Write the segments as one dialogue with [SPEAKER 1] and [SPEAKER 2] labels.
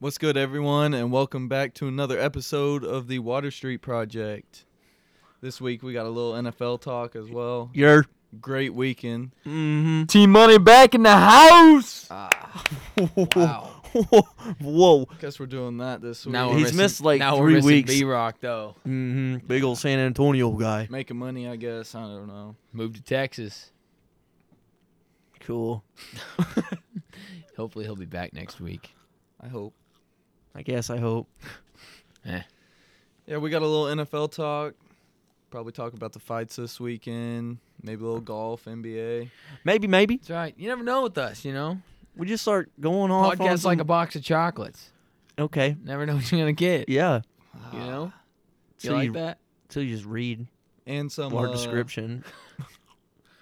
[SPEAKER 1] What's good, everyone, and welcome back to another episode of the Water Street Project. This week we got a little NFL talk as well.
[SPEAKER 2] Your
[SPEAKER 1] Great weekend.
[SPEAKER 2] team money back in the house.
[SPEAKER 3] Wow.
[SPEAKER 2] Whoa.
[SPEAKER 1] Guess we're doing that this week.
[SPEAKER 3] Now
[SPEAKER 2] He's
[SPEAKER 3] we're missing,
[SPEAKER 2] missed, like,
[SPEAKER 3] now
[SPEAKER 2] three
[SPEAKER 3] we're missing
[SPEAKER 2] weeks.
[SPEAKER 3] B Rock though.
[SPEAKER 2] Mm-hmm. Big old San Antonio guy.
[SPEAKER 1] making money, I guess. I don't know.
[SPEAKER 3] Moved to Texas.
[SPEAKER 2] Cool.
[SPEAKER 3] Hopefully he'll be back next week.
[SPEAKER 1] I hope.
[SPEAKER 2] I guess. I hope.
[SPEAKER 1] Yeah, we got a little NFL talk. Probably talk about the fights this weekend. Maybe a little golf, NBA.
[SPEAKER 2] Maybe. Maybe
[SPEAKER 3] That's right. You never know with us, you know.
[SPEAKER 2] we just start going off. on
[SPEAKER 3] Podcast like a
[SPEAKER 2] some-
[SPEAKER 3] box of chocolates.
[SPEAKER 2] okay.
[SPEAKER 3] Never know what you're gonna get.
[SPEAKER 2] Yeah.
[SPEAKER 1] Ah,
[SPEAKER 3] You know. You
[SPEAKER 2] So
[SPEAKER 3] like
[SPEAKER 2] you-
[SPEAKER 3] that?
[SPEAKER 2] So you just read
[SPEAKER 1] And
[SPEAKER 3] Um,
[SPEAKER 1] some
[SPEAKER 2] our
[SPEAKER 1] uh,
[SPEAKER 2] description.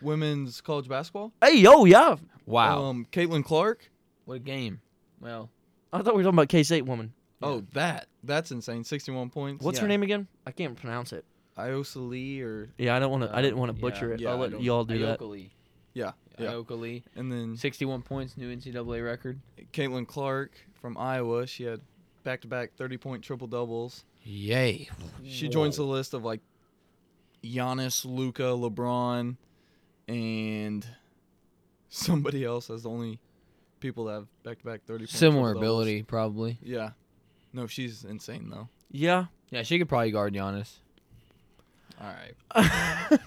[SPEAKER 1] women's college basketball.
[SPEAKER 2] Hey yo, yeah.
[SPEAKER 3] Wow.
[SPEAKER 1] Um, Caitlin Clark.
[SPEAKER 3] what a game. Well,
[SPEAKER 2] I thought we were talking about K State woman.
[SPEAKER 1] Oh, that. That's insane. 61 points.
[SPEAKER 2] What's her
[SPEAKER 1] Yeah.
[SPEAKER 2] name again? I can't pronounce it.
[SPEAKER 1] Iosa Lee or.
[SPEAKER 2] Yeah, I don't want to. I
[SPEAKER 3] Um,
[SPEAKER 2] didn't want to
[SPEAKER 3] yeah,
[SPEAKER 2] butcher it.
[SPEAKER 1] yeah,
[SPEAKER 2] I'll
[SPEAKER 1] I
[SPEAKER 2] let
[SPEAKER 1] don't-
[SPEAKER 2] y'all do that.
[SPEAKER 3] Iokali.
[SPEAKER 1] Yeah. yeah.
[SPEAKER 3] Iokali.
[SPEAKER 1] And then
[SPEAKER 3] 61 points, new NCAA record.
[SPEAKER 1] Caitlin Clark from Iowa. She had back to back 30 point triple doubles.
[SPEAKER 3] Yay.
[SPEAKER 1] She joins the list of like Giannis, Luca, LeBron, and somebody else as the only people that have back to back 30 point
[SPEAKER 3] Similar
[SPEAKER 1] triple doubles.
[SPEAKER 3] ability, probably.
[SPEAKER 1] Yeah. No, she's insane though.
[SPEAKER 2] Yeah.
[SPEAKER 3] Yeah, she could probably guard Giannis.
[SPEAKER 1] All right.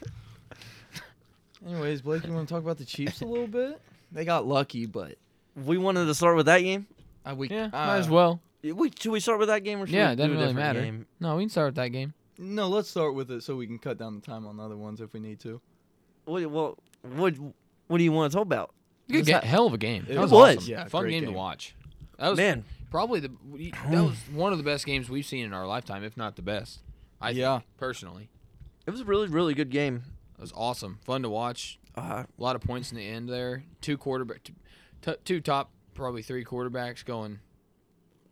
[SPEAKER 1] Anyways, Blake, you want to talk about the Chiefs a little bit? They got lucky, but
[SPEAKER 2] We wanted to start with that game.
[SPEAKER 1] I we
[SPEAKER 3] Yeah,
[SPEAKER 1] uh,
[SPEAKER 3] might as well.
[SPEAKER 2] We, should we start with that game or should
[SPEAKER 3] Yeah,
[SPEAKER 2] we
[SPEAKER 3] it
[SPEAKER 2] do
[SPEAKER 3] doesn't
[SPEAKER 2] a
[SPEAKER 3] really
[SPEAKER 2] different
[SPEAKER 3] matter.
[SPEAKER 2] game?
[SPEAKER 3] No, we can start with that game.
[SPEAKER 1] No, let's start with it so we can cut down the time on the other ones if we need to.
[SPEAKER 2] What, well, what what do you want to talk about?
[SPEAKER 3] Good
[SPEAKER 2] It's
[SPEAKER 3] game.
[SPEAKER 2] not-
[SPEAKER 3] Hell of a game.
[SPEAKER 1] It
[SPEAKER 3] That was,
[SPEAKER 2] was.
[SPEAKER 3] awesome.
[SPEAKER 1] Yeah,
[SPEAKER 3] fun
[SPEAKER 1] great
[SPEAKER 3] game,
[SPEAKER 1] game.
[SPEAKER 3] to watch. That was
[SPEAKER 2] Man,
[SPEAKER 3] probably the we- that was one of the best games we've seen in our lifetime, if not the best. I
[SPEAKER 1] Yeah.
[SPEAKER 3] think, personally,
[SPEAKER 2] it was a really really good game.
[SPEAKER 3] it was awesome, fun to watch.
[SPEAKER 2] Uh,
[SPEAKER 3] A lot of points in the end there. Two quarterback, t- t- two top, probably three quarterbacks going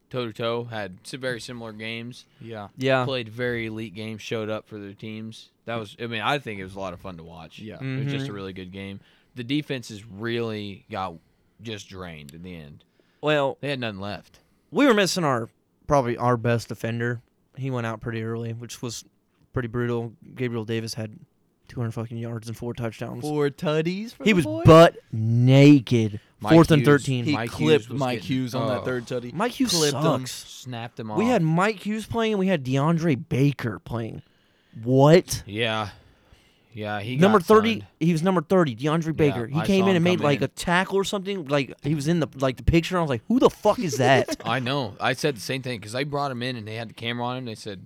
[SPEAKER 3] toe to toe. Had s- very similar games.
[SPEAKER 1] Yeah.
[SPEAKER 2] yeah,
[SPEAKER 3] Played very elite games. Showed up for their teams. That was. I mean, I think it was a lot of fun to watch.
[SPEAKER 1] Yeah.
[SPEAKER 3] It was just
[SPEAKER 2] Mhm.
[SPEAKER 3] a really good game. The defenses really got just drained in the end.
[SPEAKER 2] Well,
[SPEAKER 3] They had nothing left.
[SPEAKER 2] we were missing our probably our best defender. He went out pretty early, which was pretty brutal. Gabriel Davis had 200 fucking yards and four touchdowns.
[SPEAKER 1] Four tutties. For
[SPEAKER 2] he
[SPEAKER 1] the
[SPEAKER 2] was
[SPEAKER 1] boys?
[SPEAKER 2] butt naked.
[SPEAKER 3] Mike
[SPEAKER 2] Fourth and
[SPEAKER 3] Hughes.
[SPEAKER 2] 13.
[SPEAKER 1] He
[SPEAKER 3] Mike
[SPEAKER 1] clipped
[SPEAKER 3] Hughes was
[SPEAKER 1] Mike
[SPEAKER 3] getting-
[SPEAKER 1] Hughes on that
[SPEAKER 3] oh.
[SPEAKER 1] third tutty.
[SPEAKER 2] Mike Hughes
[SPEAKER 1] clipped him.
[SPEAKER 2] sucks.
[SPEAKER 3] Snapped them off.
[SPEAKER 2] We had Mike Hughes playing and we had DeAndre Baker playing. What?
[SPEAKER 3] Yeah. Yeah, he
[SPEAKER 2] number
[SPEAKER 3] got
[SPEAKER 2] 30
[SPEAKER 3] signed.
[SPEAKER 2] he was number 30 deandre baker he
[SPEAKER 3] I
[SPEAKER 2] came
[SPEAKER 3] saw
[SPEAKER 2] in
[SPEAKER 3] him
[SPEAKER 2] and made
[SPEAKER 3] come
[SPEAKER 2] like
[SPEAKER 3] in.
[SPEAKER 2] a tackle or something like he was in the like the picture and i was like who the fuck is that
[SPEAKER 3] I know. I said the same thing because they brought him in and they had the camera on him. They said,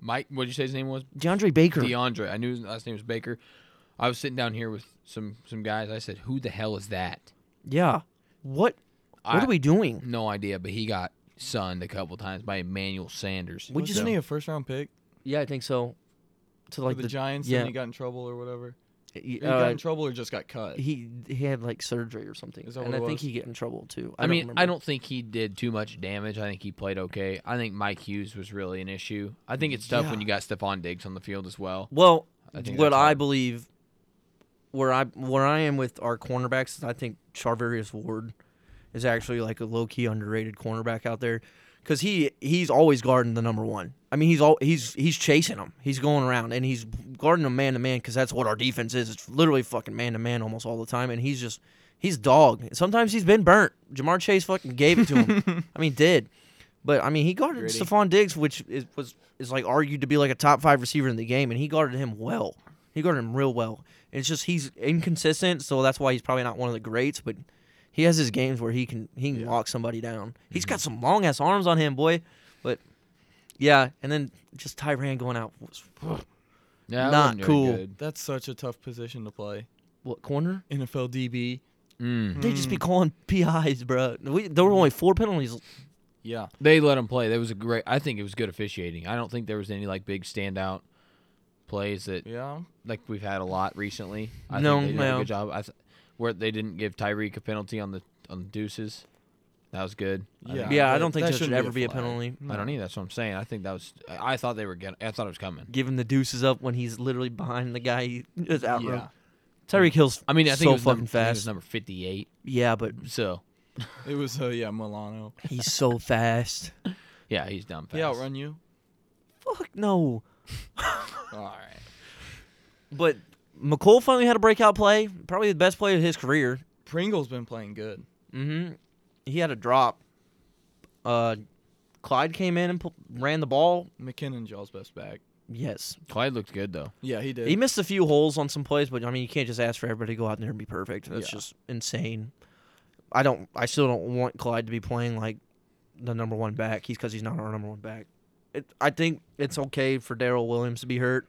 [SPEAKER 3] Mike, what did you say his name was?
[SPEAKER 2] deandre baker
[SPEAKER 3] DeAndre. I knew his last name was Baker. I was sitting down here with some some guys. I said, who the hell is that?
[SPEAKER 2] yeah what what
[SPEAKER 3] I-
[SPEAKER 2] are we doing
[SPEAKER 3] No idea, but he got sunned a couple times by Emmanuel Sanders.
[SPEAKER 2] we just
[SPEAKER 1] Wasn't he a first round pick
[SPEAKER 2] yeah i think so to
[SPEAKER 1] for
[SPEAKER 2] like
[SPEAKER 1] the, Giants?
[SPEAKER 2] yeah
[SPEAKER 1] and he got in trouble or whatever.
[SPEAKER 2] he,
[SPEAKER 1] He got in trouble or just got cut.
[SPEAKER 2] he he had like surgery or something
[SPEAKER 1] Is that
[SPEAKER 2] and
[SPEAKER 1] what
[SPEAKER 2] i
[SPEAKER 1] it
[SPEAKER 2] think
[SPEAKER 1] was?
[SPEAKER 2] he get in trouble too
[SPEAKER 3] I, mean,
[SPEAKER 2] don't
[SPEAKER 3] I
[SPEAKER 2] remember.
[SPEAKER 3] don't think he did too much damage. I think he played okay. I think Mike Hughes was really an issue. I think it's tough when you got Stephon Diggs on the field as well.
[SPEAKER 2] well
[SPEAKER 3] I think
[SPEAKER 2] what
[SPEAKER 3] that's
[SPEAKER 2] i
[SPEAKER 3] hard.
[SPEAKER 2] believe where i where i am with our cornerbacks is i think charvarius ward is actually like a low key underrated cornerback out there because he he's always guarding the number one. I mean he's all he's he's chasing him. He's going around and he's guarding him man to man because that's what our defense is. It's literally fucking man to man almost all the time. And he's just he's dog. Sometimes he's been burnt. Jamar Chase fucking gave it to him. I mean did, but I mean he guarded
[SPEAKER 1] Gritty.
[SPEAKER 2] Stephon Diggs, which is was is like argued to be like a top five receiver in the game, and he guarded him well. He guarded him real well. It's just he's inconsistent, so that's why he's probably not one of the greats, but he has his games where he can he can lock somebody down.
[SPEAKER 1] Mm-hmm.
[SPEAKER 2] He's got some long ass arms on him, boy. But yeah, and then just Tyran going out was
[SPEAKER 3] Yeah, it
[SPEAKER 2] Not
[SPEAKER 3] wasn't very
[SPEAKER 2] cool.
[SPEAKER 3] good.
[SPEAKER 1] That's such a tough position to play.
[SPEAKER 2] what corner?
[SPEAKER 1] NFL DB.
[SPEAKER 3] Mm.
[SPEAKER 2] They just be calling PIs, bro. We, there were only four penalties.
[SPEAKER 1] Yeah.
[SPEAKER 3] They let him play. That was a great. I think it was good officiating. I don't think there was any like big standout plays that
[SPEAKER 1] Yeah.
[SPEAKER 3] like we've had a lot recently. I
[SPEAKER 2] No,
[SPEAKER 3] think they did a
[SPEAKER 2] no.
[SPEAKER 3] good job. I th- where they didn't give Tyreek a penalty on the on the deuces. That was good. I
[SPEAKER 1] Yeah.
[SPEAKER 3] think-
[SPEAKER 2] Yeah, I
[SPEAKER 1] that-
[SPEAKER 2] don't think
[SPEAKER 1] that
[SPEAKER 2] there should
[SPEAKER 1] shouldn't be
[SPEAKER 2] ever
[SPEAKER 1] a
[SPEAKER 2] be a
[SPEAKER 1] flag.
[SPEAKER 2] penalty.
[SPEAKER 3] I don't either. That's what I'm saying. I think that was. I I thought they were getting. I thought it was coming.
[SPEAKER 2] Give him the deuces up when he's literally behind the guy. He is out.
[SPEAKER 1] Yeah.
[SPEAKER 2] Tyreek Hill's
[SPEAKER 3] I mean, I think
[SPEAKER 2] so
[SPEAKER 3] it was
[SPEAKER 2] fucking
[SPEAKER 3] number, I think it was
[SPEAKER 2] fast.
[SPEAKER 3] number 58.
[SPEAKER 2] yeah, but
[SPEAKER 3] So
[SPEAKER 1] It was uh, yeah Milano.
[SPEAKER 2] He's so fast.
[SPEAKER 3] Yeah, he's dumb fast.
[SPEAKER 1] He outrun you.
[SPEAKER 2] Fuck no.
[SPEAKER 3] All right.
[SPEAKER 2] But McColl finally had a breakout play, probably the best play of his career.
[SPEAKER 1] Pringle's been playing good.
[SPEAKER 2] Mm-hmm. He had a drop. Uh, Clyde came in and pu- ran the ball.
[SPEAKER 1] McKinnon Jaw's best back.
[SPEAKER 2] Yes,
[SPEAKER 3] Clyde looked good though.
[SPEAKER 1] Yeah, he did.
[SPEAKER 2] he missed a few holes on some plays, but I mean, you can't just ask for everybody to go out there and be perfect. That's
[SPEAKER 1] Yeah.
[SPEAKER 2] just insane. I don't. I still don't want Clyde to be playing like the number one back. He's because he's not our number one back. It, I think it's okay for Daryl Williams to be hurt.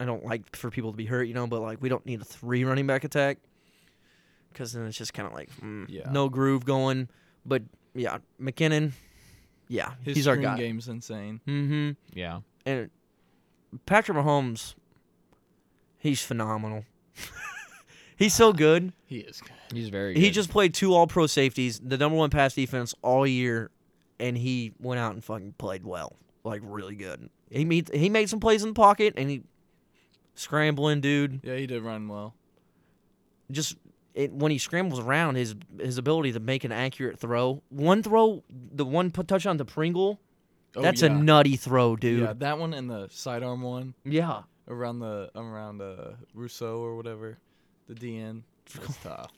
[SPEAKER 2] I don't like for people to be hurt, you know, but like we don't need a three running back attack because then it's just kind of like mm,
[SPEAKER 1] Yeah.
[SPEAKER 2] no groove going. But yeah, McKinnon, yeah,
[SPEAKER 1] His
[SPEAKER 2] he's our
[SPEAKER 1] screen
[SPEAKER 2] guy.
[SPEAKER 1] game's insane.
[SPEAKER 2] Mm-hmm
[SPEAKER 3] Yeah.
[SPEAKER 2] and Patrick Mahomes, he's phenomenal. he's so good.
[SPEAKER 1] He is good.
[SPEAKER 3] He's very good.
[SPEAKER 2] He just played two All Pro safeties, the number one pass defense all year, and he went out and fucking played well, like really good. He made he made some plays in the pocket, and he scrambling, dude.
[SPEAKER 1] Yeah, he did run well.
[SPEAKER 2] Just it, when he scrambles around, his his ability to make an accurate throw. One throw, the one put touchdown to Pringle.
[SPEAKER 1] Oh,
[SPEAKER 2] that's
[SPEAKER 1] yeah.
[SPEAKER 2] a nutty throw, dude.
[SPEAKER 1] Yeah, that one and the sidearm one
[SPEAKER 2] yeah.
[SPEAKER 1] around the around uh Rousseau or whatever, the DN. It's tough.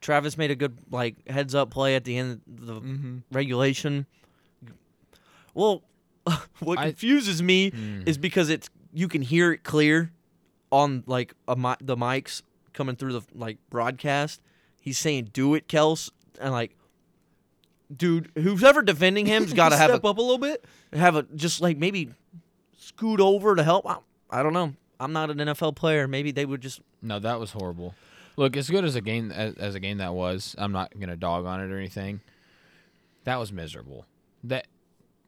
[SPEAKER 2] Travis made a good like heads up play at the end of the
[SPEAKER 1] Mm-hmm.
[SPEAKER 2] regulation. Well, what
[SPEAKER 3] I-
[SPEAKER 2] confuses me
[SPEAKER 1] Hmm.
[SPEAKER 3] Mm.
[SPEAKER 2] is because it's you can hear it clear on like a mi- the mics coming through the like broadcast. He's saying "Do it, Kels," and like, dude, who's ever defending him's got to have
[SPEAKER 1] step
[SPEAKER 2] a
[SPEAKER 1] up a little bit.
[SPEAKER 2] have a just like maybe scoot over to help. I, I don't know. I'm not an NFL player. Maybe they would just
[SPEAKER 3] No, that was horrible. Look, as good as a game as, as a game that was, I'm not gonna dog on it or anything. That was miserable. That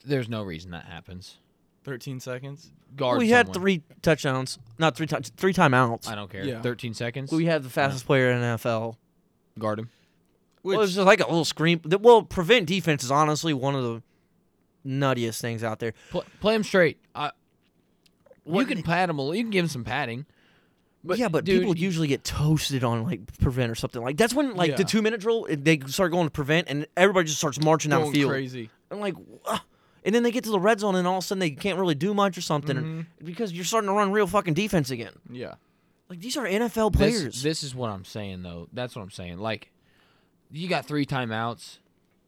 [SPEAKER 3] there's no reason that happens.
[SPEAKER 1] Thirteen seconds.
[SPEAKER 3] Guard.
[SPEAKER 2] we had
[SPEAKER 3] someone.
[SPEAKER 2] three touchdowns, not three times, three timeouts.
[SPEAKER 3] I don't care.
[SPEAKER 1] Yeah.
[SPEAKER 3] 13 seconds.
[SPEAKER 2] We had the fastest player in NFL.
[SPEAKER 3] guard him.
[SPEAKER 1] Which
[SPEAKER 2] well, it's just like a little screen. th- Well, prevent defense is honestly one of the nuttiest things out there.
[SPEAKER 3] Pl- play him straight. I, you
[SPEAKER 2] What-
[SPEAKER 3] can pat him a little. You can give him some padding. But
[SPEAKER 2] yeah, but
[SPEAKER 3] dude,
[SPEAKER 2] people
[SPEAKER 3] you-
[SPEAKER 2] usually get toasted on like prevent or something like that's when like the
[SPEAKER 1] Yeah.
[SPEAKER 2] two minute drill it- they start going to prevent and everybody just starts marching down
[SPEAKER 1] going
[SPEAKER 2] the field.
[SPEAKER 1] crazy.
[SPEAKER 2] I'm like, "Wha-" and then they get to the red zone and all of a sudden they can't really do much or something and-
[SPEAKER 3] Mm-hmm.
[SPEAKER 2] because you're starting to run real fucking defense again.
[SPEAKER 1] Yeah.
[SPEAKER 2] Like these are NFL
[SPEAKER 3] This-
[SPEAKER 2] players.
[SPEAKER 3] This, is what I'm saying, though. That's what I'm saying. Like, you got three timeouts.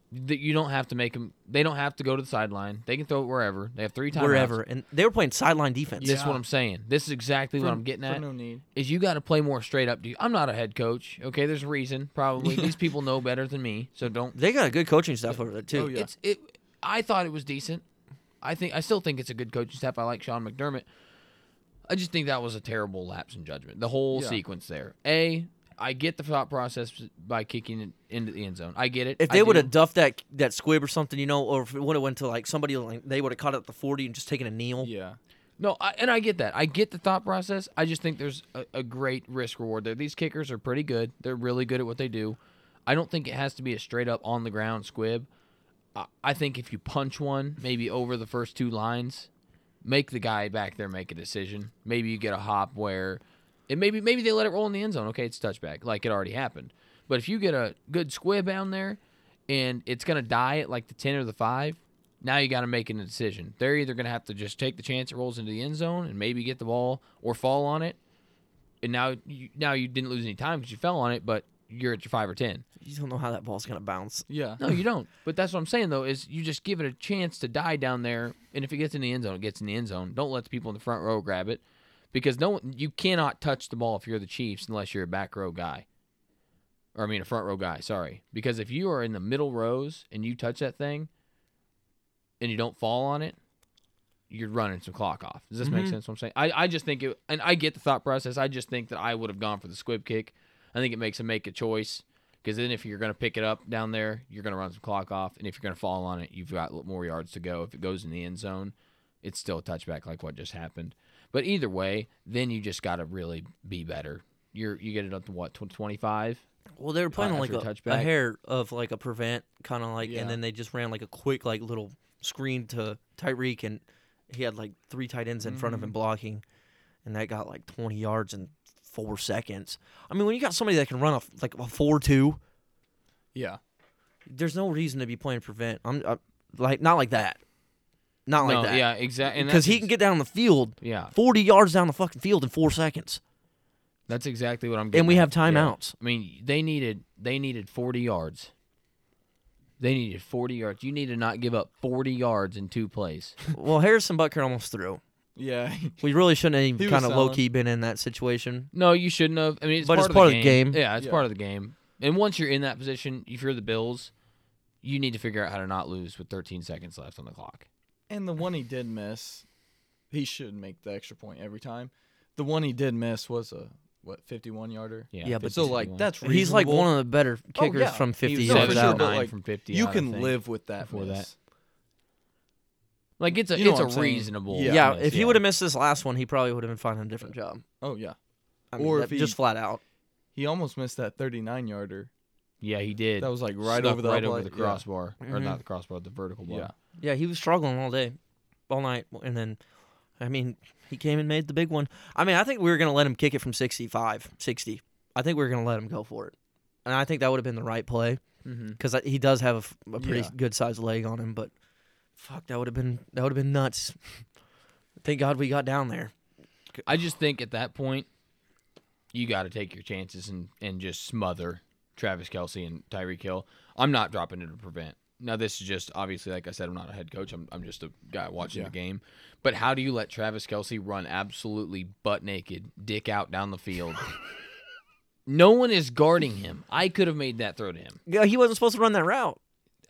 [SPEAKER 3] That you don't have to make them. They don't have to go to the sideline. They can throw it wherever. They have three timeouts.
[SPEAKER 2] Wherever and they were playing sideline defense.
[SPEAKER 3] This is
[SPEAKER 1] Yeah.
[SPEAKER 3] what I'm saying. This is exactly what I'm getting
[SPEAKER 1] For
[SPEAKER 3] at.
[SPEAKER 1] no need.
[SPEAKER 3] Is you got to play more straight up. To you. I'm not a head coach. Okay, there's a reason. Probably these people know better than me. So don't
[SPEAKER 2] They got a good coaching staff over there too.
[SPEAKER 1] Oh, yeah.
[SPEAKER 3] It's it. I thought it was decent. I think I still think it's a good coaching staff. I like Sean McDermott. I just think that was a terrible lapse in judgment. The whole
[SPEAKER 1] Yeah.
[SPEAKER 3] sequence there. A, I get the thought process by kicking it into the end zone. I get it.
[SPEAKER 2] If
[SPEAKER 3] I
[SPEAKER 2] they would
[SPEAKER 3] do.
[SPEAKER 2] have duffed that that squib or something, you know, or if it would have went to like somebody, like they would have caught it at the forty and just taken a kneel.
[SPEAKER 1] Yeah.
[SPEAKER 3] no, I, and I get that. I get the thought process. I just think there's a, a great risk reward there. These kickers are pretty good. They're really good at what they do. I don't think it has to be a straight up on the ground squib. I, I think if you punch one, maybe over the first two lines, make the guy back there make a decision. Maybe you get a hop where it maybe maybe they let it roll in the end zone. Okay, it's touchback, like it already happened. But if you get a good squib down there and it's gonna die at like the ten or the five, now you gotta make a decision. They're either gonna have to just take the chance it rolls into the end zone and maybe get the ball or fall on it. And now you now you didn't lose any time because you fell on it, but you're at your five or ten.
[SPEAKER 2] You don't know how that ball's gonna bounce.
[SPEAKER 1] Yeah.
[SPEAKER 3] No, you don't. But that's what I'm saying though is you just give it a chance to die down there, and if it gets in the end zone, it gets in the end zone. Don't let the people in the front row grab it, because no one you cannot touch the ball if you're the Chiefs unless you're a back row guy, or I mean a front row guy. Sorry, because if you are in the middle rows and you touch that thing, and you don't fall on it, you're running some clock off. Does this make sense? What I'm saying, I I just think it, and I get the thought process. I just think that I would have gone for the squib kick. I think it makes them make a choice. Because then, if you're going to pick it up down there, you're going to run some clock off, and if you're going to fall on it, you've got l- more yards to go. If it goes in the end zone, it's still a touchback, like what just happened. But either way, then you just got to really be better. You're you get it up to what twenty five?
[SPEAKER 2] Well, they were playing on, like
[SPEAKER 3] after a
[SPEAKER 2] a, a
[SPEAKER 3] touchback.
[SPEAKER 2] hair of like a prevent, kind of like,
[SPEAKER 1] Yeah.
[SPEAKER 2] and then they just ran like a quick like little screen to Tyreek, and he had like three tight ends in front
[SPEAKER 3] Mm.
[SPEAKER 2] of him blocking, and that got like twenty yards in four seconds. I mean, when you got somebody that can run a f- like a four two,
[SPEAKER 1] Yeah.
[SPEAKER 2] There's no reason to be playing prevent. I'm I, like not like that, not
[SPEAKER 3] no,
[SPEAKER 2] like that.
[SPEAKER 3] yeah, exactly.
[SPEAKER 2] because he can get down the field,
[SPEAKER 3] Yeah,
[SPEAKER 2] forty yards down the fucking field in four seconds,
[SPEAKER 3] that's exactly what I'm. getting
[SPEAKER 2] and we
[SPEAKER 3] at.
[SPEAKER 2] have
[SPEAKER 3] Yeah.
[SPEAKER 2] timeouts.
[SPEAKER 3] I mean, they needed they needed 40 yards. They needed 40 yards. You need to not give up 40 yards in two plays.
[SPEAKER 2] well, Harrison Butker almost threw.
[SPEAKER 1] Yeah.
[SPEAKER 2] We really shouldn't
[SPEAKER 1] He
[SPEAKER 2] have
[SPEAKER 1] was
[SPEAKER 2] kind of low
[SPEAKER 1] solid.
[SPEAKER 2] key been in that situation.
[SPEAKER 3] No, you shouldn't have. I mean, it's
[SPEAKER 2] But
[SPEAKER 3] part,
[SPEAKER 2] it's
[SPEAKER 3] of,
[SPEAKER 2] part
[SPEAKER 3] the
[SPEAKER 2] of the game.
[SPEAKER 3] Yeah, it's
[SPEAKER 1] Yeah.
[SPEAKER 3] part of the game. And once you're in that position, if you're the Bills, you need to figure out how to not lose with 13 seconds left on the clock.
[SPEAKER 1] And the one he did miss, he should make the extra point every time. The one he did miss was a what fifty-one yarder.
[SPEAKER 3] Yeah,
[SPEAKER 2] Yeah, but
[SPEAKER 1] so like
[SPEAKER 3] 51.
[SPEAKER 1] that's reasonable.
[SPEAKER 2] He's like one of the better kickers
[SPEAKER 1] Oh, yeah.
[SPEAKER 2] from
[SPEAKER 3] He
[SPEAKER 2] 50
[SPEAKER 3] was
[SPEAKER 1] no, for
[SPEAKER 2] yards
[SPEAKER 1] sure,
[SPEAKER 2] out.
[SPEAKER 1] but,
[SPEAKER 3] 79
[SPEAKER 1] like,
[SPEAKER 3] from 50.
[SPEAKER 1] you
[SPEAKER 3] out, I
[SPEAKER 1] can
[SPEAKER 3] think.
[SPEAKER 1] live with that
[SPEAKER 3] before
[SPEAKER 1] miss.
[SPEAKER 3] that. Like it's a
[SPEAKER 1] You know
[SPEAKER 3] it's
[SPEAKER 1] what
[SPEAKER 3] a
[SPEAKER 1] I'm saying.
[SPEAKER 3] reasonable.
[SPEAKER 1] Yeah.
[SPEAKER 2] Yeah,
[SPEAKER 3] miss,
[SPEAKER 2] if he would have missed this last one, he probably would have been finding a different job.
[SPEAKER 1] Oh yeah,
[SPEAKER 2] I mean,
[SPEAKER 1] Or
[SPEAKER 2] that-
[SPEAKER 1] if he-
[SPEAKER 2] just flat out.
[SPEAKER 1] he almost missed that thirty-nine yarder.
[SPEAKER 3] yeah, he did.
[SPEAKER 1] That was like right
[SPEAKER 3] Snuck
[SPEAKER 1] over the
[SPEAKER 3] right
[SPEAKER 1] upright.
[SPEAKER 3] over the Mm-hmm.
[SPEAKER 1] Yeah.
[SPEAKER 3] crossbar or
[SPEAKER 2] Mhm.
[SPEAKER 3] not the crossbar, the vertical bar.
[SPEAKER 1] Yeah.
[SPEAKER 2] Yeah, he was struggling all day, all night, and then, I mean, he came and made the big one. I mean, I think we were gonna let him kick it from 65, 60. I think we were gonna let him go for it, and I think that would have been the right play
[SPEAKER 3] Mm-hmm.
[SPEAKER 2] because he does have a f- a, pretty
[SPEAKER 1] Yeah.
[SPEAKER 2] good sized leg on him. But fuck, that would have been that would have been nuts. Thank God we got down there.
[SPEAKER 3] I just think at that point, you got to take your chances and, and just smother Travis Kelsey and Tyreek Hill. I'm not dropping it to prevent. Now, this is just obviously, like I said, I'm not a head coach. I'm, I'm just a guy watching the game. But how do you let Travis Kelsey run absolutely butt naked, dick out down the field? no one is guarding him. I could have made that throw to him.
[SPEAKER 2] Yeah, he wasn't supposed to run that route.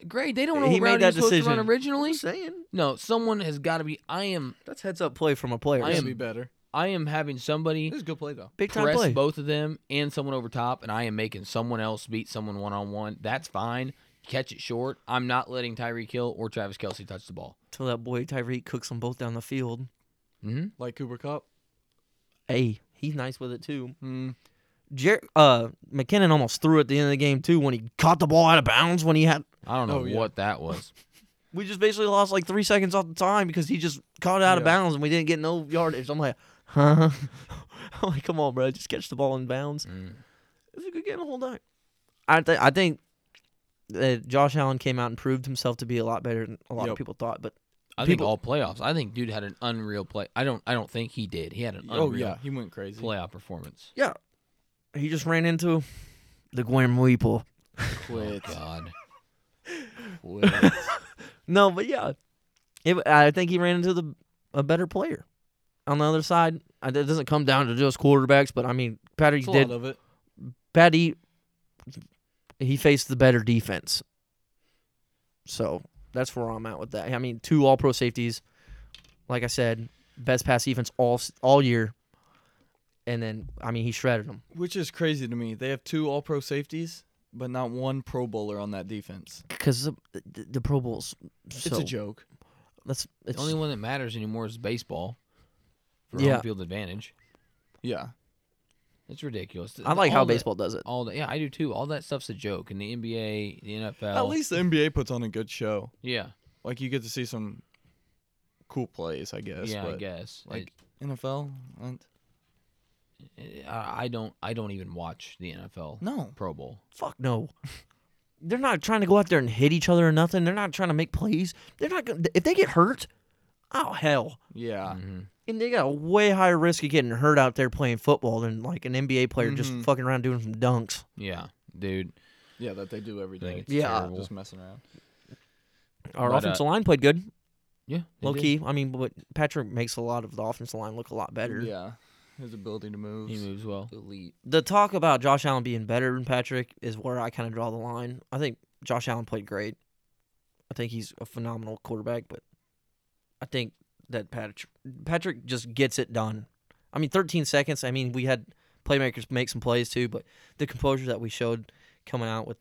[SPEAKER 3] Great. They don't know
[SPEAKER 2] He
[SPEAKER 3] what
[SPEAKER 2] made
[SPEAKER 3] route
[SPEAKER 2] that
[SPEAKER 3] he's supposed to run
[SPEAKER 2] decision.
[SPEAKER 3] originally.
[SPEAKER 2] saying
[SPEAKER 3] No, someone has got to be. I am.
[SPEAKER 2] that's heads up play from a player.
[SPEAKER 3] I
[SPEAKER 1] Should
[SPEAKER 3] am-
[SPEAKER 1] be better.
[SPEAKER 3] I am having somebody.
[SPEAKER 1] It was a good play though.
[SPEAKER 2] big time
[SPEAKER 3] press
[SPEAKER 2] play.
[SPEAKER 3] both of them and someone over top, and I am making someone else beat someone one on one. That's fine. Catch it short. I'm not letting Tyreek Hill or Travis Kelsey touch the ball.
[SPEAKER 2] Till that boy Tyreek cooks them both down the field.
[SPEAKER 3] Mm-hmm.
[SPEAKER 1] Like Cooper Cup.
[SPEAKER 2] Hey, he's nice with it too.
[SPEAKER 1] Mm.
[SPEAKER 2] Jer- uh, McKinnon almost threw at the end of the game too when he caught the ball out of bounds when he had.
[SPEAKER 3] I don't know
[SPEAKER 1] Oh, yeah.
[SPEAKER 3] what that was.
[SPEAKER 2] We just basically lost like three seconds off the time because he just caught it out of
[SPEAKER 1] Yeah.
[SPEAKER 2] bounds and we didn't get no yardage. I'm like, huh? I'm like, come on, bro, just catch the ball in bounds.
[SPEAKER 3] Mm.
[SPEAKER 2] It was a good game the whole night. I think I think that Josh Allen came out and proved himself to be a lot better than a lot of
[SPEAKER 1] Yep.
[SPEAKER 2] people thought. But
[SPEAKER 3] I think
[SPEAKER 2] People-
[SPEAKER 3] all playoffs. I think dude had an unreal play. I don't. I don't think he did. He had an unreal
[SPEAKER 1] Oh yeah, he went crazy.
[SPEAKER 3] playoff performance.
[SPEAKER 2] he just ran into the Guam Weeple.
[SPEAKER 1] Quit.
[SPEAKER 3] Oh, God.
[SPEAKER 1] Quit.
[SPEAKER 2] No, but yeah, it, I think he ran into the a better player. On the other side, I- it doesn't come down to just quarterbacks, but I mean, Patty
[SPEAKER 1] It's a
[SPEAKER 2] did.
[SPEAKER 1] lot of it.
[SPEAKER 2] Patty, he faced the better defense. So that's where I'm at with that. I mean, two All Pro safeties, like I said, best pass defense all s- all year, and then I mean he shredded them.
[SPEAKER 1] Which is crazy to me. They have two All Pro safeties, but not one Pro Bowler on that defense.
[SPEAKER 2] because the, the, the Pro Bowls. So
[SPEAKER 1] it's a joke.
[SPEAKER 2] That's
[SPEAKER 3] The
[SPEAKER 2] it's
[SPEAKER 3] only one that matters anymore is baseball for
[SPEAKER 2] Yeah.
[SPEAKER 3] home field advantage.
[SPEAKER 1] Yeah.
[SPEAKER 3] It's ridiculous.
[SPEAKER 2] I like
[SPEAKER 3] All
[SPEAKER 2] how
[SPEAKER 3] the-
[SPEAKER 2] baseball does it.
[SPEAKER 3] All the, yeah, I do too. All that stuff's a joke. In the NBA, the NFL,
[SPEAKER 1] At least the NBA puts on a good show.
[SPEAKER 3] yeah,
[SPEAKER 1] Like you get to see some cool plays, I guess.
[SPEAKER 3] yeah, I
[SPEAKER 1] but
[SPEAKER 3] guess. It-
[SPEAKER 1] Like NFL, and-
[SPEAKER 3] I I don't I don't even watch the NFL
[SPEAKER 1] no.
[SPEAKER 3] Pro Bowl.
[SPEAKER 2] Fuck no. They're not trying to go out there and hit each other or nothing. They're not trying to make plays. They're not going to if they get hurt, oh hell.
[SPEAKER 1] Yeah.
[SPEAKER 3] Mm. Mm-hmm.
[SPEAKER 2] And they got a way higher risk of getting hurt out there playing football than like an NBA player just
[SPEAKER 3] Mm-hmm.
[SPEAKER 1] Mhm.
[SPEAKER 2] fucking around doing some dunks.
[SPEAKER 3] Yeah, dude.
[SPEAKER 1] Yeah, that they do every
[SPEAKER 3] I think
[SPEAKER 1] day.
[SPEAKER 3] it's
[SPEAKER 2] Yeah.
[SPEAKER 3] terrible.
[SPEAKER 1] Just messing around.
[SPEAKER 2] Our
[SPEAKER 3] But, uh,
[SPEAKER 2] offensive line played good,
[SPEAKER 3] Yeah, they
[SPEAKER 2] low
[SPEAKER 3] did.
[SPEAKER 2] key. I mean, but Patrick makes a lot of the offensive line look a lot better.
[SPEAKER 1] Yeah. His ability to move.
[SPEAKER 3] He moves well.
[SPEAKER 1] Elite.
[SPEAKER 2] The talk about Josh Allen being better than Patrick is where I kind of draw the line. I think Josh Allen played great. I think he's a phenomenal quarterback, but I think that Patrick Patrick just gets it done. I mean, 13 seconds. I mean, we had playmakers make some plays too, but the composure that we showed coming out with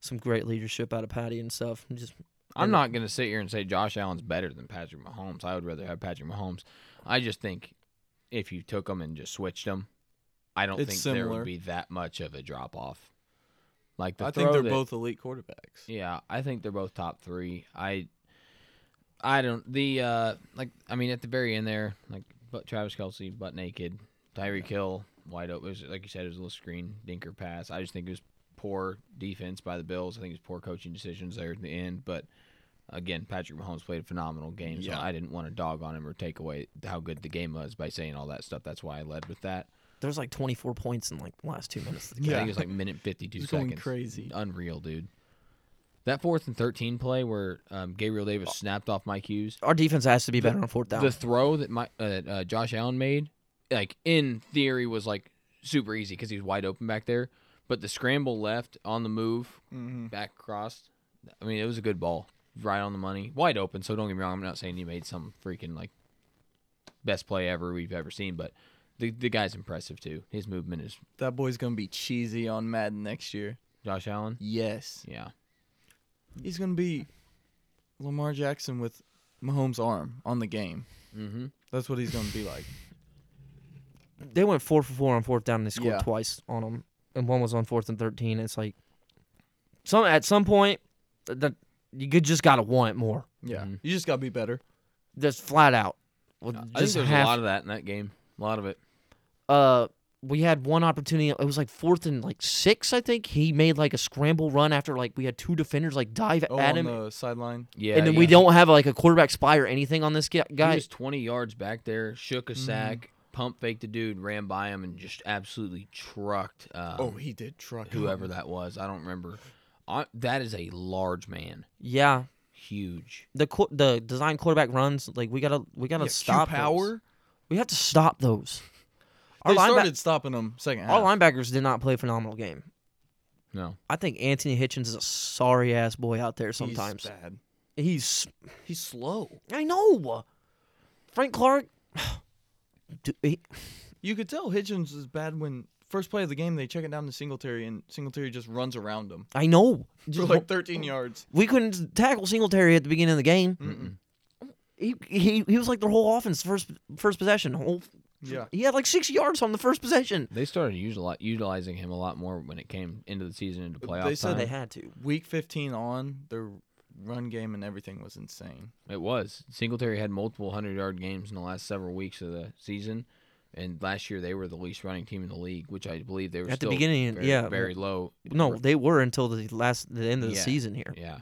[SPEAKER 2] some great leadership out of Patty and stuff. and Just
[SPEAKER 3] I'm
[SPEAKER 2] And-
[SPEAKER 3] not gonna sit here and say Josh Allen's better than Patrick Mahomes. I would rather have Patrick Mahomes. I just think if you took them and just switched them, I don't
[SPEAKER 1] It's
[SPEAKER 3] think there
[SPEAKER 1] similar.
[SPEAKER 3] would be that much of a drop off. Like the
[SPEAKER 1] I think
[SPEAKER 3] throw
[SPEAKER 1] they're
[SPEAKER 3] that-
[SPEAKER 1] both elite quarterbacks.
[SPEAKER 3] Yeah, I think they're both top three. I, I don't the uh like. I mean, at the very end there, like, but Travis Kelsey butt naked, Tyreek Hill wide open. It was, like you said, it was a little screen dinker pass. I just think it was poor defense by the Bills. I think it's poor coaching decisions there at the end. But again, Patrick Mahomes played a phenomenal game, so
[SPEAKER 1] Yeah.
[SPEAKER 3] I didn't want to dog on him or take away how good the game was by saying all that stuff. That's why I led with that.
[SPEAKER 2] There's like 24 points in like the last two minutes. Of the game.
[SPEAKER 3] I
[SPEAKER 1] Yeah.
[SPEAKER 3] think it was like minute fifty-two
[SPEAKER 1] Just
[SPEAKER 3] seconds.
[SPEAKER 1] going crazy.
[SPEAKER 3] unreal, dude. That fourth and thirteen play where um, Gabriel Davis snapped off Mike Hughes.
[SPEAKER 2] Our defense has to be better on fourth down.
[SPEAKER 3] The throw that my uh, that, uh, Josh Allen made, like in theory, was like super easy because he was wide open back there. But the scramble left on the move
[SPEAKER 1] Mm-hmm.
[SPEAKER 3] back across. I mean, it was a good ball, right on the money, wide open. So don't get me wrong. I'm not saying he made some freaking like best play ever we've ever seen, but the the guy's impressive too. His movement is
[SPEAKER 1] That boy's gonna be cheesy on Madden next year.
[SPEAKER 3] Josh Allen.
[SPEAKER 1] Yes,
[SPEAKER 3] Yeah,
[SPEAKER 1] he's gonna be Lamar Jackson with Mahomes' arm on the game.
[SPEAKER 3] mm-hmm.
[SPEAKER 1] That's what he's gonna be like.
[SPEAKER 2] they went four for four on fourth down and they scored
[SPEAKER 1] Yeah.
[SPEAKER 2] twice on them, and one was on fourth and 13. It's like some at some point th- that you could just gotta want more.
[SPEAKER 1] Yeah,
[SPEAKER 3] Mhm.
[SPEAKER 1] you just gotta be better.
[SPEAKER 2] That's flat out. Well,
[SPEAKER 3] I think
[SPEAKER 2] just
[SPEAKER 3] there's
[SPEAKER 2] half-
[SPEAKER 3] a lot of that in that game. A lot of it.
[SPEAKER 2] uh we had one opportunity it was like fourth and like six i think he made like a scramble run after like we had two defenders like dive
[SPEAKER 1] Oh,
[SPEAKER 2] at him
[SPEAKER 1] on the sideline.
[SPEAKER 3] Yeah,
[SPEAKER 2] and then
[SPEAKER 3] yeah.
[SPEAKER 2] we don't have like a quarterback spy or anything on this ga-
[SPEAKER 3] He
[SPEAKER 2] guy Mm-hmm.
[SPEAKER 3] was 20 yards back there, shook a sack, pump faked the dude, ran by him, and just absolutely trucked um,
[SPEAKER 1] Oh, he did truck him.
[SPEAKER 3] whoever that was. I don't remember. I, that is a large man,
[SPEAKER 2] yeah
[SPEAKER 3] huge.
[SPEAKER 2] the qu- the design quarterback runs like we gotta we gotta
[SPEAKER 1] Yeah, Q
[SPEAKER 2] stop those.
[SPEAKER 1] power.
[SPEAKER 2] we have to stop those our,
[SPEAKER 1] They
[SPEAKER 2] lineba-
[SPEAKER 1] started stopping him second half.
[SPEAKER 2] our linebackers did not play a phenomenal game
[SPEAKER 3] No,
[SPEAKER 2] i think anthony hitchens is a sorry ass boy out there
[SPEAKER 1] He's
[SPEAKER 2] sometimes he's,
[SPEAKER 1] bad. He's slow.
[SPEAKER 2] i know frank clark Dude, he-
[SPEAKER 1] You could tell Hitchens is bad when first play of the game they check it down to Singletary and Singletary just runs around him
[SPEAKER 2] i know
[SPEAKER 1] for
[SPEAKER 2] Just-
[SPEAKER 1] like 13 yards.
[SPEAKER 2] We couldn't tackle Singletary at the beginning of the game.
[SPEAKER 1] Mm-mm.
[SPEAKER 2] He, he he was like their whole offense first first possession. Whole,
[SPEAKER 1] Yeah.
[SPEAKER 2] he had like six yards on the first possession.
[SPEAKER 3] they started use a lot, utilizing him a lot more when it came into the season into playoff
[SPEAKER 1] They said
[SPEAKER 3] time.
[SPEAKER 2] They had to.
[SPEAKER 1] Week 15 on, their run game and everything was insane.
[SPEAKER 3] It was. Singletary had multiple 100 yard games in the last several weeks of the season. And last year they were the least running team in the league, which I believe they were
[SPEAKER 2] At the
[SPEAKER 3] still
[SPEAKER 2] beginning,
[SPEAKER 3] very,
[SPEAKER 2] yeah.
[SPEAKER 3] very low.
[SPEAKER 2] No, they were until the last the end of the
[SPEAKER 3] Yeah.
[SPEAKER 2] season here.
[SPEAKER 3] yeah.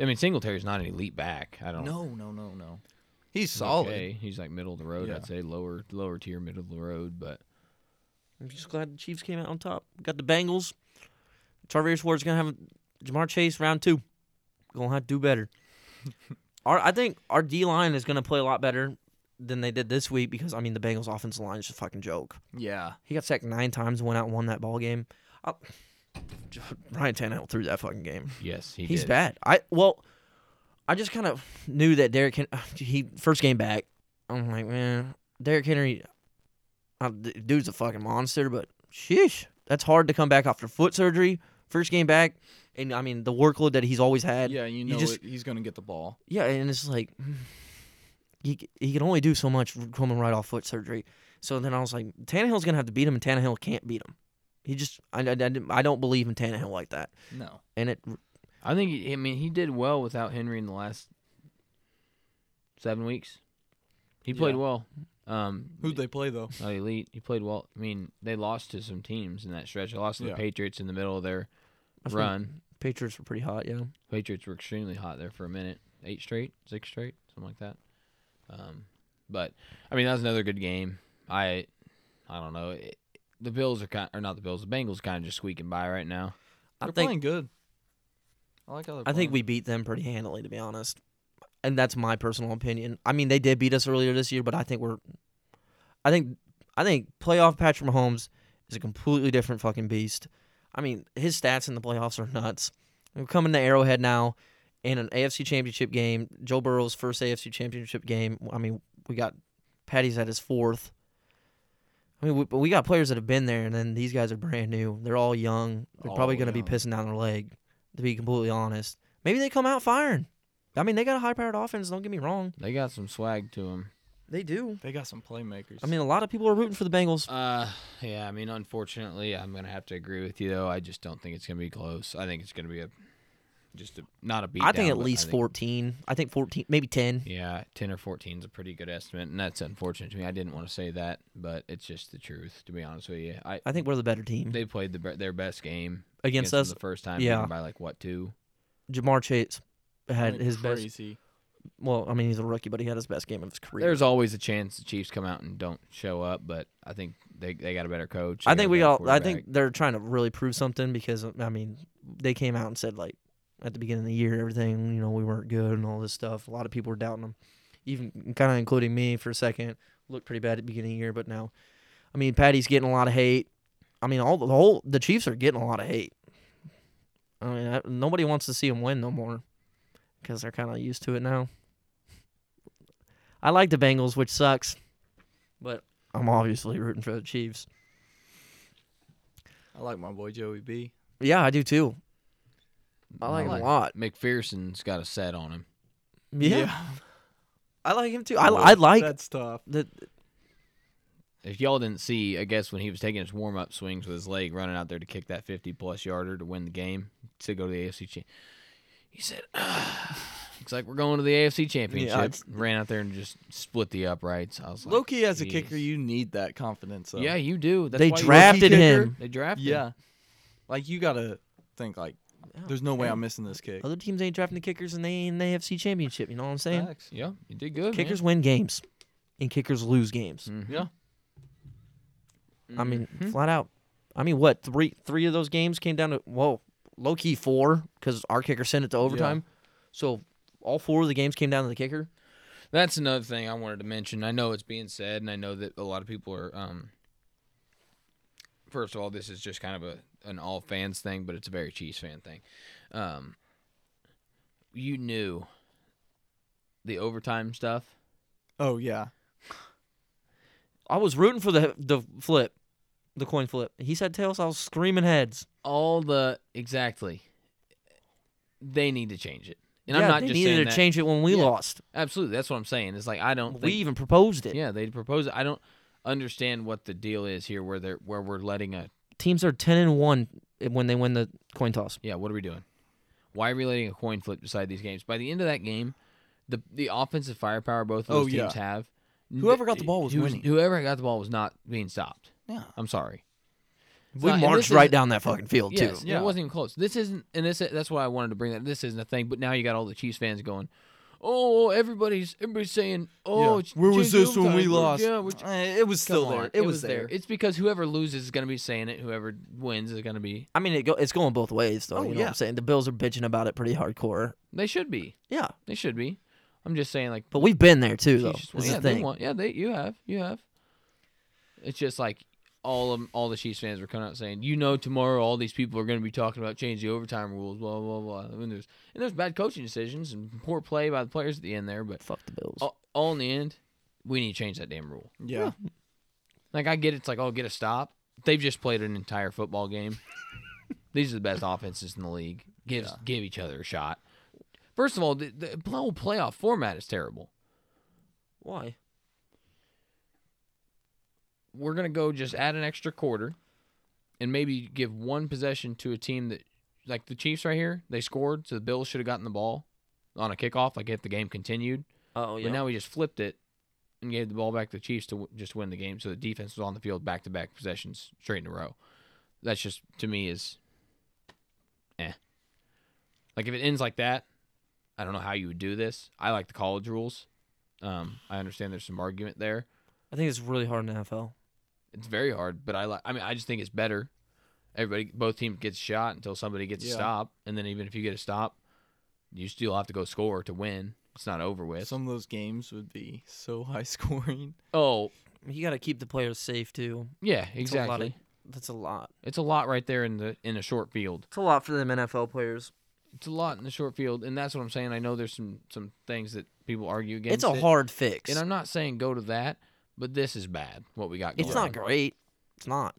[SPEAKER 3] I mean, Singletary's not an elite back. I don't.
[SPEAKER 1] No, no, no, no. He's
[SPEAKER 3] he's
[SPEAKER 1] solid.
[SPEAKER 3] okay. He's like middle of the road.
[SPEAKER 1] Yeah.
[SPEAKER 3] I'd say lower, lower tier, middle of the road. But
[SPEAKER 2] I'm just glad the Chiefs came out on top. Got the Bengals. Charvarius Ward's gonna have Jamar Chase round two. Gonna have to do better. our I think our D line is gonna play a lot better than they did this week because I mean the Bengals offensive line is just a fucking joke.
[SPEAKER 1] Yeah.
[SPEAKER 2] He got sacked nine times, went out and won that ball game. I, Ryan Tannehill threw that fucking game.
[SPEAKER 3] yes, he
[SPEAKER 2] He's
[SPEAKER 3] did.
[SPEAKER 2] bad. I well, I just kind of knew that Derrick. Hen- he first game back. I'm like, man, Derrick Henry, uh, d- dude's a fucking monster. But sheesh, that's hard to come back after foot surgery. First game back, and I mean the workload that he's always had.
[SPEAKER 1] Yeah, you know
[SPEAKER 2] just-
[SPEAKER 1] it- he's going to get the ball.
[SPEAKER 2] Yeah, and it's like he c- he can only do so much coming right off foot surgery. So then I was like, Tannehill's gonna have to beat him, and Tannehill can't beat him. He just I, I, I didn't- I don't believe in Tannehill like that,
[SPEAKER 1] No.
[SPEAKER 2] and it
[SPEAKER 3] I think. He, I mean, he did well without Henry in the last seven weeks. He played
[SPEAKER 1] Yeah.
[SPEAKER 3] well. Um,
[SPEAKER 1] Who'd they play, though?
[SPEAKER 3] not elite. He played well. I mean, they lost to some teams in that stretch. They lost to
[SPEAKER 1] Yeah.
[SPEAKER 3] the Patriots in the middle of their
[SPEAKER 2] I think
[SPEAKER 3] run.
[SPEAKER 2] Patriots were pretty hot. Yeah,
[SPEAKER 3] Patriots were extremely hot there for a minute, eight straight, six straight, something like that. Um, but I mean, that was another good game. I, I don't know. It, the Bills are kind, or not the Bills. The Bengals kind of just squeaking by right now.
[SPEAKER 1] They're
[SPEAKER 2] I think
[SPEAKER 1] playing good. I like how they're
[SPEAKER 2] I
[SPEAKER 1] playing.
[SPEAKER 2] think we beat them pretty handily, to be honest. And that's my personal opinion. I mean, they did beat us earlier this year, but I think we're, I think, I think playoff Patrick Mahomes is a completely different fucking beast. I mean, his stats in the playoffs are nuts. We're coming to Arrowhead now, in an AFC Championship game. Joe Burrow's first AFC Championship game. I mean, we got Patty's at his fourth. I mean, we, but we got players that have been there, and then these guys are brand new. They're all young. They're probably
[SPEAKER 1] All
[SPEAKER 2] going to be
[SPEAKER 1] young.
[SPEAKER 2] pissing down their leg, to be completely honest. Maybe they come out firing. I mean, they got a high-powered offense. Don't get me wrong.
[SPEAKER 3] They got some swag to them.
[SPEAKER 2] They do.
[SPEAKER 1] They got some playmakers.
[SPEAKER 2] I mean, a lot of people are rooting for the Bengals.
[SPEAKER 3] Uh, yeah. I mean, unfortunately, I'm gonna have to agree with you though. I just don't think it's gonna be close. I think it's gonna be a Just a, not a beat.
[SPEAKER 2] I think
[SPEAKER 3] down,
[SPEAKER 2] at
[SPEAKER 3] but
[SPEAKER 2] least
[SPEAKER 3] I think-
[SPEAKER 2] 14. I think 14, maybe 10.
[SPEAKER 3] Yeah, ten or fourteen is a pretty good estimate, and that's unfortunate to me. I didn't want to say that, but it's just the truth, to be honest with you. I
[SPEAKER 2] I think we're the better team
[SPEAKER 3] they played the, be- their best game
[SPEAKER 2] Mm-hmm. against
[SPEAKER 3] them
[SPEAKER 2] us.
[SPEAKER 3] the first time,
[SPEAKER 2] Yeah.
[SPEAKER 3] yeah, by like what two?
[SPEAKER 2] Jamar Chase had
[SPEAKER 1] Went
[SPEAKER 2] his best.
[SPEAKER 1] crazy.
[SPEAKER 2] Well, I mean, he's a rookie, but he had his best game of his career.
[SPEAKER 3] There's always a chance the Chiefs come out and don't show up, but I think they, they got a better coach.
[SPEAKER 2] I
[SPEAKER 3] they
[SPEAKER 2] think
[SPEAKER 3] a
[SPEAKER 2] we
[SPEAKER 3] better
[SPEAKER 2] all. I think
[SPEAKER 3] quarterback.
[SPEAKER 2] they're trying to really prove something because I mean, they came out and said like at the beginning of the year everything you know we weren't good and all this stuff. A lot of people were doubting them, even kind of including me for a second. Looked pretty bad at the beginning of the year, but now, I mean, Patty's getting a lot of hate. I mean, all the whole the Chiefs are getting a lot of hate. I mean, I, nobody wants to see them win no more because they're kind of used to it now. I like the Bengals, which sucks, but I'm obviously rooting for the Chiefs.
[SPEAKER 1] I like my boy Joey B.
[SPEAKER 2] Yeah, I do too. I
[SPEAKER 3] I
[SPEAKER 2] like him
[SPEAKER 3] like-
[SPEAKER 2] a lot.
[SPEAKER 3] McPherson's got a set on him.
[SPEAKER 2] Yeah, I like him too. I,
[SPEAKER 1] Oh,
[SPEAKER 2] I like
[SPEAKER 1] that's tough.
[SPEAKER 2] the.
[SPEAKER 3] If y'all didn't see, I guess when he was taking his warm up swings with his leg, running out there to kick that 50 plus yarder to win the game to go to the AFC Championship, he said, "Ah, "Looks like we're going to the AFC Championship."
[SPEAKER 1] it's-
[SPEAKER 3] Ran out there and just split the uprights. I was like,
[SPEAKER 1] Loki as a
[SPEAKER 3] "Jeez."
[SPEAKER 1] kicker, you need that confidence. Though.
[SPEAKER 3] yeah, you do. That's
[SPEAKER 2] They
[SPEAKER 3] why you-
[SPEAKER 2] drafted him.
[SPEAKER 3] They drafted. him.
[SPEAKER 1] yeah. Like you gotta think like, there's no way I'm missing this kick.
[SPEAKER 2] Other teams ain't drafting the kickers and they ain't in the AFC championship. You know what I'm saying?
[SPEAKER 1] Facts.
[SPEAKER 3] yeah, you did good. man.
[SPEAKER 2] kickers win games, and kickers lose games.
[SPEAKER 3] Mhm.
[SPEAKER 1] Yeah.
[SPEAKER 2] I mean, flat out. I mean, what three three of those games came down to whoa, low key four because our kicker sent it to overtime. So all four of the games came down to the kicker.
[SPEAKER 3] That's another thing I wanted to mention. I know it's being said, and I know that a lot of people are. Um, first of all, this is just kind of a an all fans thing, but it's a very Chiefs fan thing. Um, you knew the overtime stuff.
[SPEAKER 1] Oh yeah.
[SPEAKER 2] I was rooting for the the flip, the coin flip. He said tails. I was screaming heads.
[SPEAKER 3] All the exactly. They need to change it, and
[SPEAKER 2] yeah,
[SPEAKER 3] I'm not
[SPEAKER 2] they
[SPEAKER 3] just
[SPEAKER 2] needed
[SPEAKER 3] saying
[SPEAKER 2] to
[SPEAKER 3] that.
[SPEAKER 2] change it when we
[SPEAKER 3] Yeah.
[SPEAKER 2] lost.
[SPEAKER 3] Absolutely, that's what I'm saying. It's like I don't.
[SPEAKER 2] We
[SPEAKER 3] think-
[SPEAKER 2] even proposed it.
[SPEAKER 3] yeah, they propose. it. I don't understand what the deal is here, where they're where we're letting a
[SPEAKER 2] Teams are ten and one when they win the coin toss.
[SPEAKER 3] Yeah, what are we doing? Why are we letting a coin flip decide these games? By the end of that game, the the offensive firepower both of
[SPEAKER 1] Oh,
[SPEAKER 3] those teams
[SPEAKER 1] yeah.
[SPEAKER 3] have.
[SPEAKER 1] Whoever got the ball was
[SPEAKER 3] who's-
[SPEAKER 1] winning.
[SPEAKER 3] Whoever got the ball was not being stopped.
[SPEAKER 1] Yeah.
[SPEAKER 3] I'm sorry. It's
[SPEAKER 2] We
[SPEAKER 3] not- and
[SPEAKER 2] marched
[SPEAKER 3] this
[SPEAKER 2] right
[SPEAKER 3] isn't-
[SPEAKER 2] down that fucking field
[SPEAKER 3] Yes,
[SPEAKER 2] too.
[SPEAKER 3] and
[SPEAKER 1] Yeah.
[SPEAKER 3] it wasn't even close. This isn't, and this that's why I wanted to bring that. This isn't a thing, but now you got all the Chiefs fans going, "Oh, everybody's everybody's saying, oh,
[SPEAKER 1] yeah.
[SPEAKER 3] it's
[SPEAKER 1] where was
[SPEAKER 3] Chiefs
[SPEAKER 1] this when we
[SPEAKER 3] overtime.
[SPEAKER 1] lost?
[SPEAKER 3] Yeah, we're-
[SPEAKER 1] Eh, it was still
[SPEAKER 3] come
[SPEAKER 1] there.
[SPEAKER 3] on.
[SPEAKER 1] It, was there.
[SPEAKER 3] It's because whoever loses is going to be saying it. Whoever wins is going to be.
[SPEAKER 2] I mean, it go, it's going both ways though.
[SPEAKER 1] Oh,
[SPEAKER 2] you know what
[SPEAKER 1] yeah.
[SPEAKER 2] I'm saying? The Bills are bitching about it pretty hardcore.
[SPEAKER 3] They should be.
[SPEAKER 2] Yeah,
[SPEAKER 3] They should be. I'm just saying, like,
[SPEAKER 2] but we've been there too though.
[SPEAKER 3] Chiefs just
[SPEAKER 2] This
[SPEAKER 3] won.
[SPEAKER 2] is
[SPEAKER 3] yeah,
[SPEAKER 2] the
[SPEAKER 3] they
[SPEAKER 2] thing.
[SPEAKER 3] won. Yeah, they you have you have. It's just like all of all the Chiefs fans were coming out saying, you know, tomorrow all these people are going to be talking about change the overtime rules, blah blah blah. And there's and there's bad coaching decisions and poor play by the players at the end there, but
[SPEAKER 2] Fuck the Bills.
[SPEAKER 3] all, all in the end, we need to change that damn rule.
[SPEAKER 1] yeah.
[SPEAKER 3] Like I get it's like oh get a stop. They've just played an entire football game. These are the best offenses in the league. Give give each other a shot. First of all, the, the whole playoff format is terrible.
[SPEAKER 2] Why?
[SPEAKER 3] we're gonna go just add an extra quarter and maybe give one possession to a team that like the Chiefs right here, they scored, so the Bills should have gotten the ball on a kickoff, like if the game continued.
[SPEAKER 2] Oh
[SPEAKER 3] But now we just flipped it and gave the ball back to the Chiefs to w- just win the game, so the defense was on the field back to back possessions straight in a row. That's just to me is, eh. Like if it ends like that, I don't know how you would do this. I like the college rules. Um, I understand there's some argument there.
[SPEAKER 2] I think it's really hard in the NFL.
[SPEAKER 3] It's very hard, but I like. I mean, I just think it's better. Everybody, both teams gets a shot until somebody gets a
[SPEAKER 1] Yeah.
[SPEAKER 3] stop, and then even if you get a stop, you still have to go score to win. It's not over with.
[SPEAKER 1] Some of those games would be so high scoring.
[SPEAKER 3] oh
[SPEAKER 2] You got to keep the players safe too.
[SPEAKER 3] yeah,
[SPEAKER 2] It's a lot of-
[SPEAKER 3] exactly.
[SPEAKER 2] that's a lot.
[SPEAKER 3] It's a lot right there in the in a short field.
[SPEAKER 2] It's a lot for them NFL players.
[SPEAKER 3] It's a lot in the short field, and that's what I'm saying. I know there's some some things that people argue against.
[SPEAKER 2] It's a
[SPEAKER 3] it,
[SPEAKER 2] hard fix.
[SPEAKER 3] and I'm not saying go to that, but this is bad. What we got. Going
[SPEAKER 2] It's not
[SPEAKER 3] on.
[SPEAKER 2] great. It's not.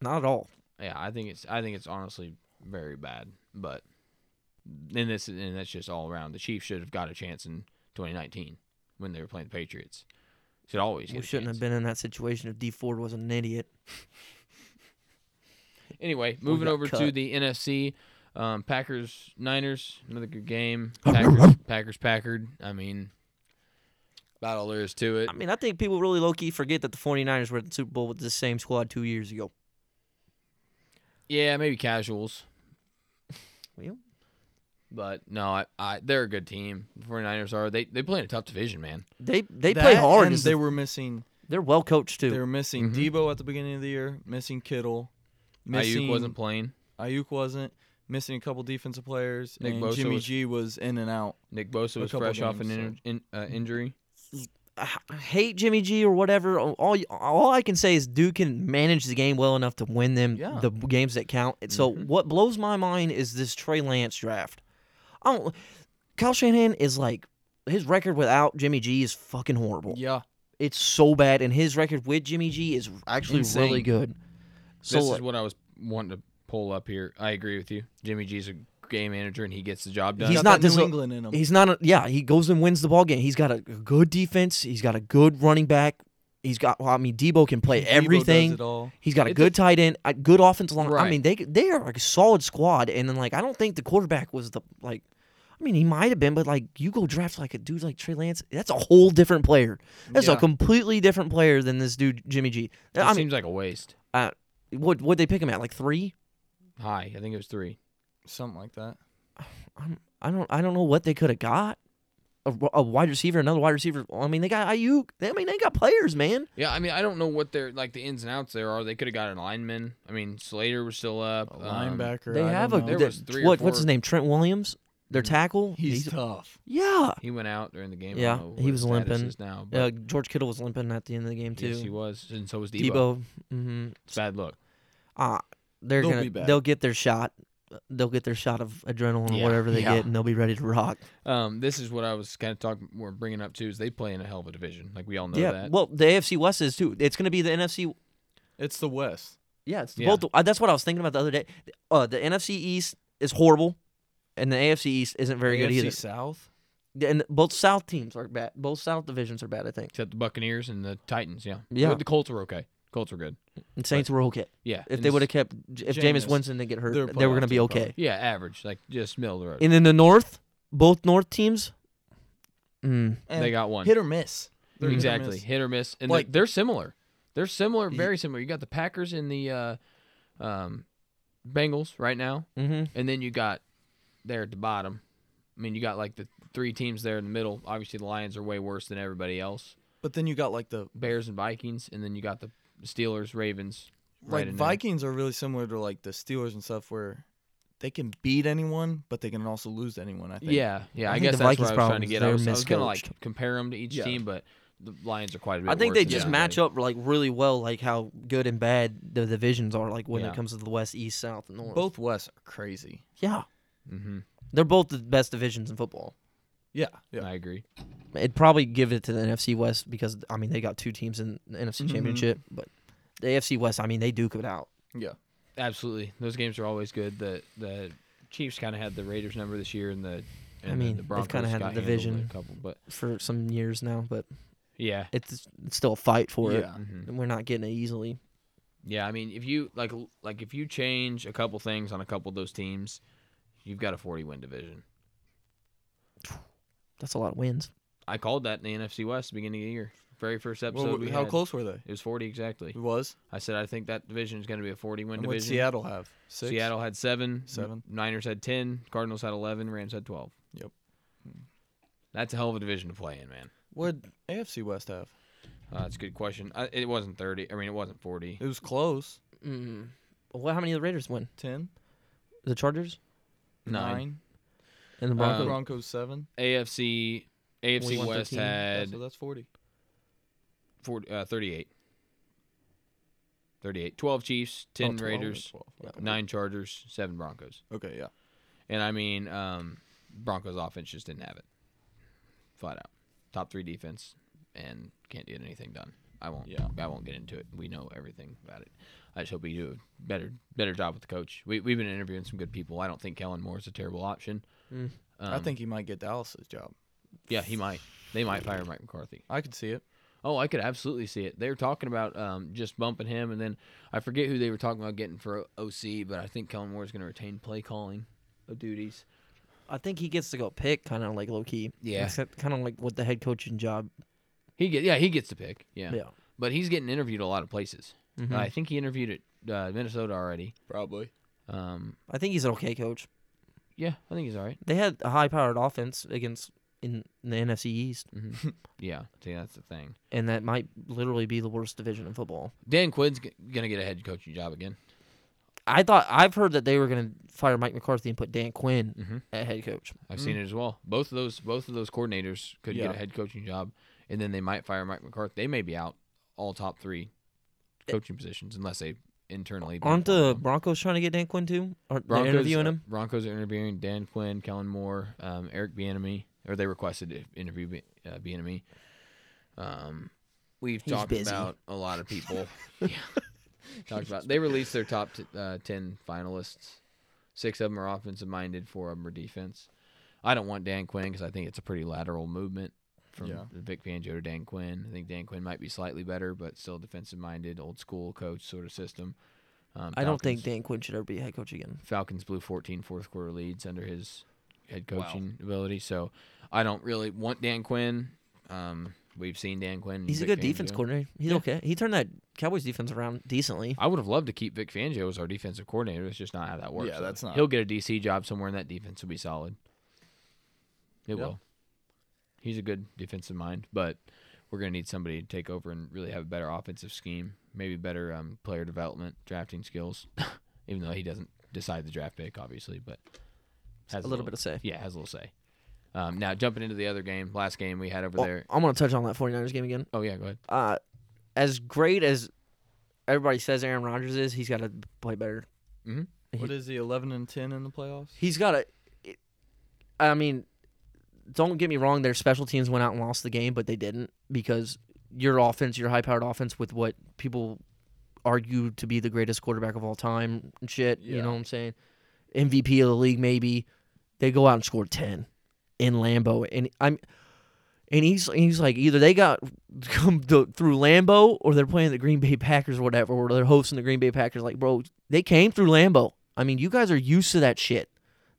[SPEAKER 2] Not at all.
[SPEAKER 3] Yeah, I think it's I think it's honestly very bad. But and this and that's just all around. The Chiefs should have got a chance in 2019 when they were playing the Patriots. Should always get
[SPEAKER 2] We
[SPEAKER 3] a
[SPEAKER 2] shouldn't have
[SPEAKER 3] chance.
[SPEAKER 2] been in that situation if D Ford wasn't an idiot.
[SPEAKER 3] Anyway, moving
[SPEAKER 2] got
[SPEAKER 3] over to
[SPEAKER 2] cut.
[SPEAKER 3] the NFC. Um, Packers Niners another good game. Packers Packers Packard. I mean, about all there is to it.
[SPEAKER 2] I mean, I think people really low key forget that the 49ers were at the Super Bowl with the same squad two years ago.
[SPEAKER 3] Yeah, maybe casuals,
[SPEAKER 2] Well,
[SPEAKER 3] but no, I, I they're a good team. The 49ers are. They they play in a tough division, man.
[SPEAKER 2] they they play hard.
[SPEAKER 1] And
[SPEAKER 2] as
[SPEAKER 1] they
[SPEAKER 2] they
[SPEAKER 1] were missing.
[SPEAKER 2] they're well coached too.
[SPEAKER 1] They were missing
[SPEAKER 3] Mhm.
[SPEAKER 1] Debo at the beginning of the year. Missing Kittle.
[SPEAKER 3] Ayuk
[SPEAKER 1] Missing
[SPEAKER 3] wasn't playing.
[SPEAKER 1] Ayuk wasn't missing a couple defensive players.
[SPEAKER 3] Nick
[SPEAKER 1] and
[SPEAKER 3] Bosa
[SPEAKER 1] Jimmy
[SPEAKER 3] was-
[SPEAKER 1] G was in and out.
[SPEAKER 3] Nick Bosa
[SPEAKER 1] A
[SPEAKER 3] was
[SPEAKER 1] couple
[SPEAKER 3] fresh off an
[SPEAKER 1] games,
[SPEAKER 3] in, in, uh, injury.
[SPEAKER 2] I I hate Jimmy G or whatever. All all I can say is Duke can manage the game well enough to win them
[SPEAKER 1] Yeah. Mm-hmm.
[SPEAKER 2] the games that count. And so what blows my mind is this Trey Lance draft. I don't. Kyle Shanahan is like his record without Jimmy G is fucking horrible.
[SPEAKER 1] Yeah.
[SPEAKER 2] It's so bad, and his record with Jimmy G is actually really
[SPEAKER 1] Insane.
[SPEAKER 2] good. So
[SPEAKER 3] this
[SPEAKER 2] like,
[SPEAKER 3] is what I was wanting to pull up here. I agree with you. Jimmy G's a game manager and he gets the job done.
[SPEAKER 2] He's
[SPEAKER 1] Got
[SPEAKER 2] not
[SPEAKER 1] that
[SPEAKER 2] dis-
[SPEAKER 1] New England in him.
[SPEAKER 2] He's not. A, yeah, he goes and wins the ball game. He's got a good defense. He's got a good running back. He's got. Well, I mean, Debo can play
[SPEAKER 1] Debo
[SPEAKER 2] everything.
[SPEAKER 1] Does it all.
[SPEAKER 2] He's got a
[SPEAKER 3] It's
[SPEAKER 2] good tight end, a good offensive line. I
[SPEAKER 3] Right.
[SPEAKER 2] mean, they they are a solid squad. And then like, I don't think the quarterback was the like. I mean, he might have been, but like, you go draft like a dude like Trey Lance. That's a whole different player. That's a
[SPEAKER 1] Yeah.
[SPEAKER 2] completely different player than this dude Jimmy G.
[SPEAKER 3] It
[SPEAKER 2] I mean,
[SPEAKER 3] seems like a waste.
[SPEAKER 2] uh, what what they pick him at? Like three?
[SPEAKER 3] High. I think it was three.
[SPEAKER 1] Something like that.
[SPEAKER 2] I'm, I don't I don't know what they could have got. A, a wide receiver, another wide receiver. I mean, they got Ayuk. They- I mean, they got players, man.
[SPEAKER 3] Yeah, I mean, I don't know what their like the ins and outs there are. They could have got an lineman. I mean, Slater was still up.
[SPEAKER 1] A
[SPEAKER 3] Um,
[SPEAKER 1] linebacker.
[SPEAKER 2] They
[SPEAKER 1] I
[SPEAKER 2] have a
[SPEAKER 1] don't know. Mm-hmm.
[SPEAKER 3] There
[SPEAKER 2] they-
[SPEAKER 3] was three or
[SPEAKER 2] what what's
[SPEAKER 3] four.
[SPEAKER 2] his name? Trent Williams, their tackle.
[SPEAKER 1] He's tough.
[SPEAKER 2] yeah.
[SPEAKER 3] He went out during the game. I
[SPEAKER 2] Yeah,
[SPEAKER 3] don't know
[SPEAKER 2] he was
[SPEAKER 3] what his status
[SPEAKER 2] limping.
[SPEAKER 3] is now, but
[SPEAKER 2] Uh, George Kittle was limping at the end of the game too.
[SPEAKER 3] yes, he was, and so was Debo.
[SPEAKER 2] Debo. hmm
[SPEAKER 3] It's a bad look.
[SPEAKER 2] Uh, they're
[SPEAKER 1] They'll
[SPEAKER 2] gonna
[SPEAKER 1] be back.
[SPEAKER 2] they'll get their shot. They'll get their shot of adrenaline or
[SPEAKER 3] Yeah,
[SPEAKER 2] whatever they
[SPEAKER 3] yeah.
[SPEAKER 2] get, and they'll be ready to rock.
[SPEAKER 3] Um, this is what I was kind of talking. We're bringing up too is they play in a hell of a division. Like we all know
[SPEAKER 2] yeah.
[SPEAKER 3] that.
[SPEAKER 2] Well, the AFC West is too. It's gonna be the NFC.
[SPEAKER 1] It's the West.
[SPEAKER 2] Yeah, it's
[SPEAKER 3] Yeah.
[SPEAKER 2] both. Uh, that's what I was thinking about the other day. Uh, the NFC East is horrible, and the AFC East isn't very good
[SPEAKER 1] AFC
[SPEAKER 2] either.
[SPEAKER 1] South.
[SPEAKER 2] And both South teams are bad. Both South divisions are bad. I think.
[SPEAKER 3] Except the Buccaneers and the Titans. Yeah.
[SPEAKER 2] Yeah.
[SPEAKER 3] The Colts were okay. Colts were good.
[SPEAKER 2] And Saints were okay.
[SPEAKER 3] Yeah.
[SPEAKER 2] If
[SPEAKER 3] and
[SPEAKER 2] they
[SPEAKER 3] this-
[SPEAKER 2] would have kept, if Jameis
[SPEAKER 1] Jameis,
[SPEAKER 2] Winston didn't get hurt,
[SPEAKER 1] they're
[SPEAKER 2] they were
[SPEAKER 1] playoff
[SPEAKER 2] gonna be
[SPEAKER 1] team
[SPEAKER 2] okay.
[SPEAKER 3] Yeah, average. Like just middle of the road.
[SPEAKER 2] And in the North, both North teams, mm,
[SPEAKER 3] they got one.
[SPEAKER 1] Eh, hit or miss. They're hit or
[SPEAKER 3] exactly.
[SPEAKER 1] miss.
[SPEAKER 3] Hit or miss. And
[SPEAKER 1] Like-
[SPEAKER 3] they, are similar. They're similar,
[SPEAKER 1] Ye-
[SPEAKER 3] very similar. You got the Packers and the uh, um, Bengals right now,
[SPEAKER 2] mm-hmm.
[SPEAKER 3] and then you got there at the bottom. I mean, you got like the three teams there in the middle. Obviously, the Lions are way worse than everybody else.
[SPEAKER 1] But then you got like the
[SPEAKER 3] Bears and Vikings, and then you got the Steelers, Ravens. right
[SPEAKER 1] like
[SPEAKER 3] in there.
[SPEAKER 1] Vikings are really similar to like the Steelers and stuff where they can beat anyone, but they can also lose to anyone. I think.
[SPEAKER 3] Yeah, yeah.
[SPEAKER 2] I
[SPEAKER 3] I,
[SPEAKER 2] think the
[SPEAKER 3] guess
[SPEAKER 2] Vikings'
[SPEAKER 3] that's what I was trying
[SPEAKER 2] problem
[SPEAKER 3] to
[SPEAKER 2] is
[SPEAKER 3] get. I
[SPEAKER 2] they're
[SPEAKER 3] was, I was gonna like
[SPEAKER 2] miscoached.
[SPEAKER 3] compare them to each
[SPEAKER 1] Yeah.
[SPEAKER 3] team, but the Lions are quite a bit.
[SPEAKER 2] I think they
[SPEAKER 3] worse than
[SPEAKER 2] just
[SPEAKER 3] everybody.
[SPEAKER 2] match up like really well, like how good and bad the divisions are, like when
[SPEAKER 3] Yeah.
[SPEAKER 2] it comes to the West, East, South, and North.
[SPEAKER 1] Both Wests are crazy.
[SPEAKER 2] yeah,
[SPEAKER 3] Mhm.
[SPEAKER 2] they're both the best divisions in football.
[SPEAKER 1] Yeah. Yeah.
[SPEAKER 3] I agree.
[SPEAKER 2] It'd probably give it to the NFC West because I mean they got two teams in the NFC
[SPEAKER 1] Mhm.
[SPEAKER 2] Championship, but the AFC West, I mean they duke it out.
[SPEAKER 1] Yeah.
[SPEAKER 3] Absolutely, those games are always good. The the Chiefs kind of had the Raiders number this year, and the and the-
[SPEAKER 2] mean,
[SPEAKER 3] the
[SPEAKER 2] they've
[SPEAKER 3] Broncos
[SPEAKER 2] kinda had
[SPEAKER 3] got
[SPEAKER 2] the
[SPEAKER 3] handled in
[SPEAKER 2] division.
[SPEAKER 3] a couple, but
[SPEAKER 2] For some years now, but
[SPEAKER 3] yeah,
[SPEAKER 2] it's, it's still a fight for it.
[SPEAKER 1] Yeah.
[SPEAKER 3] mhm.
[SPEAKER 2] And we're not getting it easily.
[SPEAKER 3] yeah. I mean, if you like like if you change a couple things on a couple of those teams, you've got a forty win division.
[SPEAKER 2] That's a lot of wins.
[SPEAKER 3] I called that in the NFC West beginning of the year, very first episode.
[SPEAKER 1] Well,
[SPEAKER 3] we
[SPEAKER 1] how
[SPEAKER 3] had.
[SPEAKER 1] close were they?
[SPEAKER 3] It was forty exactly.
[SPEAKER 1] It was.
[SPEAKER 3] I said I think that division is going to be a forty win
[SPEAKER 1] And what'd
[SPEAKER 3] division.
[SPEAKER 1] Seattle have? Six?
[SPEAKER 3] Seattle had seven.
[SPEAKER 1] Seven.
[SPEAKER 3] Niners had ten. Cardinals had eleven. Rams had twelve.
[SPEAKER 1] Yep.
[SPEAKER 3] That's a hell of a division to play in, man.
[SPEAKER 1] What'd AFC West have?
[SPEAKER 3] Uh, that's a good question. I, it wasn't thirty. I mean, it wasn't forty.
[SPEAKER 1] It was close.
[SPEAKER 2] Mm. Well, how many of the Raiders win?
[SPEAKER 1] Ten?
[SPEAKER 2] The Chargers
[SPEAKER 3] Nine.
[SPEAKER 2] and the
[SPEAKER 3] Broncos?
[SPEAKER 2] Broncos.
[SPEAKER 3] Um,
[SPEAKER 1] Broncos seven.
[SPEAKER 3] AFC AFC
[SPEAKER 2] Won
[SPEAKER 3] West
[SPEAKER 2] 13.
[SPEAKER 1] Yeah,
[SPEAKER 3] had
[SPEAKER 1] so that's forty.
[SPEAKER 3] 40, uh, 38. 38. 12 Chiefs, 10
[SPEAKER 1] Oh, 12
[SPEAKER 3] Raiders,
[SPEAKER 1] or 12. Okay.
[SPEAKER 3] 9 Chargers, 7 Broncos.
[SPEAKER 1] Okay, yeah.
[SPEAKER 3] And I mean, um, Broncos offense just didn't have it. Flat out. Top 3 defense and can't get anything done. I won't
[SPEAKER 1] Yeah.
[SPEAKER 3] I won't get into it. We know everything about it. I just hope we do a better better job with the coach. We we've been interviewing some good people. I don't think Kellen Moore is a terrible option.
[SPEAKER 2] Mm.
[SPEAKER 1] I
[SPEAKER 3] Um,
[SPEAKER 1] think he might get Dallas's job.
[SPEAKER 3] yeah, he might. They might fire Mike McCarthy.
[SPEAKER 1] I could see it.
[SPEAKER 3] Oh, I could absolutely see it. They were talking about um, just bumping him, and then I forget who they were talking about getting for O- OC, but I think Kellen Moore is going to retain play calling.
[SPEAKER 2] of duties. I think he gets to go pick, kind of like low key.
[SPEAKER 3] Yeah.
[SPEAKER 2] kind of like with the head coaching job.
[SPEAKER 3] He get yeah, he gets to pick. Yeah.
[SPEAKER 2] Yeah.
[SPEAKER 3] But he's getting interviewed a lot of places.
[SPEAKER 2] Mhm.
[SPEAKER 3] Uh, I think he interviewed at uh, Minnesota already.
[SPEAKER 1] Probably.
[SPEAKER 3] Um,
[SPEAKER 2] I think he's an okay coach.
[SPEAKER 3] yeah, I think he's all right.
[SPEAKER 2] They had a high-powered offense against in, in the NFC East,
[SPEAKER 3] hmm yeah, see, that's the thing.
[SPEAKER 2] and that might literally be the worst division in football.
[SPEAKER 3] Dan Quinn's g- gonna get a head coaching job again.
[SPEAKER 2] I thought I've heard that they were going to fire Mike McCarthy and put Dan Quinn
[SPEAKER 3] Mhm.
[SPEAKER 2] at head coach.
[SPEAKER 3] I've seen it as well. Both of those both of those coordinators could
[SPEAKER 1] Yeah.
[SPEAKER 3] get a head coaching job, and then they might fire Mike McCarthy. They may be out all top three coaching positions unless they internally. do
[SPEAKER 2] Eh. Aren't
[SPEAKER 3] one of
[SPEAKER 2] the
[SPEAKER 3] them.
[SPEAKER 2] Broncos trying to get Dan Quinn too? Are they interviewing him?
[SPEAKER 3] Broncos uh, are interviewing Dan Quinn, Kellen Moore, um, Eric Bieniemy, or they requested to interview Bi- uh, Bieniemy. Um, we've
[SPEAKER 2] He's
[SPEAKER 3] talked
[SPEAKER 2] busy.
[SPEAKER 3] about a lot of people. yeah. Talked about they released their top t- uh, ten finalists. Six of them are offensive minded, four of them are defense. I don't want Dan Quinn because I think it's a pretty lateral movement from
[SPEAKER 1] Yeah.
[SPEAKER 3] Vic Fangio to Dan Quinn. I think Dan Quinn might be slightly better, but still defensive minded, old school coach sort of system. Um,
[SPEAKER 2] I don't
[SPEAKER 3] Falcons-
[SPEAKER 2] think Dan Quinn should ever be a head coach again.
[SPEAKER 3] Falcons blew 14 fourth quarter leads under his head coaching ability. So I don't really want Dan Quinn. Um, we've seen Dan Quinn. and
[SPEAKER 2] He's a
[SPEAKER 3] Vic
[SPEAKER 2] good defense
[SPEAKER 3] Fangio.
[SPEAKER 2] coordinator. He's
[SPEAKER 3] Yeah.
[SPEAKER 2] okay. He turned that Cowboys defense around decently.
[SPEAKER 3] I would have loved to keep Vic Fangio as our defensive coordinator. It's just not how that works.
[SPEAKER 1] Yeah, that's not-
[SPEAKER 3] He'll get a DC job somewhere, and that defense will be solid. It
[SPEAKER 1] Yeah.
[SPEAKER 3] will. He's a good defensive mind, but we're gonna need somebody to take over and really have a better offensive scheme, maybe better um, player development, drafting skills. Even though he doesn't decide the draft pick, obviously, but has
[SPEAKER 2] a little bit of say.
[SPEAKER 3] yeah, has a little say. Um, now jumping into the other game, last game we had over
[SPEAKER 2] Well,
[SPEAKER 3] there.
[SPEAKER 2] I'm going to touch on that 49ers game again.
[SPEAKER 3] Oh yeah, go ahead.
[SPEAKER 2] Uh, as great as everybody says Aaron Rodgers is, he's got to play better.
[SPEAKER 1] What is he? Eleven and ten in the playoffs.
[SPEAKER 2] He's got to. I mean, don't get me wrong. Their special teams went out and lost the game, but they didn't because your offense, your high-powered offense, with what people argue to be the greatest quarterback of all time, and shit. You
[SPEAKER 1] Yeah.
[SPEAKER 2] know what I'm saying? MVP of the league, maybe. They go out and score ten in Lambeau, and I'm. And he's he's like either they got come to, through Lambeau or they're playing the Green Bay Packers or whatever, or they're hosting the Green Bay Packers. Like, bro, they came through Lambeau. I mean, you guys are used to that shit,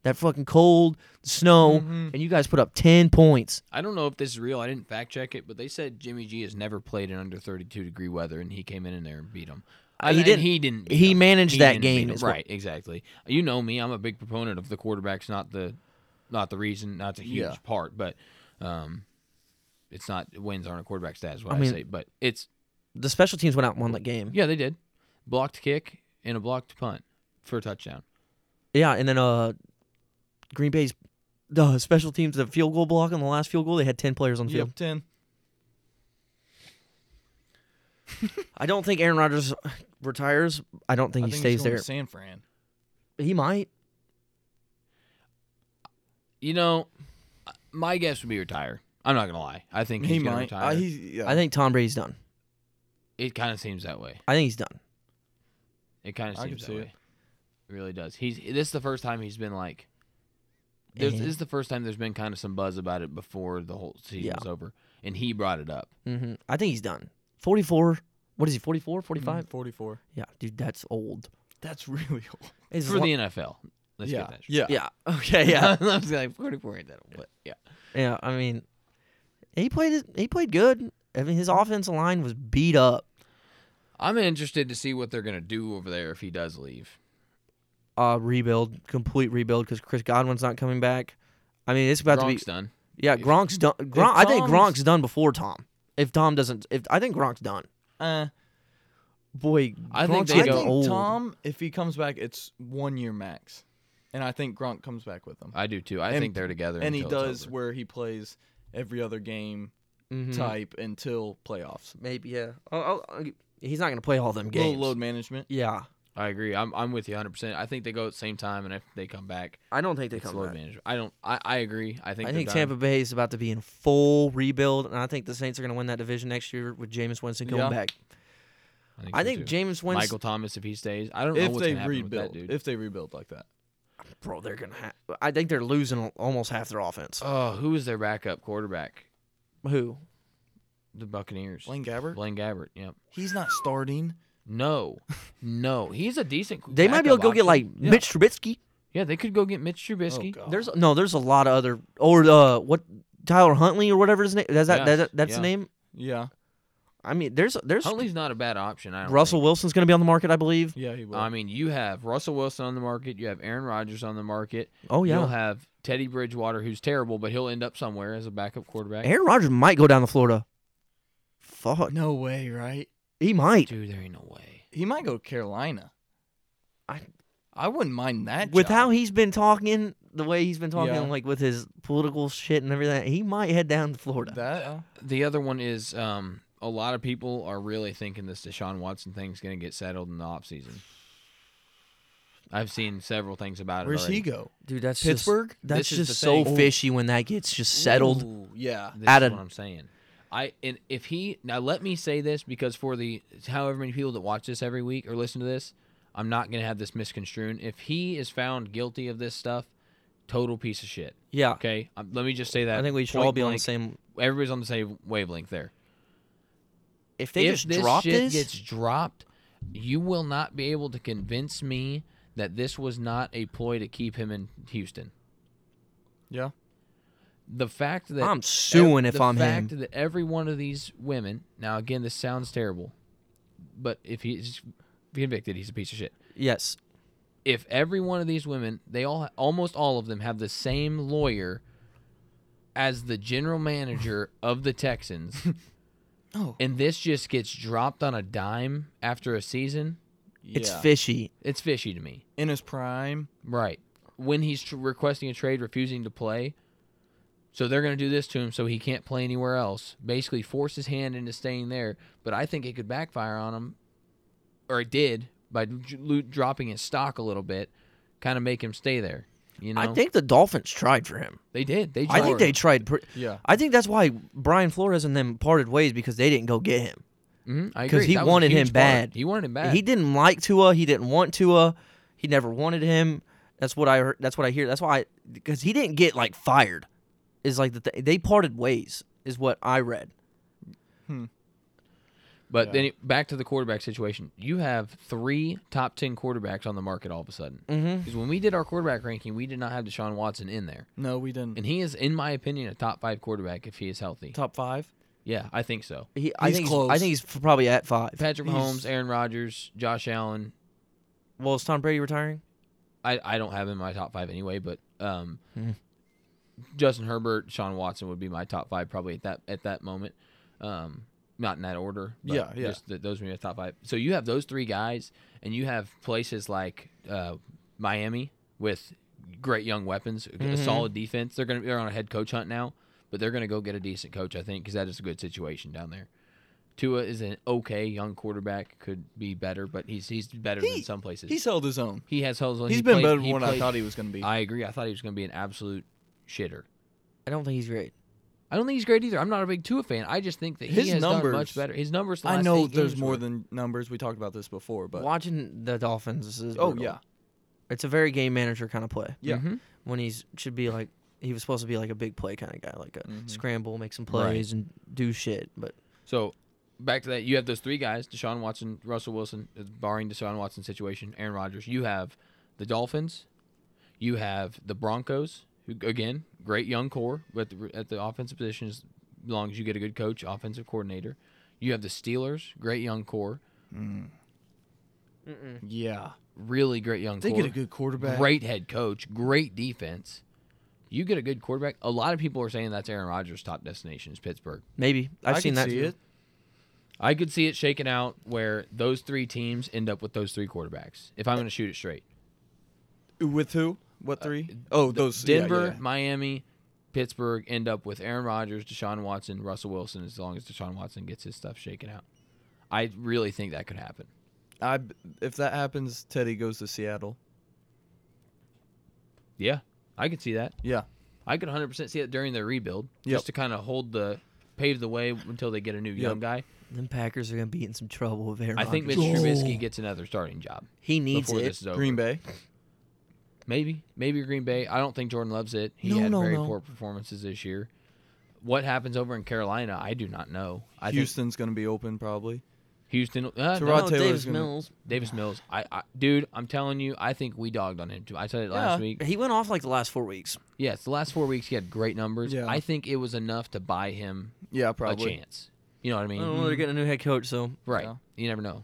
[SPEAKER 2] that fucking cold, the snow,
[SPEAKER 1] Mhm.
[SPEAKER 2] and you guys put up ten points.
[SPEAKER 3] I don't know if this is real. I didn't fact check it, but they said Jimmy G has never played in under 32 degree weather, and he came in, in there and beat him.
[SPEAKER 2] Uh, he didn't.
[SPEAKER 3] He didn't. beat
[SPEAKER 2] He
[SPEAKER 3] 'em.
[SPEAKER 2] managed that
[SPEAKER 3] didn't beat
[SPEAKER 2] game
[SPEAKER 3] 'em.
[SPEAKER 2] is what-
[SPEAKER 3] Right. Exactly. You know me. I'm a big proponent of the quarterbacks, not the, not the reason, not the huge
[SPEAKER 1] Yeah.
[SPEAKER 3] part, but, um, it's not wins aren't a quarterback stat is what
[SPEAKER 2] I
[SPEAKER 3] I,
[SPEAKER 2] mean-
[SPEAKER 3] say, but it's
[SPEAKER 2] The special teams went out and won that game.
[SPEAKER 3] yeah they did, blocked kick and a blocked punt for a touchdown.
[SPEAKER 2] Yeah, and then uh, Green Bay's the special teams, the field goal block on the last field goal, they had ten players on the field.
[SPEAKER 1] Yep, ten.
[SPEAKER 2] I don't think Aaron Rodgers retires. I don't think
[SPEAKER 1] I
[SPEAKER 2] he
[SPEAKER 1] think
[SPEAKER 2] stays
[SPEAKER 1] he's going
[SPEAKER 2] there.
[SPEAKER 1] To San Fran.
[SPEAKER 2] He might.
[SPEAKER 3] You know, my guess would be retire. I'm not gonna lie. I think
[SPEAKER 1] He
[SPEAKER 3] he's gonna
[SPEAKER 1] might.
[SPEAKER 3] retire.
[SPEAKER 1] Uh, he, yeah.
[SPEAKER 2] I think Tom Brady's done.
[SPEAKER 3] it kind of seems that way.
[SPEAKER 2] I think he's done.
[SPEAKER 3] It kind of
[SPEAKER 1] I can
[SPEAKER 3] seems that
[SPEAKER 1] see
[SPEAKER 3] way.
[SPEAKER 1] it.
[SPEAKER 3] It. really does. He's this is the first time he's been like. There's,
[SPEAKER 2] Eh.
[SPEAKER 3] This is the first time there's been kind of some buzz about it before the whole season
[SPEAKER 2] Yeah.
[SPEAKER 3] was over, and he brought it up.
[SPEAKER 2] hmm I think he's done. Forty four. What is he? 44,
[SPEAKER 1] Mm-hmm.
[SPEAKER 2] 45?
[SPEAKER 1] 44.
[SPEAKER 2] Yeah, dude, that's old.
[SPEAKER 1] That's really old.
[SPEAKER 2] It's
[SPEAKER 3] for
[SPEAKER 2] lo-
[SPEAKER 3] the NFL. Let's
[SPEAKER 1] yeah.
[SPEAKER 3] get that. Straight.
[SPEAKER 1] yeah.
[SPEAKER 2] yeah. Okay. Yeah.
[SPEAKER 3] I was like 44 ain't that old, but yeah.
[SPEAKER 2] yeah. I mean, he played. He played good. I mean, his offensive line was beat up.
[SPEAKER 3] I'm interested to see what they're gonna do over there if he does leave.
[SPEAKER 2] Uh, rebuild, complete rebuild, because Chris Godwin's not coming back. I mean, it's about
[SPEAKER 3] Gronk's
[SPEAKER 2] to be.
[SPEAKER 3] done.
[SPEAKER 2] Yeah, Gronk's done. Gronk, I think
[SPEAKER 1] Tom's-
[SPEAKER 2] Gronk's done before Tom. If Tom doesn't, if I think Gronk's done.
[SPEAKER 1] Uh,
[SPEAKER 2] Boy,
[SPEAKER 3] I
[SPEAKER 2] Gronk's
[SPEAKER 3] think they
[SPEAKER 1] I
[SPEAKER 2] getting
[SPEAKER 3] go-
[SPEAKER 1] think
[SPEAKER 2] old.
[SPEAKER 1] Tom, if he comes back, it's one year max, and I think Gronk comes back with him,
[SPEAKER 3] I do too. I
[SPEAKER 1] And-
[SPEAKER 3] think they're together.
[SPEAKER 1] and he
[SPEAKER 3] until it's
[SPEAKER 1] does
[SPEAKER 3] over. Hmm.
[SPEAKER 1] where he plays every other game
[SPEAKER 2] Mhm.
[SPEAKER 1] type until playoffs.
[SPEAKER 2] Maybe yeah. Oh, oh, oh, he's not gonna play all them games.
[SPEAKER 1] Little load management.
[SPEAKER 2] Yeah,
[SPEAKER 3] I agree. I'm I'm with you 100. percent I think they go at the same time, and if they come back,
[SPEAKER 2] I don't think they
[SPEAKER 3] it's
[SPEAKER 2] come
[SPEAKER 3] load
[SPEAKER 2] back.
[SPEAKER 3] management. I don't. I, I agree. I think
[SPEAKER 2] I
[SPEAKER 3] they're
[SPEAKER 2] think
[SPEAKER 3] done.
[SPEAKER 2] Tampa Bay is about to be in full rebuild, and I think the Saints are gonna win that division next year with Jameis Winston coming
[SPEAKER 1] Yeah.
[SPEAKER 2] back.
[SPEAKER 3] so,
[SPEAKER 2] I think
[SPEAKER 3] too.
[SPEAKER 2] Jameis Winston,
[SPEAKER 3] Michael Thomas if he stays. I don't know
[SPEAKER 1] If
[SPEAKER 3] what's
[SPEAKER 1] they
[SPEAKER 3] gonna happen with that
[SPEAKER 1] rebuild,
[SPEAKER 3] dude.
[SPEAKER 1] if they rebuild like that,
[SPEAKER 2] bro, they're gonna. Ha- I think they're losing al- almost half their offense.
[SPEAKER 3] oh, who is their backup quarterback?
[SPEAKER 2] Who?
[SPEAKER 3] The Buccaneers.
[SPEAKER 1] Blaine Gabbert,
[SPEAKER 3] Blaine Gabbert. Yep.
[SPEAKER 1] he's not starting.
[SPEAKER 3] No, no, he's a decent.
[SPEAKER 2] They might be able to
[SPEAKER 3] backup
[SPEAKER 2] go get like
[SPEAKER 3] option. Yeah.
[SPEAKER 2] Mitch Trubisky.
[SPEAKER 3] Yeah, they could go get Mitch Trubisky.
[SPEAKER 1] Oh, God.
[SPEAKER 2] There's no, there's a lot of other or uh, what Tyler Huntley or whatever his name. That's that,
[SPEAKER 3] Yes,
[SPEAKER 2] that that's
[SPEAKER 3] yeah.
[SPEAKER 2] the name.
[SPEAKER 1] Yeah,
[SPEAKER 2] I mean, there's there's
[SPEAKER 3] Huntley's not a bad option. I don't
[SPEAKER 2] Russell Wilson's going to be on the market, I believe.
[SPEAKER 1] yeah, he will.
[SPEAKER 3] think. I mean, you have Russell Wilson on the market. You have Aaron Rodgers on the market.
[SPEAKER 2] Oh
[SPEAKER 3] You'll
[SPEAKER 2] yeah,
[SPEAKER 3] have Teddy Bridgewater, who's terrible, but he'll end up somewhere as a backup quarterback.
[SPEAKER 2] Aaron Rodgers might go down to Florida. Fuck,
[SPEAKER 1] no way, right?
[SPEAKER 2] he might.
[SPEAKER 3] Dude, there ain't no way.
[SPEAKER 1] He might go Carolina.
[SPEAKER 2] I-
[SPEAKER 1] I wouldn't mind that.
[SPEAKER 2] With
[SPEAKER 1] job.
[SPEAKER 2] how he's been talking, the way he's been talking,
[SPEAKER 1] Yeah.
[SPEAKER 2] like with his political shit and everything, he might head down to Florida.
[SPEAKER 1] that uh,
[SPEAKER 3] The other one is um, a lot of people are really thinking this Deshaun Watson thing's going to get settled in the offseason. I've seen several things about it.
[SPEAKER 1] where's
[SPEAKER 3] already.
[SPEAKER 1] he go?
[SPEAKER 2] Dude, that's
[SPEAKER 1] Pittsburgh?
[SPEAKER 2] Just, that's
[SPEAKER 3] This is
[SPEAKER 2] just
[SPEAKER 3] the
[SPEAKER 2] so
[SPEAKER 3] thing.
[SPEAKER 2] fishy when that gets just settled.
[SPEAKER 1] Ooh, yeah.
[SPEAKER 3] This
[SPEAKER 2] Out
[SPEAKER 3] is
[SPEAKER 2] of-
[SPEAKER 3] what I'm saying. I and if he now let me say this because for the however many people that watch this every week or listen to this, I'm not gonna have this misconstrued. If he is found guilty of this stuff, total piece of shit.
[SPEAKER 2] Yeah,
[SPEAKER 3] Okay, um, let me just say that.
[SPEAKER 2] I think we should
[SPEAKER 3] point
[SPEAKER 2] all be on the
[SPEAKER 3] blank.
[SPEAKER 2] same.
[SPEAKER 3] Everybody's on the same wavelength there.
[SPEAKER 2] If they
[SPEAKER 3] if
[SPEAKER 2] just
[SPEAKER 3] this
[SPEAKER 2] drop
[SPEAKER 3] shit
[SPEAKER 2] this,
[SPEAKER 3] gets dropped, you will not be able to convince me that this was not a ploy to keep him in Houston.
[SPEAKER 1] Yeah.
[SPEAKER 3] The fact that
[SPEAKER 2] I'm suing
[SPEAKER 3] ev-
[SPEAKER 2] if
[SPEAKER 3] the
[SPEAKER 2] I'm
[SPEAKER 3] fact
[SPEAKER 2] him.
[SPEAKER 3] that every one of these women. Now, again, this sounds terrible, but if he's convicted, he's a piece of shit.
[SPEAKER 2] Yes,
[SPEAKER 3] If every one of these women, they all, almost all of them, have the same lawyer as the general manager of the Texans,
[SPEAKER 1] Oh,
[SPEAKER 3] and this just gets dropped on a dime after a season,
[SPEAKER 2] it's
[SPEAKER 1] yeah.
[SPEAKER 2] fishy.
[SPEAKER 3] it's fishy to me.
[SPEAKER 1] in his prime.
[SPEAKER 3] Right. When he's tr- requesting a trade, refusing to play. So they're going to do this to him so he can't play anywhere else. Basically, force his hand into staying there. But I think it could backfire on him, or it did, by d- lo- dropping his stock a little bit, kind of make him stay there. You know,
[SPEAKER 2] I think the Dolphins tried for him.
[SPEAKER 3] they did. They
[SPEAKER 2] I think
[SPEAKER 3] jarred
[SPEAKER 2] they
[SPEAKER 3] him.
[SPEAKER 2] tried. Pre-
[SPEAKER 1] Yeah.
[SPEAKER 2] I think that's why Brian Flores and them parted ways because they didn't go get him.
[SPEAKER 3] Mhm, I
[SPEAKER 2] 'cause
[SPEAKER 3] agree.
[SPEAKER 2] he
[SPEAKER 3] That was a
[SPEAKER 2] wanted him
[SPEAKER 3] huge part.
[SPEAKER 2] bad.
[SPEAKER 3] He wanted him bad.
[SPEAKER 2] He didn't like Tua. He didn't want Tua. He never wanted him. That's what I heard. That's what I hear. That's why I because he didn't get like fired. Is like the th- they parted ways is what I read.
[SPEAKER 3] but
[SPEAKER 1] Yeah.
[SPEAKER 3] then it- back to the quarterback situation. You have three top ten quarterbacks on the market all of a sudden.
[SPEAKER 2] Mm-hmm.
[SPEAKER 3] Because when we did our quarterback ranking, we did not have Deshaun Watson in there.
[SPEAKER 1] No, we didn't.
[SPEAKER 3] And he is, in my opinion, a top five quarterback if he is healthy.
[SPEAKER 1] Top five.
[SPEAKER 3] Yeah, I think so.
[SPEAKER 2] He, I
[SPEAKER 1] He's
[SPEAKER 2] think
[SPEAKER 1] close.
[SPEAKER 2] He's, I think he's f- probably at five.
[SPEAKER 3] Patrick
[SPEAKER 1] He's-
[SPEAKER 3] Mahomes, Aaron Rodgers, Josh Allen.
[SPEAKER 2] Well, is Tom Brady retiring?
[SPEAKER 3] I, I don't have him in my top five anyway, but um,
[SPEAKER 2] Hmm.
[SPEAKER 3] Justin Herbert, Sean Watson would be my top five probably at that at that moment. Um, not in that order. But
[SPEAKER 1] Yeah, yeah.
[SPEAKER 3] Just th- those would be my top five. So you have those three guys, and you have places like uh, Miami with great young weapons, a
[SPEAKER 1] Mm-hmm.
[SPEAKER 2] Mhm.
[SPEAKER 3] solid defense. They're gonna they're on a head coach hunt now, but they're gonna go get a decent coach, I think, because that is a good situation down there. Tua is an okay young quarterback, could be better, but he's he's better than
[SPEAKER 1] He-
[SPEAKER 3] some places.
[SPEAKER 1] He's held his own.
[SPEAKER 3] he has held. his own.
[SPEAKER 1] he's
[SPEAKER 3] He
[SPEAKER 1] been
[SPEAKER 3] played-
[SPEAKER 1] better than
[SPEAKER 3] he
[SPEAKER 1] what I
[SPEAKER 3] played-
[SPEAKER 1] thought he was going to be.
[SPEAKER 3] I agree. I thought he was going to be an absolute shitter.
[SPEAKER 2] I don't think he's great.
[SPEAKER 3] I don't think he's great either. I'm not a big Tua fan. I just think that
[SPEAKER 1] His
[SPEAKER 3] he has
[SPEAKER 1] numbers-
[SPEAKER 3] done much better. His numbers. The
[SPEAKER 1] I
[SPEAKER 3] last
[SPEAKER 1] know
[SPEAKER 3] eight
[SPEAKER 1] there's
[SPEAKER 3] games
[SPEAKER 1] more
[SPEAKER 3] were-
[SPEAKER 1] than numbers. We talked about this before, but
[SPEAKER 2] Watching the Dolphins is
[SPEAKER 1] oh
[SPEAKER 2] brutal.
[SPEAKER 1] yeah,
[SPEAKER 2] it's a very game manager kind of play.
[SPEAKER 1] yeah,
[SPEAKER 3] Mhm.
[SPEAKER 2] When he's should be like he was supposed to be like a big play kind of guy, like a
[SPEAKER 1] Mhm.
[SPEAKER 2] scramble, make some
[SPEAKER 3] Right.
[SPEAKER 2] plays, and do shit. But
[SPEAKER 3] So back to that, you have those three guys: Deshaun Watson, Russell Wilson, uh, barring Deshaun Watson situation, Aaron Rodgers. You have the Dolphins. You have the Broncos, who again, great young core, but the, at the offensive position, as long as you get a good coach, offensive coordinator. You have the Steelers, great young core,
[SPEAKER 1] yeah.
[SPEAKER 3] really great young
[SPEAKER 1] They
[SPEAKER 3] core.
[SPEAKER 1] get a good quarterback.
[SPEAKER 3] Great head coach, great defense. You get a good quarterback. A lot of people are saying that's Aaron Rodgers' top destination is Pittsburgh.
[SPEAKER 2] maybe I've
[SPEAKER 1] I
[SPEAKER 2] seen
[SPEAKER 1] can
[SPEAKER 2] that.
[SPEAKER 1] see
[SPEAKER 2] too.
[SPEAKER 1] it.
[SPEAKER 3] I could see it shaking out where those three teams end up with those three quarterbacks. If I'm going to shoot it straight,
[SPEAKER 1] With who? What three? oh, those yeah, yeah,
[SPEAKER 3] Uh, Denver,
[SPEAKER 1] yeah.
[SPEAKER 3] Miami, Pittsburgh end up with Aaron Rodgers, Deshaun Watson, Russell Wilson. As long as Deshaun Watson gets his stuff shaken out, I really think that could happen.
[SPEAKER 1] I b if that happens, Teddy goes to Seattle.
[SPEAKER 3] Yeah, I could see that.
[SPEAKER 1] Yeah,
[SPEAKER 3] I could 100% see it during their rebuild,
[SPEAKER 1] Yep.
[SPEAKER 3] just to kind of hold the pave the way until they get a new young guy.
[SPEAKER 2] Them Packers are gonna be in some trouble with Aaron.
[SPEAKER 3] I think Mitch
[SPEAKER 2] Rodgers.
[SPEAKER 3] Trubisky gets another starting job
[SPEAKER 2] he Oh. needs
[SPEAKER 3] before
[SPEAKER 2] it.
[SPEAKER 3] this is over.
[SPEAKER 1] Green Bay.
[SPEAKER 3] Maybe, maybe Green Bay. I don't think Jordan loves it. He
[SPEAKER 2] No,
[SPEAKER 3] had
[SPEAKER 2] no,
[SPEAKER 3] very
[SPEAKER 2] no.
[SPEAKER 3] poor performances this year. What happens over in Carolina, I do not know. I
[SPEAKER 1] Houston's going to be open probably.
[SPEAKER 3] Houston. Uh,
[SPEAKER 1] Terod
[SPEAKER 3] no,
[SPEAKER 1] Taylor's
[SPEAKER 2] Davis
[SPEAKER 1] gonna-
[SPEAKER 2] Mills.
[SPEAKER 3] Davis Mills. I, I, dude, I'm telling you, I think we dogged on him too. I said it last
[SPEAKER 1] Yeah.
[SPEAKER 3] week.
[SPEAKER 2] He went off like the last four weeks.
[SPEAKER 3] Yes, the last four weeks he had great numbers.
[SPEAKER 1] Yeah.
[SPEAKER 3] I think it was enough to buy him
[SPEAKER 1] Yeah, probably.
[SPEAKER 3] a chance. You know what I mean?
[SPEAKER 2] I don't know. They're getting a new head coach, so
[SPEAKER 3] Right.
[SPEAKER 1] Yeah.
[SPEAKER 3] You never know.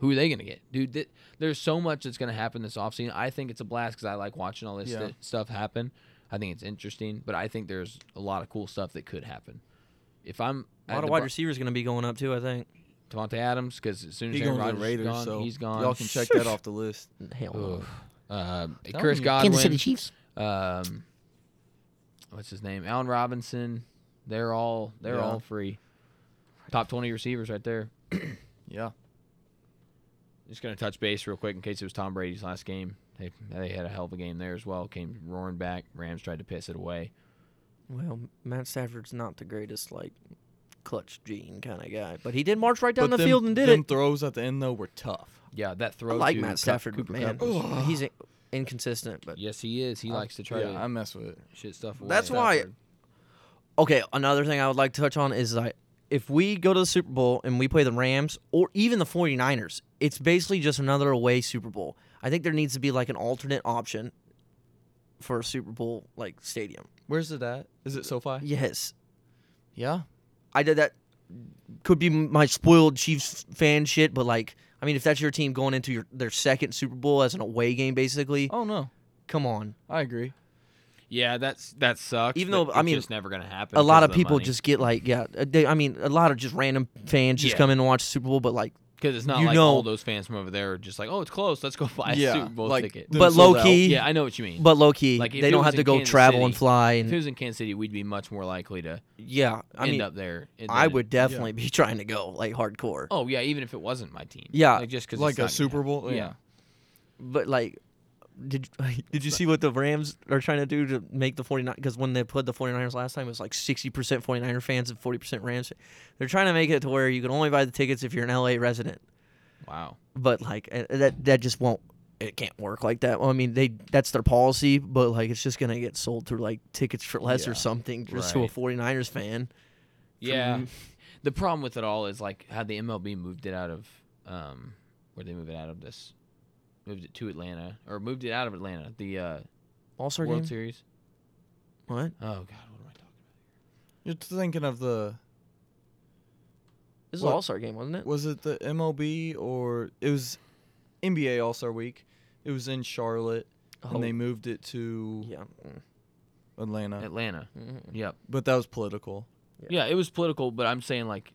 [SPEAKER 3] Who are they going to get? Dude, th- there's so much that's going to happen this offseason. I think it's a blast because I like watching all this
[SPEAKER 1] Yeah.
[SPEAKER 3] st- stuff happen. I think it's interesting, but I think there's a lot of cool stuff that could happen. If I'm
[SPEAKER 2] a lot of wide receivers going to be going up too. I think.
[SPEAKER 3] Devontae Adams, because as soon as
[SPEAKER 1] He's
[SPEAKER 3] Aaron
[SPEAKER 1] going to
[SPEAKER 3] Rodgers
[SPEAKER 1] the
[SPEAKER 3] is
[SPEAKER 1] Raiders,
[SPEAKER 3] gone,
[SPEAKER 1] so
[SPEAKER 3] he's gone.
[SPEAKER 1] y'all can check that off the list.
[SPEAKER 2] Hell
[SPEAKER 3] Ugh. Uh,
[SPEAKER 1] Telling
[SPEAKER 3] Chris
[SPEAKER 1] you.
[SPEAKER 3] Godwin,
[SPEAKER 2] Chiefs.
[SPEAKER 3] um, what's his name? Allen Robinson. They're all they're
[SPEAKER 1] Yeah.
[SPEAKER 3] all free. Top twenty receivers right there.
[SPEAKER 1] Yeah.
[SPEAKER 3] Just gonna touch base real quick in case it was Tom Brady's last game. They they had a hell of a game there as well. Came roaring back. Rams tried to piss it away.
[SPEAKER 2] Well, Matt Stafford's not the greatest like clutch gene kind of guy, but he did march right down the
[SPEAKER 1] them,
[SPEAKER 2] field and did
[SPEAKER 1] them
[SPEAKER 2] it.
[SPEAKER 1] throws at the end though were tough.
[SPEAKER 3] Yeah, that
[SPEAKER 2] I
[SPEAKER 3] throw.
[SPEAKER 2] like
[SPEAKER 3] to
[SPEAKER 2] Matt
[SPEAKER 3] Cup-
[SPEAKER 2] Stafford, but
[SPEAKER 3] Cooper
[SPEAKER 2] man.
[SPEAKER 3] Cup was-
[SPEAKER 2] He's in- inconsistent, but
[SPEAKER 3] yes, he is. He
[SPEAKER 1] I-
[SPEAKER 3] likes to try
[SPEAKER 1] Yeah,
[SPEAKER 3] to
[SPEAKER 1] I mess with it.
[SPEAKER 3] shit stuff away.
[SPEAKER 2] That's why-
[SPEAKER 3] Stafford.
[SPEAKER 2] Okay, another thing I would like to touch on is like if we go to the Super Bowl and we play the Rams or even the 49ers, it's basically just another away Super Bowl. I think there needs to be like an alternate option for a Super Bowl like stadium.
[SPEAKER 1] Where's it at? Is it SoFi?
[SPEAKER 2] Yes.
[SPEAKER 1] Yeah.
[SPEAKER 2] I did that could be my spoiled Chiefs fan shit, but like I mean if that's your team going into your their second Super Bowl as an away game basically,
[SPEAKER 1] Oh no,
[SPEAKER 2] come on.
[SPEAKER 1] I agree.
[SPEAKER 3] Yeah, that's that sucks.
[SPEAKER 2] Even
[SPEAKER 3] but
[SPEAKER 2] though- I
[SPEAKER 3] it's
[SPEAKER 2] mean,
[SPEAKER 3] just never gonna happen.
[SPEAKER 2] a lot
[SPEAKER 3] because
[SPEAKER 2] of
[SPEAKER 3] the
[SPEAKER 2] people
[SPEAKER 3] money.
[SPEAKER 2] just get like yeah, uh, they, I mean a lot of just random fans just
[SPEAKER 3] Yeah.
[SPEAKER 2] come in and watch the Super Bowl, but like
[SPEAKER 3] Because it's not
[SPEAKER 2] You
[SPEAKER 3] like
[SPEAKER 2] know-
[SPEAKER 3] all those fans from over there are just like, oh, it's close. Let's go buy a
[SPEAKER 1] Yeah,
[SPEAKER 3] Super Bowl
[SPEAKER 1] like
[SPEAKER 3] ticket.
[SPEAKER 1] them
[SPEAKER 2] But
[SPEAKER 1] sold
[SPEAKER 2] low key-
[SPEAKER 3] Yeah, I know what you mean.
[SPEAKER 2] But low key,
[SPEAKER 3] Like, if
[SPEAKER 2] they
[SPEAKER 3] it
[SPEAKER 2] don't
[SPEAKER 3] was
[SPEAKER 2] have to
[SPEAKER 3] in
[SPEAKER 2] go
[SPEAKER 3] Kansas
[SPEAKER 2] travel and
[SPEAKER 3] City-
[SPEAKER 2] fly.
[SPEAKER 3] if
[SPEAKER 2] And
[SPEAKER 3] it was in Kansas City, we'd be much more likely to
[SPEAKER 2] yeah, I
[SPEAKER 3] end
[SPEAKER 2] mean,
[SPEAKER 3] up there. and
[SPEAKER 2] I
[SPEAKER 3] then-
[SPEAKER 2] would definitely be trying to go like hardcore.
[SPEAKER 3] Oh yeah, even if it wasn't my team.
[SPEAKER 2] Yeah,
[SPEAKER 3] like just because
[SPEAKER 1] Like a Super Bowl.
[SPEAKER 3] Yeah.
[SPEAKER 2] But like, did did you see what the Rams are trying to do to make the 49? Because when they put the 49ers last time, it was like 60% 49er fans and 40% Rams. They're trying to make it to where you can only buy the tickets if you're an LA resident.
[SPEAKER 3] Wow.
[SPEAKER 2] But like eh, that that just won't. It can't work like that. Well, I mean, they that's their policy, but like it's just gonna get sold through like tickets for less
[SPEAKER 1] Yeah,
[SPEAKER 2] or something just to a
[SPEAKER 3] right.
[SPEAKER 2] 49ers fan.
[SPEAKER 3] Yeah. The problem with it all is like how the MLB moved it out of um where they move it out of this moved it to Atlanta or moved it out of Atlanta the uh,
[SPEAKER 2] All star
[SPEAKER 3] World
[SPEAKER 2] game.
[SPEAKER 3] Series.
[SPEAKER 2] What?
[SPEAKER 3] Oh God, what am I talking?
[SPEAKER 1] You're thinking of the
[SPEAKER 2] This is
[SPEAKER 1] What?
[SPEAKER 2] an all star game, wasn't it?
[SPEAKER 1] was it the MLB or it was NBA All Star Week? It was in Charlotte, and they moved it to
[SPEAKER 2] yeah.
[SPEAKER 1] Atlanta.
[SPEAKER 3] about? Atlanta.
[SPEAKER 2] Mhm.
[SPEAKER 3] Yep.
[SPEAKER 1] But that was political.
[SPEAKER 3] Yeah. it was political, but I'm saying like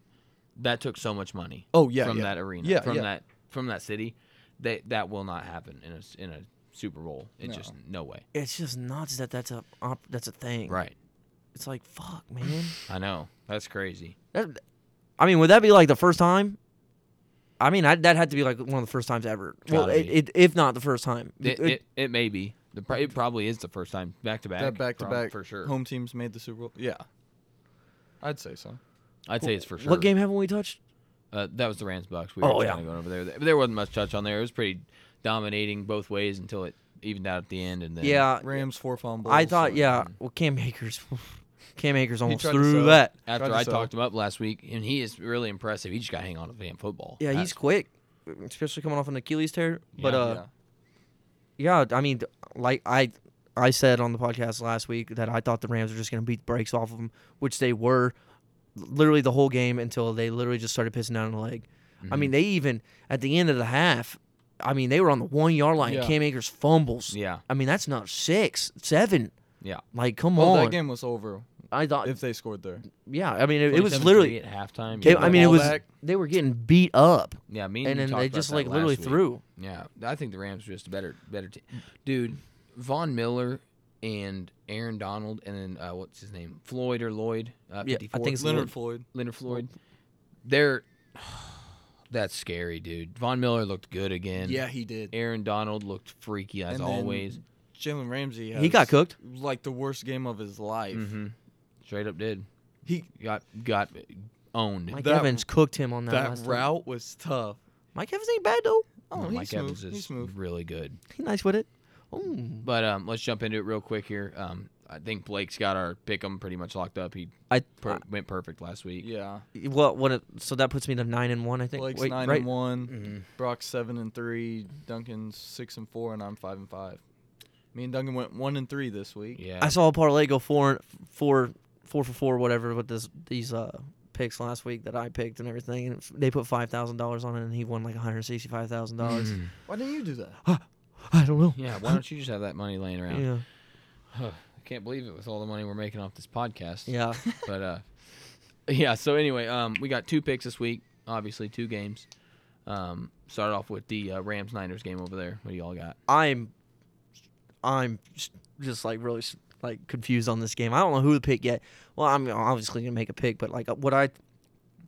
[SPEAKER 3] that took so much money
[SPEAKER 1] Oh yeah,
[SPEAKER 3] from
[SPEAKER 1] yeah.
[SPEAKER 3] that arena,
[SPEAKER 1] Yeah,
[SPEAKER 3] from
[SPEAKER 1] yeah.
[SPEAKER 3] that from that city. That that will not happen in a s- in a Super Bowl. It's
[SPEAKER 1] No.
[SPEAKER 3] just no way.
[SPEAKER 2] It's just nuts that that's a op- that's a thing.
[SPEAKER 3] Right.
[SPEAKER 2] It's like fuck, man.
[SPEAKER 3] I know. That's crazy.
[SPEAKER 2] That, I mean, would that be like the first time? I mean, I, that had to be like one of the first times ever. well,
[SPEAKER 3] Gotta
[SPEAKER 2] it,
[SPEAKER 3] be.
[SPEAKER 2] it, if not the first time.
[SPEAKER 3] It,
[SPEAKER 2] It-
[SPEAKER 3] it, it may be. The, pro- it probably is the first time back to back.
[SPEAKER 1] That back to
[SPEAKER 3] prob-
[SPEAKER 1] back
[SPEAKER 3] for sure.
[SPEAKER 1] Home teams made the Super Bowl. Yeah, I'd say so.
[SPEAKER 3] I'd say it's for sure.
[SPEAKER 2] What game haven't we touched?
[SPEAKER 3] Uh, that was the Rams Bucks. We
[SPEAKER 2] Oh,
[SPEAKER 3] were
[SPEAKER 2] yeah.
[SPEAKER 3] kind of going over there. There- There wasn't much touch on there. It was pretty dominating both ways until it evened out at the end. And then
[SPEAKER 2] Yeah,
[SPEAKER 1] Rams four fumbles.
[SPEAKER 2] Uh, I thought.
[SPEAKER 1] so-
[SPEAKER 2] Yeah, well, Cam Akers, Cam Akers almost
[SPEAKER 1] tried to
[SPEAKER 2] threw
[SPEAKER 1] sell.
[SPEAKER 2] that.
[SPEAKER 3] after
[SPEAKER 1] Tried to
[SPEAKER 3] I
[SPEAKER 1] sell.
[SPEAKER 3] talked him up last week, and he is really impressive. He just got to hang on to the damn football.
[SPEAKER 2] Yeah, he's
[SPEAKER 3] That's-
[SPEAKER 2] quick, especially coming off an Achilles tear. But
[SPEAKER 3] Yeah.
[SPEAKER 2] uh,
[SPEAKER 1] yeah.
[SPEAKER 2] Yeah, I mean, like I I said on the podcast last week that I thought the Rams were just going to beat the brakes off of them, which they were literally the whole game until they literally just started pissing down the leg.
[SPEAKER 1] Mm-hmm.
[SPEAKER 2] I mean, they even at the end of the half, I mean, they were on the one yard line.
[SPEAKER 1] Yeah.
[SPEAKER 2] Cam Akers fumbles.
[SPEAKER 3] yeah,
[SPEAKER 2] I mean, that's not six, seven.
[SPEAKER 3] yeah.
[SPEAKER 2] Like, come
[SPEAKER 1] Oh,
[SPEAKER 2] on.
[SPEAKER 1] that game was over
[SPEAKER 2] I thought,
[SPEAKER 1] if they scored there.
[SPEAKER 2] yeah. I mean, it, it was
[SPEAKER 3] 27-3
[SPEAKER 2] literally.
[SPEAKER 3] at halftime.
[SPEAKER 2] They,
[SPEAKER 3] yeah.
[SPEAKER 2] I mean, it
[SPEAKER 1] ball
[SPEAKER 2] was
[SPEAKER 1] back.
[SPEAKER 2] they were getting beat up,
[SPEAKER 3] yeah. Me and,
[SPEAKER 2] and
[SPEAKER 3] you
[SPEAKER 2] then
[SPEAKER 3] talked
[SPEAKER 2] they
[SPEAKER 3] about
[SPEAKER 2] just
[SPEAKER 3] that
[SPEAKER 2] like
[SPEAKER 3] last
[SPEAKER 2] literally
[SPEAKER 3] week.
[SPEAKER 2] threw.
[SPEAKER 3] Yeah, I think the Rams are just a better better team. Dude, Von Miller and Aaron Donald, and then uh, what's his name, Floyd or Lloyd? Uh,
[SPEAKER 2] Yeah, I
[SPEAKER 3] 54?
[SPEAKER 2] think it's
[SPEAKER 1] Leonard Floyd.
[SPEAKER 3] Leonard Floyd. They're that's scary, dude. Von Miller looked good again.
[SPEAKER 1] Yeah, he did.
[SPEAKER 3] Aaron Donald looked freaky as
[SPEAKER 1] And then
[SPEAKER 3] always.
[SPEAKER 1] Jalen Ramsey.
[SPEAKER 2] He got
[SPEAKER 1] has,
[SPEAKER 2] cooked. Mm-hmm.
[SPEAKER 1] Like the worst game of his life.
[SPEAKER 3] hmm Straight up did.
[SPEAKER 1] He
[SPEAKER 3] Got got owned.
[SPEAKER 2] Mike
[SPEAKER 1] That-
[SPEAKER 2] Evans cooked him on that,
[SPEAKER 1] that
[SPEAKER 2] last time.
[SPEAKER 1] route was tough.
[SPEAKER 2] Mike Evans ain't bad though.
[SPEAKER 1] Oh,
[SPEAKER 3] No,
[SPEAKER 1] he's
[SPEAKER 3] Mike
[SPEAKER 1] smooth.
[SPEAKER 3] Evans is
[SPEAKER 1] he's smooth.
[SPEAKER 3] really good.
[SPEAKER 2] He nice with it. Ooh.
[SPEAKER 3] But um, let's jump into it real quick here. Um, I think Blake's got our pick 'em pretty much locked up. He
[SPEAKER 2] I
[SPEAKER 3] per- went perfect last week.
[SPEAKER 1] Yeah,
[SPEAKER 2] well, what? It, so that puts me to nine and one. I think.
[SPEAKER 1] Blake's
[SPEAKER 2] Wait,
[SPEAKER 1] nine
[SPEAKER 2] right?
[SPEAKER 1] and one, Brock's seven and three, Duncan's six and four, and I'm five and five. Me and Duncan went one and three this week.
[SPEAKER 3] Yeah.
[SPEAKER 2] I saw a parlay go four, and- four, four for four, whatever, with this these uh picks last week that I picked and everything, and they put five thousand dollars on it, and he won like one hundred sixty five thousand dollars.
[SPEAKER 1] Why didn't you do that?
[SPEAKER 2] I don't know.
[SPEAKER 3] yeah, why don't you just have that money laying around?
[SPEAKER 2] Yeah,
[SPEAKER 3] I can't believe it with all the money we're making off this podcast.
[SPEAKER 2] yeah.
[SPEAKER 3] but uh yeah so anyway um we got two picks this week obviously two games um start off with the uh, rams niners game over there what do y'all got
[SPEAKER 2] I'm, I'm s- just like really s- like confused on this game. I don't know who to pick yet. Well, I'm obviously gonna make a pick, but like uh, what I,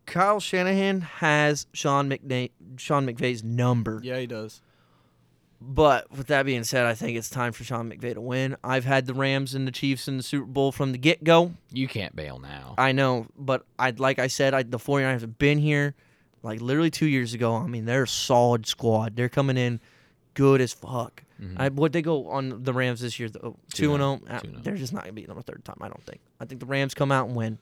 [SPEAKER 2] Kyle Shanahan has Sean McNa- Sean McVay's number.
[SPEAKER 1] Yeah, he does.
[SPEAKER 2] But with that being said, I think it's time for Sean McVay to win. I've had the Rams and the Chiefs in the Super Bowl from the get go.
[SPEAKER 3] you can't bail now
[SPEAKER 2] I know, but I like I said, I, the 49ers have been here like literally two years ago. I mean, they're a solid squad. They're coming in good as fuck. I, what they go on the Rams this year, though, 2 and 0, uh,
[SPEAKER 3] Mm-hmm. Two and oh.
[SPEAKER 2] they're just not going to beat them a third time, I don't think. I think the Rams come out and win.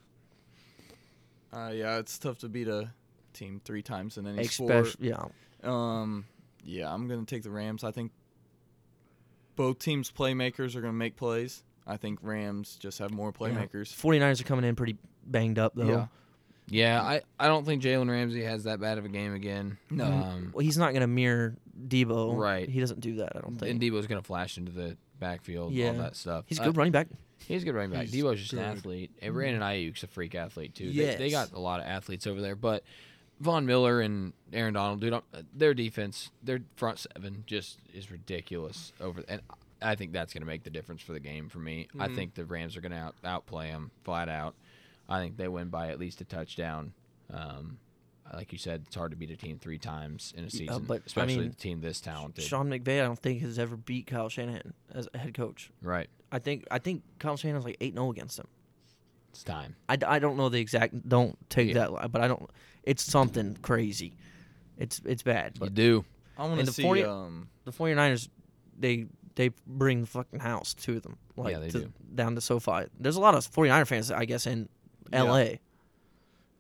[SPEAKER 1] Uh, yeah, it's tough to beat a team three times in any sport.
[SPEAKER 2] Especially, yeah.
[SPEAKER 1] Um, yeah, I'm gonna take the Rams. I think both teams' playmakers are gonna make plays. I think Rams just have more playmakers.
[SPEAKER 2] 49ers are coming in pretty banged up, though.
[SPEAKER 1] Yeah.
[SPEAKER 3] yeah i i don't think jalen ramsey has that bad of a game again no um
[SPEAKER 2] Well, he's not going to mirror Debo.
[SPEAKER 3] Right.
[SPEAKER 2] He doesn't do that, I don't think.
[SPEAKER 3] and debo's gonna flash into the backfield
[SPEAKER 2] Yeah.
[SPEAKER 3] all that stuff
[SPEAKER 2] He's a
[SPEAKER 3] Uh,
[SPEAKER 2] good running back.
[SPEAKER 3] he's a good running back
[SPEAKER 1] He's
[SPEAKER 3] debo's just an
[SPEAKER 1] good.
[SPEAKER 3] athlete and brandon ayuk's a freak athlete too they, they
[SPEAKER 2] Mm-hmm. Yes.
[SPEAKER 3] got a lot of athletes over there but Von Miller and Aaron Donald, dude, I'm- their defense, their front seven just is ridiculous over, and I think that's going to make the difference for the game for me. I
[SPEAKER 2] Mm-hmm.
[SPEAKER 3] think the Rams are going to out, outplay them flat out. I think they win by at least a touchdown. Um, like you said, it's hard to beat a team three times in a season,
[SPEAKER 2] but, I
[SPEAKER 3] especially
[SPEAKER 2] mean,
[SPEAKER 3] a team this talented.
[SPEAKER 2] Sean McVay, I don't think has ever beat Kyle Shanahan as a head coach.
[SPEAKER 3] right,
[SPEAKER 2] I think I think Kyle Shanahan's like eight 0 against him.
[SPEAKER 3] it's time.
[SPEAKER 2] I, I don't know the exact. Don't take
[SPEAKER 3] Yeah.
[SPEAKER 2] that that, li- but I don't. It's something crazy. It's it's bad.
[SPEAKER 3] You
[SPEAKER 2] But
[SPEAKER 3] do.
[SPEAKER 1] I want
[SPEAKER 2] And the
[SPEAKER 1] to see.
[SPEAKER 2] 40
[SPEAKER 1] um,
[SPEAKER 2] the 49ers, they they bring the fucking house to them. Like,
[SPEAKER 3] Yeah, they
[SPEAKER 2] to-
[SPEAKER 3] do.
[SPEAKER 2] Down to SoFi. There's a lot of 49er fans, I guess, in
[SPEAKER 1] Yeah.
[SPEAKER 2] L.A.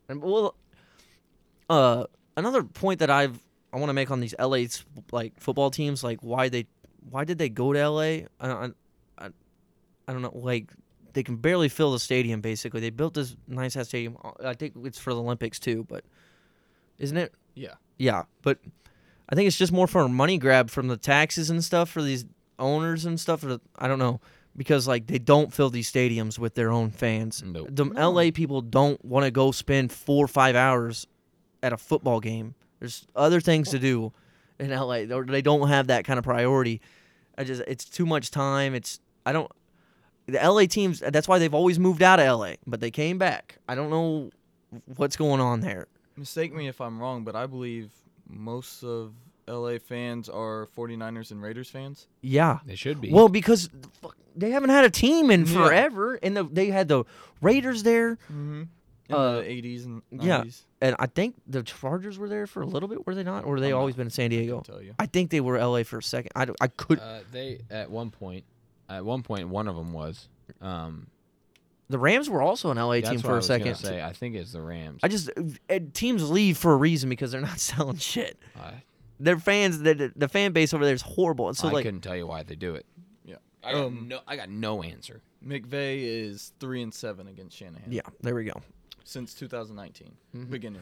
[SPEAKER 2] And well, uh, another point that I've I want to make on these L.A. 's, like football teams, like why they why did they go to L.A. I don't- I, I, I don't know. Like they can barely fill the stadium. Basically, they built this nice ass stadium. I think it's for the Olympics too, but isn't it?
[SPEAKER 1] yeah,
[SPEAKER 2] Yeah, but I think it's just more for a money grab from the taxes and stuff for these owners and stuff. Or the, I don't know because like they don't fill these stadiums with their own fans.
[SPEAKER 3] Nope.
[SPEAKER 2] The LA people don't want to go spend four or five hours at a football game. There's other things to do in LA. Or they don't have that kind of priority. I just it's too much time. It's I don't. The LA teams. That's why they've always moved out of LA, but they came back. I don't know what's going on there.
[SPEAKER 1] mistake me if I'm wrong, but I believe most of LA fans are 49ers and Raiders fans.
[SPEAKER 2] Yeah.
[SPEAKER 3] They should be.
[SPEAKER 2] Well, because the fuck- they haven't had a team in
[SPEAKER 1] Yeah.
[SPEAKER 2] forever, and the, they had the Raiders there,
[SPEAKER 1] Mm-hmm. In
[SPEAKER 2] Uh,
[SPEAKER 1] the 80s and 90s.
[SPEAKER 2] yeah, and I think the Chargers were there for a little bit. Were they not? Or they
[SPEAKER 1] I'm
[SPEAKER 2] always
[SPEAKER 1] not-
[SPEAKER 2] been in San Diego?
[SPEAKER 1] tell you.
[SPEAKER 2] I think they were L.A. for a second. I, don't- I could.
[SPEAKER 3] uh, they at one point, at one point, one of them was. Um,
[SPEAKER 2] the Rams were also an L.A.
[SPEAKER 3] that's
[SPEAKER 2] team
[SPEAKER 3] what
[SPEAKER 2] for
[SPEAKER 3] I
[SPEAKER 2] a
[SPEAKER 3] was gonna
[SPEAKER 2] second.
[SPEAKER 3] Say, I think it's the Rams.
[SPEAKER 2] I just and teams leave for a reason because they're not selling shit.
[SPEAKER 3] I-
[SPEAKER 2] Their fans, the, the fan base over there is horrible. And so
[SPEAKER 3] I
[SPEAKER 2] like,
[SPEAKER 3] couldn't tell you why they do it.
[SPEAKER 1] Yeah.
[SPEAKER 3] I got
[SPEAKER 1] Um,
[SPEAKER 3] no, I got no answer.
[SPEAKER 1] McVay is three and seven against Shanahan.
[SPEAKER 2] yeah, there we go.
[SPEAKER 1] Since 2019, beginning.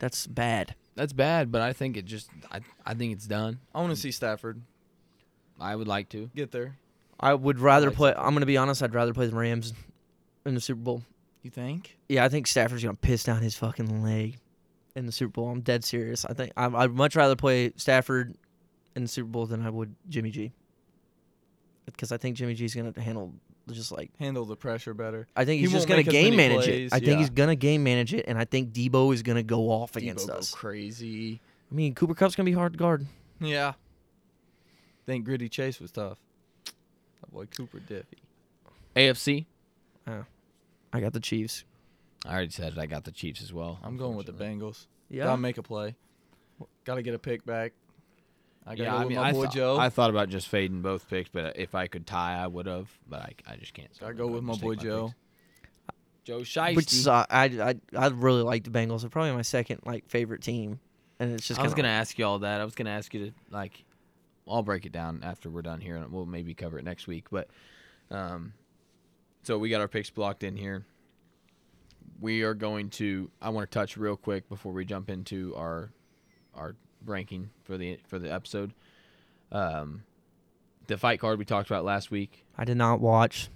[SPEAKER 2] That's bad.
[SPEAKER 3] That's bad, but I think it just, I, I think it's done.
[SPEAKER 1] I want to see Stafford
[SPEAKER 3] I would like to.
[SPEAKER 1] get there.
[SPEAKER 2] I would rather
[SPEAKER 3] Like-
[SPEAKER 2] play. I'm gonna be honest. I'd rather play the Rams in the Super Bowl.
[SPEAKER 1] You think?
[SPEAKER 2] Yeah, I think Stafford's gonna piss down his fucking leg in the Super Bowl. I'm dead serious. I think I, I'd much rather play Stafford in the Super Bowl than I would Jimmy G. Because I think Jimmy G's gonna handle just like
[SPEAKER 1] Handle the pressure better.
[SPEAKER 2] I think
[SPEAKER 1] He
[SPEAKER 2] he's just
[SPEAKER 1] won't make
[SPEAKER 2] gonna
[SPEAKER 1] as
[SPEAKER 2] game
[SPEAKER 1] many
[SPEAKER 2] manage
[SPEAKER 1] plays,
[SPEAKER 2] it. I think
[SPEAKER 1] yeah.
[SPEAKER 2] he's gonna game manage it, and I think Debo is gonna go off against
[SPEAKER 1] Debo go
[SPEAKER 2] us.
[SPEAKER 1] crazy.
[SPEAKER 2] I mean, Cooper Cup's gonna be hard to guard.
[SPEAKER 1] Yeah. Think Gritty Chase was tough. That boy Cooper Diffie.
[SPEAKER 3] AFC.
[SPEAKER 2] I got the Chiefs.
[SPEAKER 3] I already said it. I got the Chiefs as well.
[SPEAKER 1] I'm going with the
[SPEAKER 3] unfortunately.
[SPEAKER 1] Bengals.
[SPEAKER 2] Yeah,
[SPEAKER 1] Gotta make a play. Gotta get a pick back. I got
[SPEAKER 3] Yeah, I
[SPEAKER 1] with
[SPEAKER 3] mean,
[SPEAKER 1] my
[SPEAKER 3] I,
[SPEAKER 1] boy
[SPEAKER 3] thought-
[SPEAKER 1] Joe.
[SPEAKER 3] I thought about just fading both picks, but if I could tie, I would have. But I, I just can't. so
[SPEAKER 1] I
[SPEAKER 3] I'm
[SPEAKER 1] go
[SPEAKER 3] gonna
[SPEAKER 1] with my
[SPEAKER 3] just
[SPEAKER 1] boy
[SPEAKER 3] take
[SPEAKER 1] Joe.
[SPEAKER 3] picks. Joe
[SPEAKER 2] Which
[SPEAKER 3] Shiesty.
[SPEAKER 2] so- I, I I really like the Bengals. They're probably my second like favorite team, and it's just
[SPEAKER 3] I was
[SPEAKER 2] kinda-
[SPEAKER 3] gonna ask you all that. I was gonna ask you to like, I'll break it down after we're done here, and we'll maybe cover it next week. But, um, so we got our picks blocked in here. We are going to. I want to touch real quick before we jump into our, our ranking for the for the episode. Um, the fight card we talked about last week.
[SPEAKER 2] I did not watch.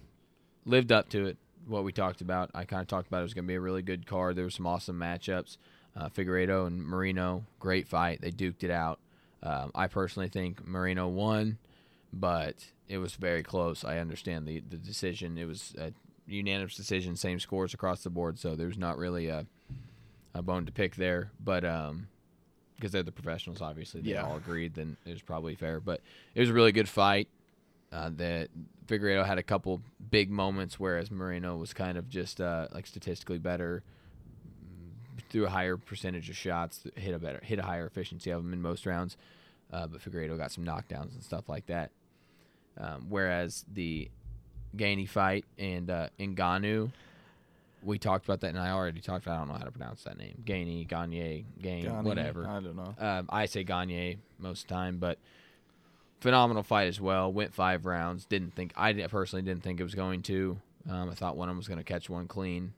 [SPEAKER 3] lived up to it. What we talked about, I kind of talked about it was going to be a really good card. There were some awesome matchups. Uh, Figueredo and Marino, great fight. They duked it out. Um, I personally think Marino won, but it was very close. I understand the, the decision. It was a unanimous decision, same scores across the board. So there's not really a, a bone to pick there. But um, because they're the professionals, obviously, they
[SPEAKER 1] Yeah.
[SPEAKER 3] all agreed, then it was probably fair. But it was a really good fight uh, that Figueredo had a couple big moments, whereas Moreno was kind of just uh, like statistically better, mm, threw a higher percentage of shots, th- hit a better, hit a higher efficiency of them in most rounds. Uh, but Figueredo got some knockdowns and stuff like that. Um, whereas the Gainey fight and uh, Ngannou, we talked about that, and I already talked about. I don't know how to pronounce that name. Gainey, Gagne, Gain,
[SPEAKER 1] Johnny,
[SPEAKER 3] whatever.
[SPEAKER 1] I don't know.
[SPEAKER 3] Um, I say Gagne most of the time, but phenomenal fight as well. Went five rounds. Didn't think I di- personally didn't think it was going to. Um, I thought one of them was going to catch one clean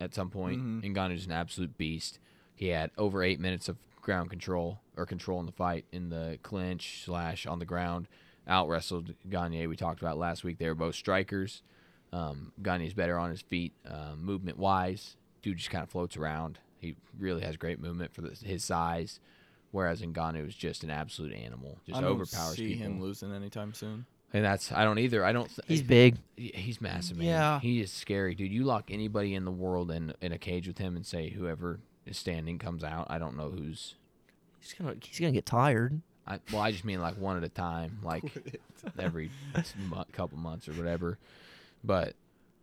[SPEAKER 3] at some point.
[SPEAKER 1] Mhm.
[SPEAKER 3] And Gannou's an absolute beast. He had over eight minutes of ground control or control in the fight in the clinch slash on the ground. Out wrestled Gagne. We talked about last week. They were both strikers. Um, Gagne's better on his feet, um, movement wise. Dude just kind of floats around. He really has great movement for the, his size, whereas Ngannou is just an absolute animal. Just
[SPEAKER 1] I don't
[SPEAKER 3] overpowers
[SPEAKER 1] see
[SPEAKER 3] people.
[SPEAKER 1] him losing anytime soon.
[SPEAKER 3] and that's I don't either. I don't. Th-
[SPEAKER 2] He's big.
[SPEAKER 3] he- He's massive, man.
[SPEAKER 2] Yeah.
[SPEAKER 3] He is scary, dude. You lock anybody in the world in in a cage with him and say whoever is standing comes out. I don't know who's.
[SPEAKER 2] He's gonna he's gonna get tired.
[SPEAKER 3] I, well, I just mean like one at a time, like every s- mo- couple months or whatever. But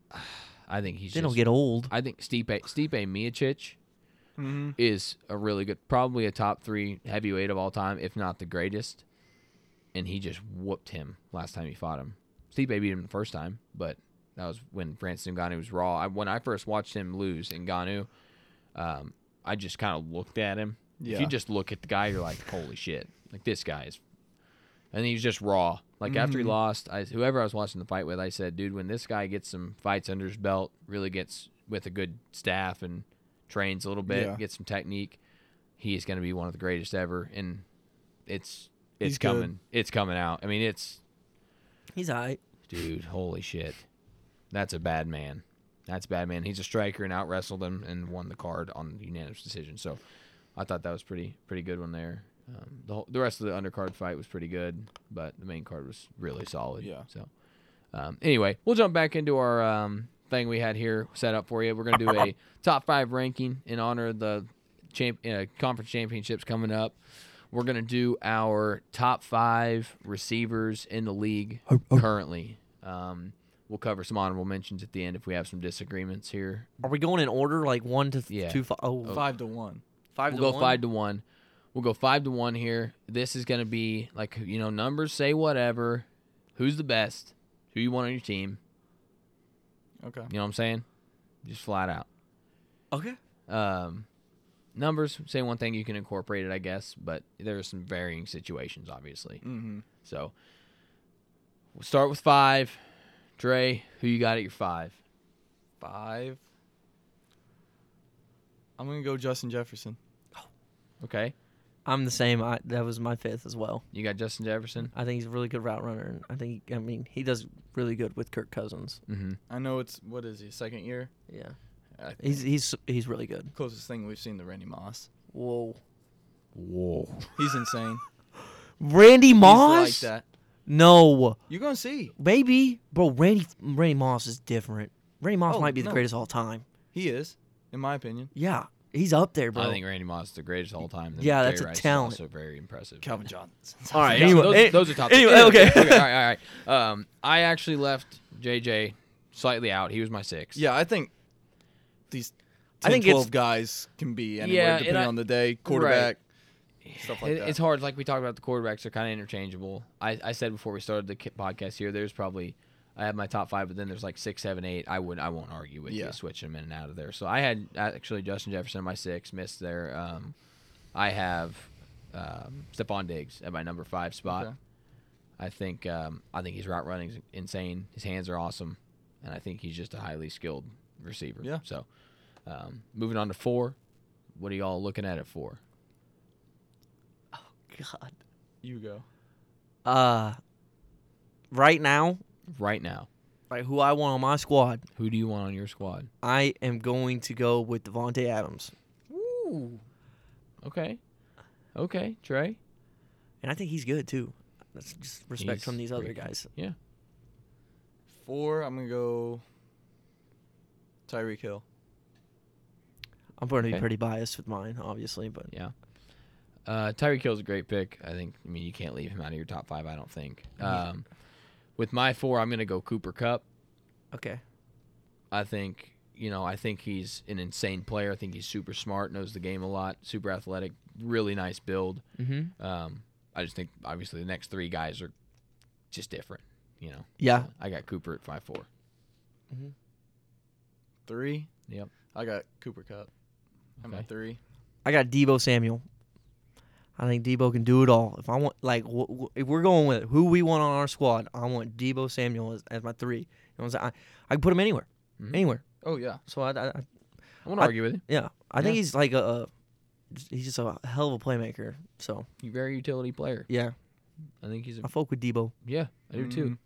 [SPEAKER 3] I think he's.
[SPEAKER 2] They
[SPEAKER 3] just,
[SPEAKER 2] don't get old.
[SPEAKER 3] I think Stipe Stipe Miocic
[SPEAKER 1] Mm-hmm.
[SPEAKER 3] is a really good, probably a top three heavyweight of all time, if not the greatest. And he just whooped him last time he fought him. Stipe beat him the first time, but that was when Francis Ngannou was raw. I, when I first watched him lose Ngannou, um, I just kind of looked at him. If
[SPEAKER 1] Yeah.
[SPEAKER 3] you just look at the guy, you're like, holy shit! Like this guy is, and he was just raw. Like after he lost, I, whoever I was watching the fight with, I said, dude, when this guy gets some fights under his belt, really gets with a good staff and trains a little bit,
[SPEAKER 1] Yeah.
[SPEAKER 3] gets some technique, he is going to be one of the greatest ever. And it's it's
[SPEAKER 1] He's good.
[SPEAKER 3] coming, it's coming out. I mean, it's
[SPEAKER 2] He's alright.
[SPEAKER 3] dude, holy shit, that's a bad man. That's a bad man. He's a striker and out wrestled him and won the card on unanimous decision. So I thought that was pretty pretty good one there. Um, the whole, the rest of the undercard fight was pretty good, but the main card was really solid.
[SPEAKER 1] Yeah.
[SPEAKER 3] So um, anyway, we'll jump back into our um, thing we had here set up for you. We're gonna do a top five ranking in honor of the champ- uh, conference championships coming up. We're gonna do our top five receivers in the league currently. Um, we'll cover some honorable mentions at the end if we have some disagreements here.
[SPEAKER 2] Are we going in order like one to th-
[SPEAKER 3] Yeah.
[SPEAKER 2] two fi- oh, five
[SPEAKER 1] Five to one.
[SPEAKER 2] five
[SPEAKER 3] we'll
[SPEAKER 2] to
[SPEAKER 3] go
[SPEAKER 2] one?
[SPEAKER 3] five to one. We'll go five to one here. This is gonna be like you know numbers say whatever. Who's the best? Who you want on your team?
[SPEAKER 1] Okay.
[SPEAKER 3] You know what I'm saying? Just flat out.
[SPEAKER 2] Okay.
[SPEAKER 3] um, numbers say one thing you can incorporate it i guess but there are some varying situations obviously
[SPEAKER 1] Mm-hmm.
[SPEAKER 3] so we'll start with five Dre, who you got at your five
[SPEAKER 1] Five. I'm gonna go Justin Jefferson.
[SPEAKER 3] okay
[SPEAKER 2] I'm the same. I, that was my fifth as well.
[SPEAKER 3] you got justin jefferson
[SPEAKER 2] I think he's a really good route runner. And I think I mean he does really good with Kirk Cousins.
[SPEAKER 3] mm-hmm
[SPEAKER 1] I know it's what is he second year?
[SPEAKER 2] Yeah.
[SPEAKER 1] I
[SPEAKER 2] He's he's he's really good.
[SPEAKER 1] Closest thing we've seen to Randy Moss.
[SPEAKER 2] Whoa.
[SPEAKER 3] whoa
[SPEAKER 1] He's insane.
[SPEAKER 2] Randy Moss?
[SPEAKER 1] He's like that.
[SPEAKER 2] No.
[SPEAKER 1] You're gonna see.
[SPEAKER 2] Maybe. Bro, Randy Randy Moss is different. Randy Moss
[SPEAKER 1] Oh,
[SPEAKER 2] might be the
[SPEAKER 1] no.
[SPEAKER 2] greatest of all time.
[SPEAKER 1] He is, in my opinion.
[SPEAKER 2] Yeah. He's up there, bro.
[SPEAKER 3] i think randy moss is the greatest of all time
[SPEAKER 2] Yeah,
[SPEAKER 3] Jerry
[SPEAKER 2] that's a
[SPEAKER 3] Rice is
[SPEAKER 2] talent.
[SPEAKER 3] also very impressive
[SPEAKER 1] Calvin Johnson.
[SPEAKER 2] all right.
[SPEAKER 3] Yeah,
[SPEAKER 2] Anyway,
[SPEAKER 3] those,
[SPEAKER 2] eh,
[SPEAKER 3] those are top.
[SPEAKER 2] anyway, okay.
[SPEAKER 3] all right, all right. Um, I actually left JJ slightly out. He was my six.
[SPEAKER 1] Yeah, I think these 10,
[SPEAKER 2] I think it's-
[SPEAKER 1] 12 guys can be anywhere
[SPEAKER 3] Yeah, and
[SPEAKER 1] depending
[SPEAKER 3] I-
[SPEAKER 1] on the day. Quarterback, stuff like
[SPEAKER 3] It-
[SPEAKER 1] that.
[SPEAKER 3] It's hard. Like we talked about, the quarterbacks are kind of interchangeable. I, I said before we started the ki- podcast here, there's probably I have my top five, but then there's like six, seven, eight. I would I won't argue with
[SPEAKER 1] Yeah.
[SPEAKER 3] you switching them in and out of there. So I had actually Justin Jefferson at my six, missed there. Um, I have um, Stephon Diggs at my number five spot.
[SPEAKER 1] Okay.
[SPEAKER 3] I think um, I think his route running is insane. His hands are awesome, and I think he's just a highly skilled receiver.
[SPEAKER 1] Yeah.
[SPEAKER 3] So um, moving on to four, what are y'all looking at at four?
[SPEAKER 2] God.
[SPEAKER 1] You go.
[SPEAKER 2] Uh, right now,
[SPEAKER 3] Right now,
[SPEAKER 2] like who I want on my squad,
[SPEAKER 3] Who do you want on your squad?
[SPEAKER 2] I am going to go with Devonte Adams,
[SPEAKER 3] Ooh. Okay. Okay, Trey.
[SPEAKER 2] and I think he's good too. That's just respect
[SPEAKER 3] He's
[SPEAKER 2] from these
[SPEAKER 3] pretty
[SPEAKER 2] other
[SPEAKER 3] good.
[SPEAKER 2] guys.
[SPEAKER 3] Yeah.
[SPEAKER 1] Four, I'm gonna go Tyreek Hill.
[SPEAKER 2] I'm going to
[SPEAKER 3] Okay.
[SPEAKER 2] be pretty biased with mine, obviously, but
[SPEAKER 3] Yeah. Uh, Tyreek Hill's a great pick. I think. I mean, you can't leave him out of your top five. I don't think.
[SPEAKER 2] Yeah.
[SPEAKER 3] Um, with my four, I'm gonna go Cooper Cup.
[SPEAKER 2] okay.
[SPEAKER 3] I think you know. I think he's an insane player. I think he's super smart, knows the game a lot, super athletic, really nice build.
[SPEAKER 2] Mm-hmm.
[SPEAKER 3] Um, I just think obviously the next three guys are just different. You know.
[SPEAKER 2] Yeah.
[SPEAKER 3] I got Cooper at five four.
[SPEAKER 1] Three.
[SPEAKER 3] Yep.
[SPEAKER 1] I got Cooper Cup. I'm
[SPEAKER 3] Okay.
[SPEAKER 1] at three.
[SPEAKER 2] I got Debo Samuel. I think Debo can do it all. If I want, like, wh- wh- if we're going with who we want on our squad, I want Debo Samuel as, as my three. You know what I'm saying? I, I can put him anywhere,
[SPEAKER 3] Mhm.
[SPEAKER 2] anywhere.
[SPEAKER 1] Oh yeah.
[SPEAKER 2] So I, I, I-
[SPEAKER 3] I want to
[SPEAKER 2] I-
[SPEAKER 3] argue with you.
[SPEAKER 2] yeah, I think
[SPEAKER 3] Yeah.
[SPEAKER 2] he's like a, a, he's just a hell of a playmaker. So
[SPEAKER 3] He's a very utility player.
[SPEAKER 2] yeah,
[SPEAKER 3] I think he's a
[SPEAKER 2] I folk with Debo.
[SPEAKER 3] Yeah, I do too.
[SPEAKER 1] Mhm.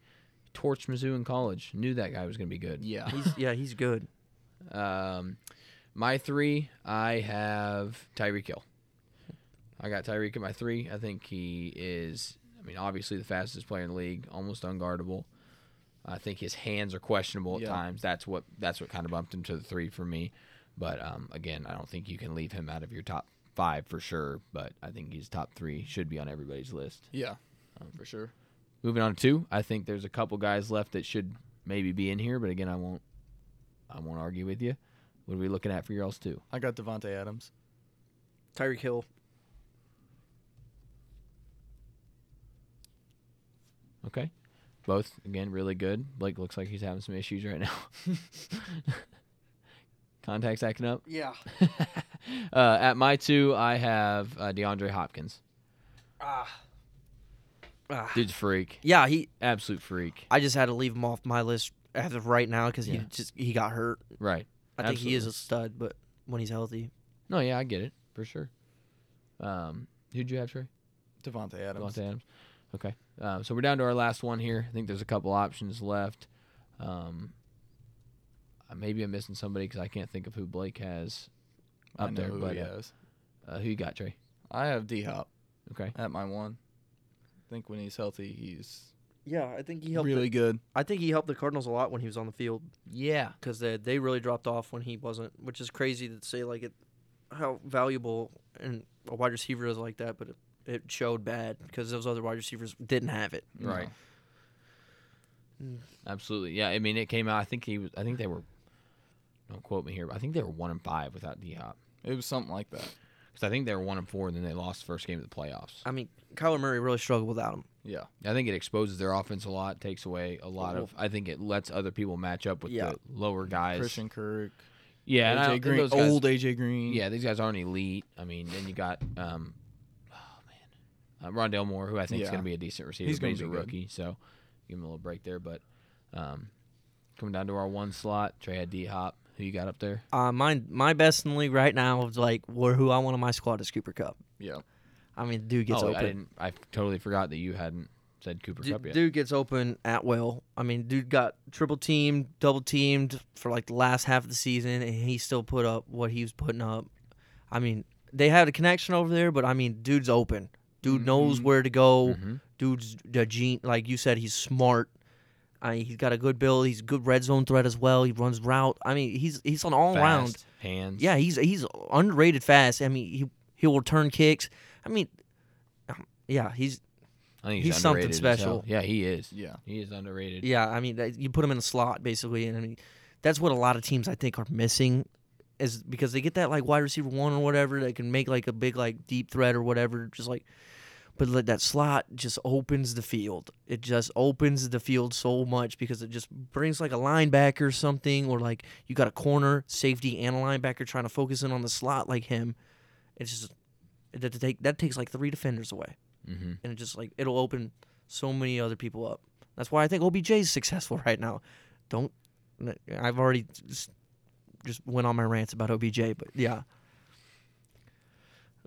[SPEAKER 3] Torched Mizzou in college. Knew that guy was going to be good.
[SPEAKER 1] Yeah.
[SPEAKER 2] He's yeah, he's good.
[SPEAKER 3] Um, my three, I have Tyreek Hill. I got Tyreek at my three. I think he is, I mean, obviously the fastest player in the league, almost unguardable. I think his hands are questionable at
[SPEAKER 1] Yeah.
[SPEAKER 3] times. That's what that's what kind of bumped him to the three for me. But um, again, I don't think you can leave him out of your top five for sure. But I think he's top three should be on everybody's list.
[SPEAKER 1] yeah.
[SPEAKER 3] Um,
[SPEAKER 1] for sure.
[SPEAKER 3] Moving on to two, I think there's a couple guys left that should maybe be in here, but again, I won't, I won't argue with you. What are we looking at for your else too?
[SPEAKER 1] I got Devonte Adams.
[SPEAKER 2] Tyreek Hill.
[SPEAKER 3] Okay, both again really good. Blake looks like he's having some issues right now. Contacts acting up.
[SPEAKER 2] Yeah.
[SPEAKER 3] Uh, at my two, I have uh, DeAndre Hopkins.
[SPEAKER 2] Ah. Ah.
[SPEAKER 3] Dude's a freak,
[SPEAKER 2] Yeah, he.
[SPEAKER 3] absolute freak.
[SPEAKER 2] I just had to leave him off my list as of right now because
[SPEAKER 3] Yeah.
[SPEAKER 2] he just he got hurt.
[SPEAKER 3] Right.
[SPEAKER 2] I think he is a stud, but when he's healthy,
[SPEAKER 3] No, yeah, I get it for sure. Um, who'd you have, Trey?
[SPEAKER 1] Devonte Adams.
[SPEAKER 3] Devontae Adams. Okay. Um, so we're down to our last one here. I think there's a couple options left. Um, uh, maybe I'm missing somebody because I can't think of who Blake has
[SPEAKER 1] I
[SPEAKER 3] up
[SPEAKER 1] know
[SPEAKER 3] there.
[SPEAKER 1] who
[SPEAKER 3] but
[SPEAKER 1] he
[SPEAKER 3] uh,
[SPEAKER 1] is.
[SPEAKER 3] uh, who you got, Trey?
[SPEAKER 1] I have D Hop
[SPEAKER 3] Okay.
[SPEAKER 1] at my one. I think when he's healthy, he's
[SPEAKER 2] Yeah, I think he
[SPEAKER 1] really good.
[SPEAKER 2] I think he helped the Cardinals a lot when he was on the field
[SPEAKER 3] Yeah.
[SPEAKER 2] because they they really dropped off when he wasn't, which is crazy to say like it how valuable and a wide receiver is like that, but it, it showed bad because those other wide receivers didn't have it.
[SPEAKER 3] Right.
[SPEAKER 2] Mm.
[SPEAKER 3] Absolutely. Yeah. I mean, it came out. I think he was. I think they were. Don't quote me here, but I think they were one and five without D Hop
[SPEAKER 1] It was something like that.
[SPEAKER 3] because I think they were one and four, and then they lost the first game of the playoffs.
[SPEAKER 2] I mean, Kyler Murray really struggled without him.
[SPEAKER 1] Yeah.
[SPEAKER 3] I think it exposes their offense a lot, takes away a lot of. I think it lets other people match up with
[SPEAKER 2] Oh, Yeah. Mm-hmm.
[SPEAKER 3] the lower guys.
[SPEAKER 1] Christian Kirk.
[SPEAKER 3] Yeah, and I don't
[SPEAKER 1] AJ
[SPEAKER 3] think
[SPEAKER 1] Green.
[SPEAKER 3] those guys-
[SPEAKER 1] Old AJ Green.
[SPEAKER 3] Yeah, these guys aren't elite. I mean, then you got um, oh man, uh, Rondell Moore, who I think is
[SPEAKER 1] Yeah.
[SPEAKER 3] going to be a decent receiver.
[SPEAKER 1] He's
[SPEAKER 3] but
[SPEAKER 1] gonna
[SPEAKER 3] he's a
[SPEAKER 1] be good.
[SPEAKER 3] rookie, so give him a little break there. But um, coming down to our one slot, Trey had D Hop. Who you got up there?
[SPEAKER 2] Uh, my my best in the league right now is like where who I want on my squad is Cooper Cup.
[SPEAKER 1] Yeah.
[SPEAKER 2] I mean, dude gets
[SPEAKER 3] oh, I
[SPEAKER 2] open.
[SPEAKER 3] didn't. I totally forgot that you hadn't said Cooper
[SPEAKER 2] Du-
[SPEAKER 3] Cup yet.
[SPEAKER 2] Dude gets open at will. I mean, dude got triple teamed, double teamed for like the last half of the season, and he still put up what he was putting up. I mean, they had a connection over there, but I mean, dude's open. Dude knows
[SPEAKER 1] Mhm.
[SPEAKER 2] where to go.
[SPEAKER 3] Mhm.
[SPEAKER 2] Dude's a gene, like you said, he's smart. I mean, he's got a good build. He's a good red zone threat as well. He runs route. I mean, he's he's an all round.
[SPEAKER 3] Fast, hands.
[SPEAKER 2] Yeah, he's he's underrated fast. I mean, he he'll return kicks. I mean, um, yeah, he's
[SPEAKER 3] I think
[SPEAKER 2] he's something
[SPEAKER 3] underrated as hell.
[SPEAKER 2] special.
[SPEAKER 3] Yeah, he is.
[SPEAKER 1] Yeah.
[SPEAKER 3] He is underrated.
[SPEAKER 2] Yeah, I mean, that, you put him in the slot basically, and I mean, that's what a lot of teams I think are missing is because they get that like wide receiver one or whatever that can make like a big like deep threat or whatever, just like. But like, that slot just opens the field. It just opens the field so much because it just brings like a linebacker or something, or like you got a corner, safety, and a linebacker trying to focus in on the slot like him. It's just that take that takes like three defenders away
[SPEAKER 3] Mm-hmm.
[SPEAKER 2] and it just like it'll open so many other people up. That's why I think OBJ is successful right now. Don't I've already s- just went on my rants about OBJ, but yeah,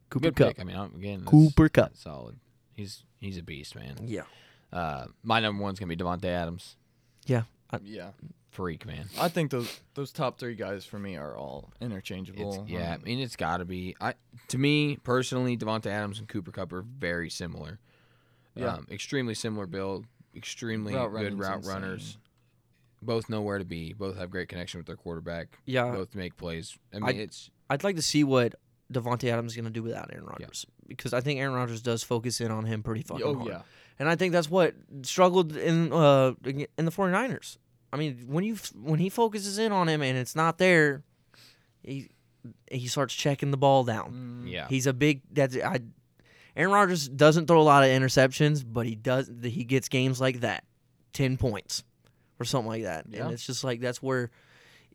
[SPEAKER 2] Cooper
[SPEAKER 3] Good
[SPEAKER 2] Cup,
[SPEAKER 3] pick. I mean, I'm- again, that's-
[SPEAKER 2] Cooper Cup,
[SPEAKER 3] that's solid. He's he's a beast, man.
[SPEAKER 2] yeah,
[SPEAKER 3] Uh, my number one's gonna be Devonte Adams.
[SPEAKER 2] yeah. I,
[SPEAKER 1] Yeah,
[SPEAKER 3] Freak, man.
[SPEAKER 1] I think those those top three guys for me are all interchangeable.
[SPEAKER 3] It's, yeah, I mean it's got to be. I to me personally, Devonta Adams and Cooper Cup are very similar.
[SPEAKER 1] Yeah.
[SPEAKER 3] Um, extremely similar build, extremely
[SPEAKER 1] Route
[SPEAKER 3] good
[SPEAKER 1] running's
[SPEAKER 3] route
[SPEAKER 1] insane.
[SPEAKER 3] runners. Both know where to be. Both have great connection with their quarterback.
[SPEAKER 1] Uh,
[SPEAKER 2] Yeah.
[SPEAKER 3] both make plays. I mean,
[SPEAKER 2] I-
[SPEAKER 3] it's
[SPEAKER 2] I'd like to see what Devonte Adams is gonna do without Aaron Rodgers because I think Aaron Rodgers does focus in on him pretty fucking
[SPEAKER 1] Oh
[SPEAKER 2] hard.
[SPEAKER 1] yeah.
[SPEAKER 2] And I think that's what struggled in uh in the 49ers. I mean, when you when he focuses in on him and it's not there, he he starts checking the ball down.
[SPEAKER 1] Mm.
[SPEAKER 3] yeah,
[SPEAKER 2] He's a big that's I Aaron Rodgers doesn't throw a lot of interceptions, but he does he gets games like that. 10 points or something like that.
[SPEAKER 1] Yeah.
[SPEAKER 2] And it's just like that's where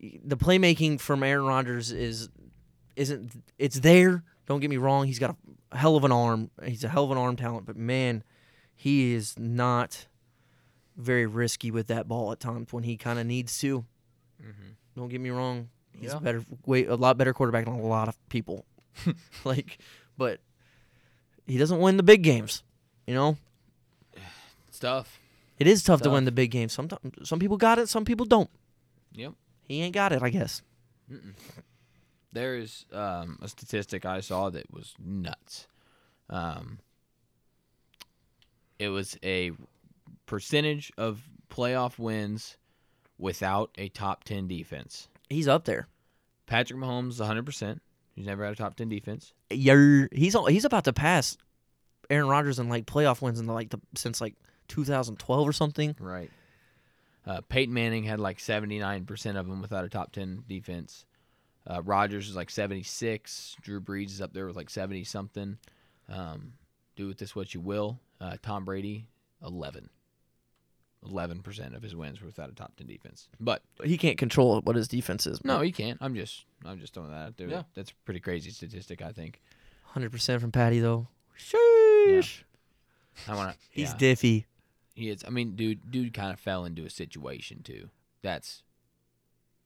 [SPEAKER 2] the playmaking from Aaron Rodgers is isn't it's there. Don't get me wrong, he's got a hell of an arm. He's a hell of an arm talent, but man, he is not very risky with that ball at times when he kind of needs to. Don't get me wrong, he's
[SPEAKER 1] Mm-hmm. Yeah.
[SPEAKER 2] a better way a lot better quarterback than a lot of people. like, but he doesn't win the big games. You know,
[SPEAKER 3] it's tough.
[SPEAKER 2] it is tough to
[SPEAKER 1] Tough.
[SPEAKER 2] win the big games. Sometimes some people got it, some people don't.
[SPEAKER 3] Yep.
[SPEAKER 2] He ain't got it, I guess.
[SPEAKER 3] There is um, a statistic I saw that was nuts. Um, it was a percentage of playoff wins without a top 10 defense.
[SPEAKER 2] He's up there.
[SPEAKER 3] Patrick Mahomes is 100%. He's never had a top 10 defense.
[SPEAKER 2] Yer. He's al- he's about to pass Aaron Rodgers in like playoff wins in the, like the since like 2012 or something.
[SPEAKER 3] Right. Uh, Peyton Manning had like 79% of them without a top 10 defense. Uh, Rodgers is like 76. Drew Brees is up there with like 70 something. Um, do with this what you will. Uh, Tom Brady, 11. 11% of his wins were without a top 10 defense. But
[SPEAKER 2] He can't control what his defense is.
[SPEAKER 3] no, he can't. I'm just I'm just throwing that out there.
[SPEAKER 1] Yeah.
[SPEAKER 3] That's a pretty crazy statistic, I think.
[SPEAKER 2] 100 percent from Patty though. Sheesh.
[SPEAKER 3] I want to
[SPEAKER 2] He's diffy.
[SPEAKER 3] He is. I mean, dude, dude kind of fell into a situation too. That's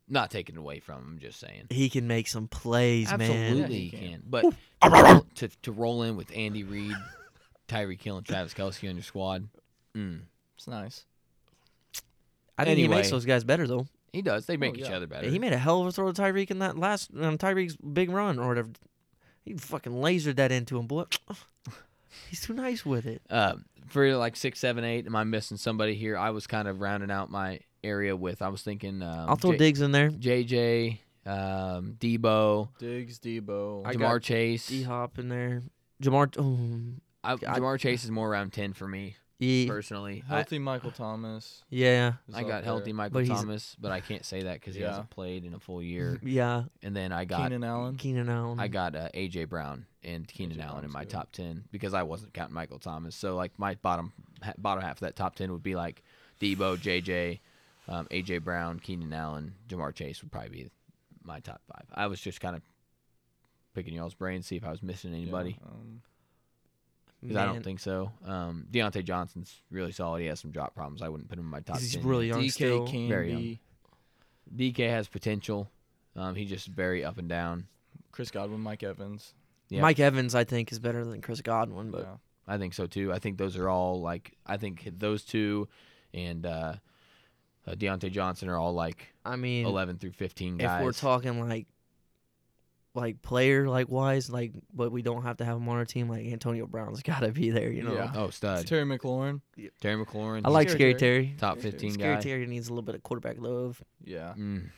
[SPEAKER 3] not taken away from him. Just saying.
[SPEAKER 2] He can make some plays,
[SPEAKER 3] Absolutely,
[SPEAKER 2] man.
[SPEAKER 1] Yeah,
[SPEAKER 3] he
[SPEAKER 1] he
[SPEAKER 3] can.
[SPEAKER 1] can.
[SPEAKER 3] But to, roll- to to roll in with Andy Reid, Tyree Kill, and Travis Kelsey on your squad, mm,
[SPEAKER 1] It's nice.
[SPEAKER 2] I think he makes
[SPEAKER 3] Anyway.
[SPEAKER 2] those guys better though.
[SPEAKER 3] he does. They make
[SPEAKER 1] Oh,
[SPEAKER 3] each
[SPEAKER 1] yeah.
[SPEAKER 3] other better.
[SPEAKER 2] He made a hell of a throw to Tyreek in that last um, Tyreek's big run or whatever. He fucking lasered that into him, boy. He's too nice with it.
[SPEAKER 3] Um, for like six, seven, eight. Am I missing somebody here? I was kind of rounding out my area with. I was thinking. Um,
[SPEAKER 2] I'll throw
[SPEAKER 3] J-
[SPEAKER 2] digs in there.
[SPEAKER 3] JJ, um, Debo,
[SPEAKER 1] Diggs, Debo.
[SPEAKER 2] I
[SPEAKER 3] Jamar
[SPEAKER 2] got
[SPEAKER 3] Chase.
[SPEAKER 2] D Hop in there. Jamar. Oh,
[SPEAKER 3] I,
[SPEAKER 2] I-
[SPEAKER 3] Jamar Chase is more around ten for me
[SPEAKER 2] yeah.
[SPEAKER 3] personally. I-
[SPEAKER 1] healthy Michael Thomas.
[SPEAKER 2] Yeah.
[SPEAKER 1] is
[SPEAKER 3] I
[SPEAKER 1] up
[SPEAKER 3] got healthy
[SPEAKER 1] there.
[SPEAKER 3] Michael
[SPEAKER 2] But he's-
[SPEAKER 3] Thomas, but I can't say that because he
[SPEAKER 1] Yeah.
[SPEAKER 3] hasn't played in a full year.
[SPEAKER 2] Yeah.
[SPEAKER 3] And then I got
[SPEAKER 1] Keenan Allen.
[SPEAKER 2] Keenan Allen.
[SPEAKER 3] I got uh, AJ Brown and Keenan
[SPEAKER 1] A.J.
[SPEAKER 3] Allen in
[SPEAKER 1] Brown's
[SPEAKER 3] my
[SPEAKER 1] good.
[SPEAKER 3] top ten because I wasn't counting Michael Thomas. So like my bottom ha- bottom half of that top ten would be like Debo, JJ, um, AJ Brown, Keenan Allen, Jamar Chase would probably be my top five. I was just kind of picking y'all's brains, see if I was missing
[SPEAKER 1] Yeah,
[SPEAKER 3] anybody
[SPEAKER 1] um,
[SPEAKER 3] because I
[SPEAKER 2] Man,
[SPEAKER 3] don't think so. Um, Deontay Johnson's really solid. He has some drop problems. I wouldn't put him in my top.
[SPEAKER 2] he's
[SPEAKER 3] 10
[SPEAKER 2] really young
[SPEAKER 1] DK
[SPEAKER 2] still.
[SPEAKER 1] can
[SPEAKER 3] Very young.
[SPEAKER 1] be.
[SPEAKER 3] DK has potential. Um, he's just very up and down.
[SPEAKER 1] Chris Godwin, Mike Evans.
[SPEAKER 3] Yeah.
[SPEAKER 2] Mike Evans, I think, is better than Chris Godwin, but
[SPEAKER 1] yeah.
[SPEAKER 3] I think so too. I think those are all like I think those two and uh, uh Deontay Johnson are all like
[SPEAKER 2] I mean,
[SPEAKER 3] eleven through fifteen
[SPEAKER 2] if
[SPEAKER 3] guys.
[SPEAKER 2] we're talking like like player like wise like but we don't have to have him on our team like antonio brown's gotta be there you know
[SPEAKER 1] Yeah.
[SPEAKER 3] oh stud
[SPEAKER 1] Terry McLaurin.
[SPEAKER 3] Terry McLaurin.
[SPEAKER 2] i like
[SPEAKER 1] Scary
[SPEAKER 2] scary terry,
[SPEAKER 3] top
[SPEAKER 1] Scary
[SPEAKER 3] fifteen
[SPEAKER 2] scary
[SPEAKER 3] guy.
[SPEAKER 2] terry needs a little bit of quarterback love
[SPEAKER 1] Yeah.
[SPEAKER 3] Mm.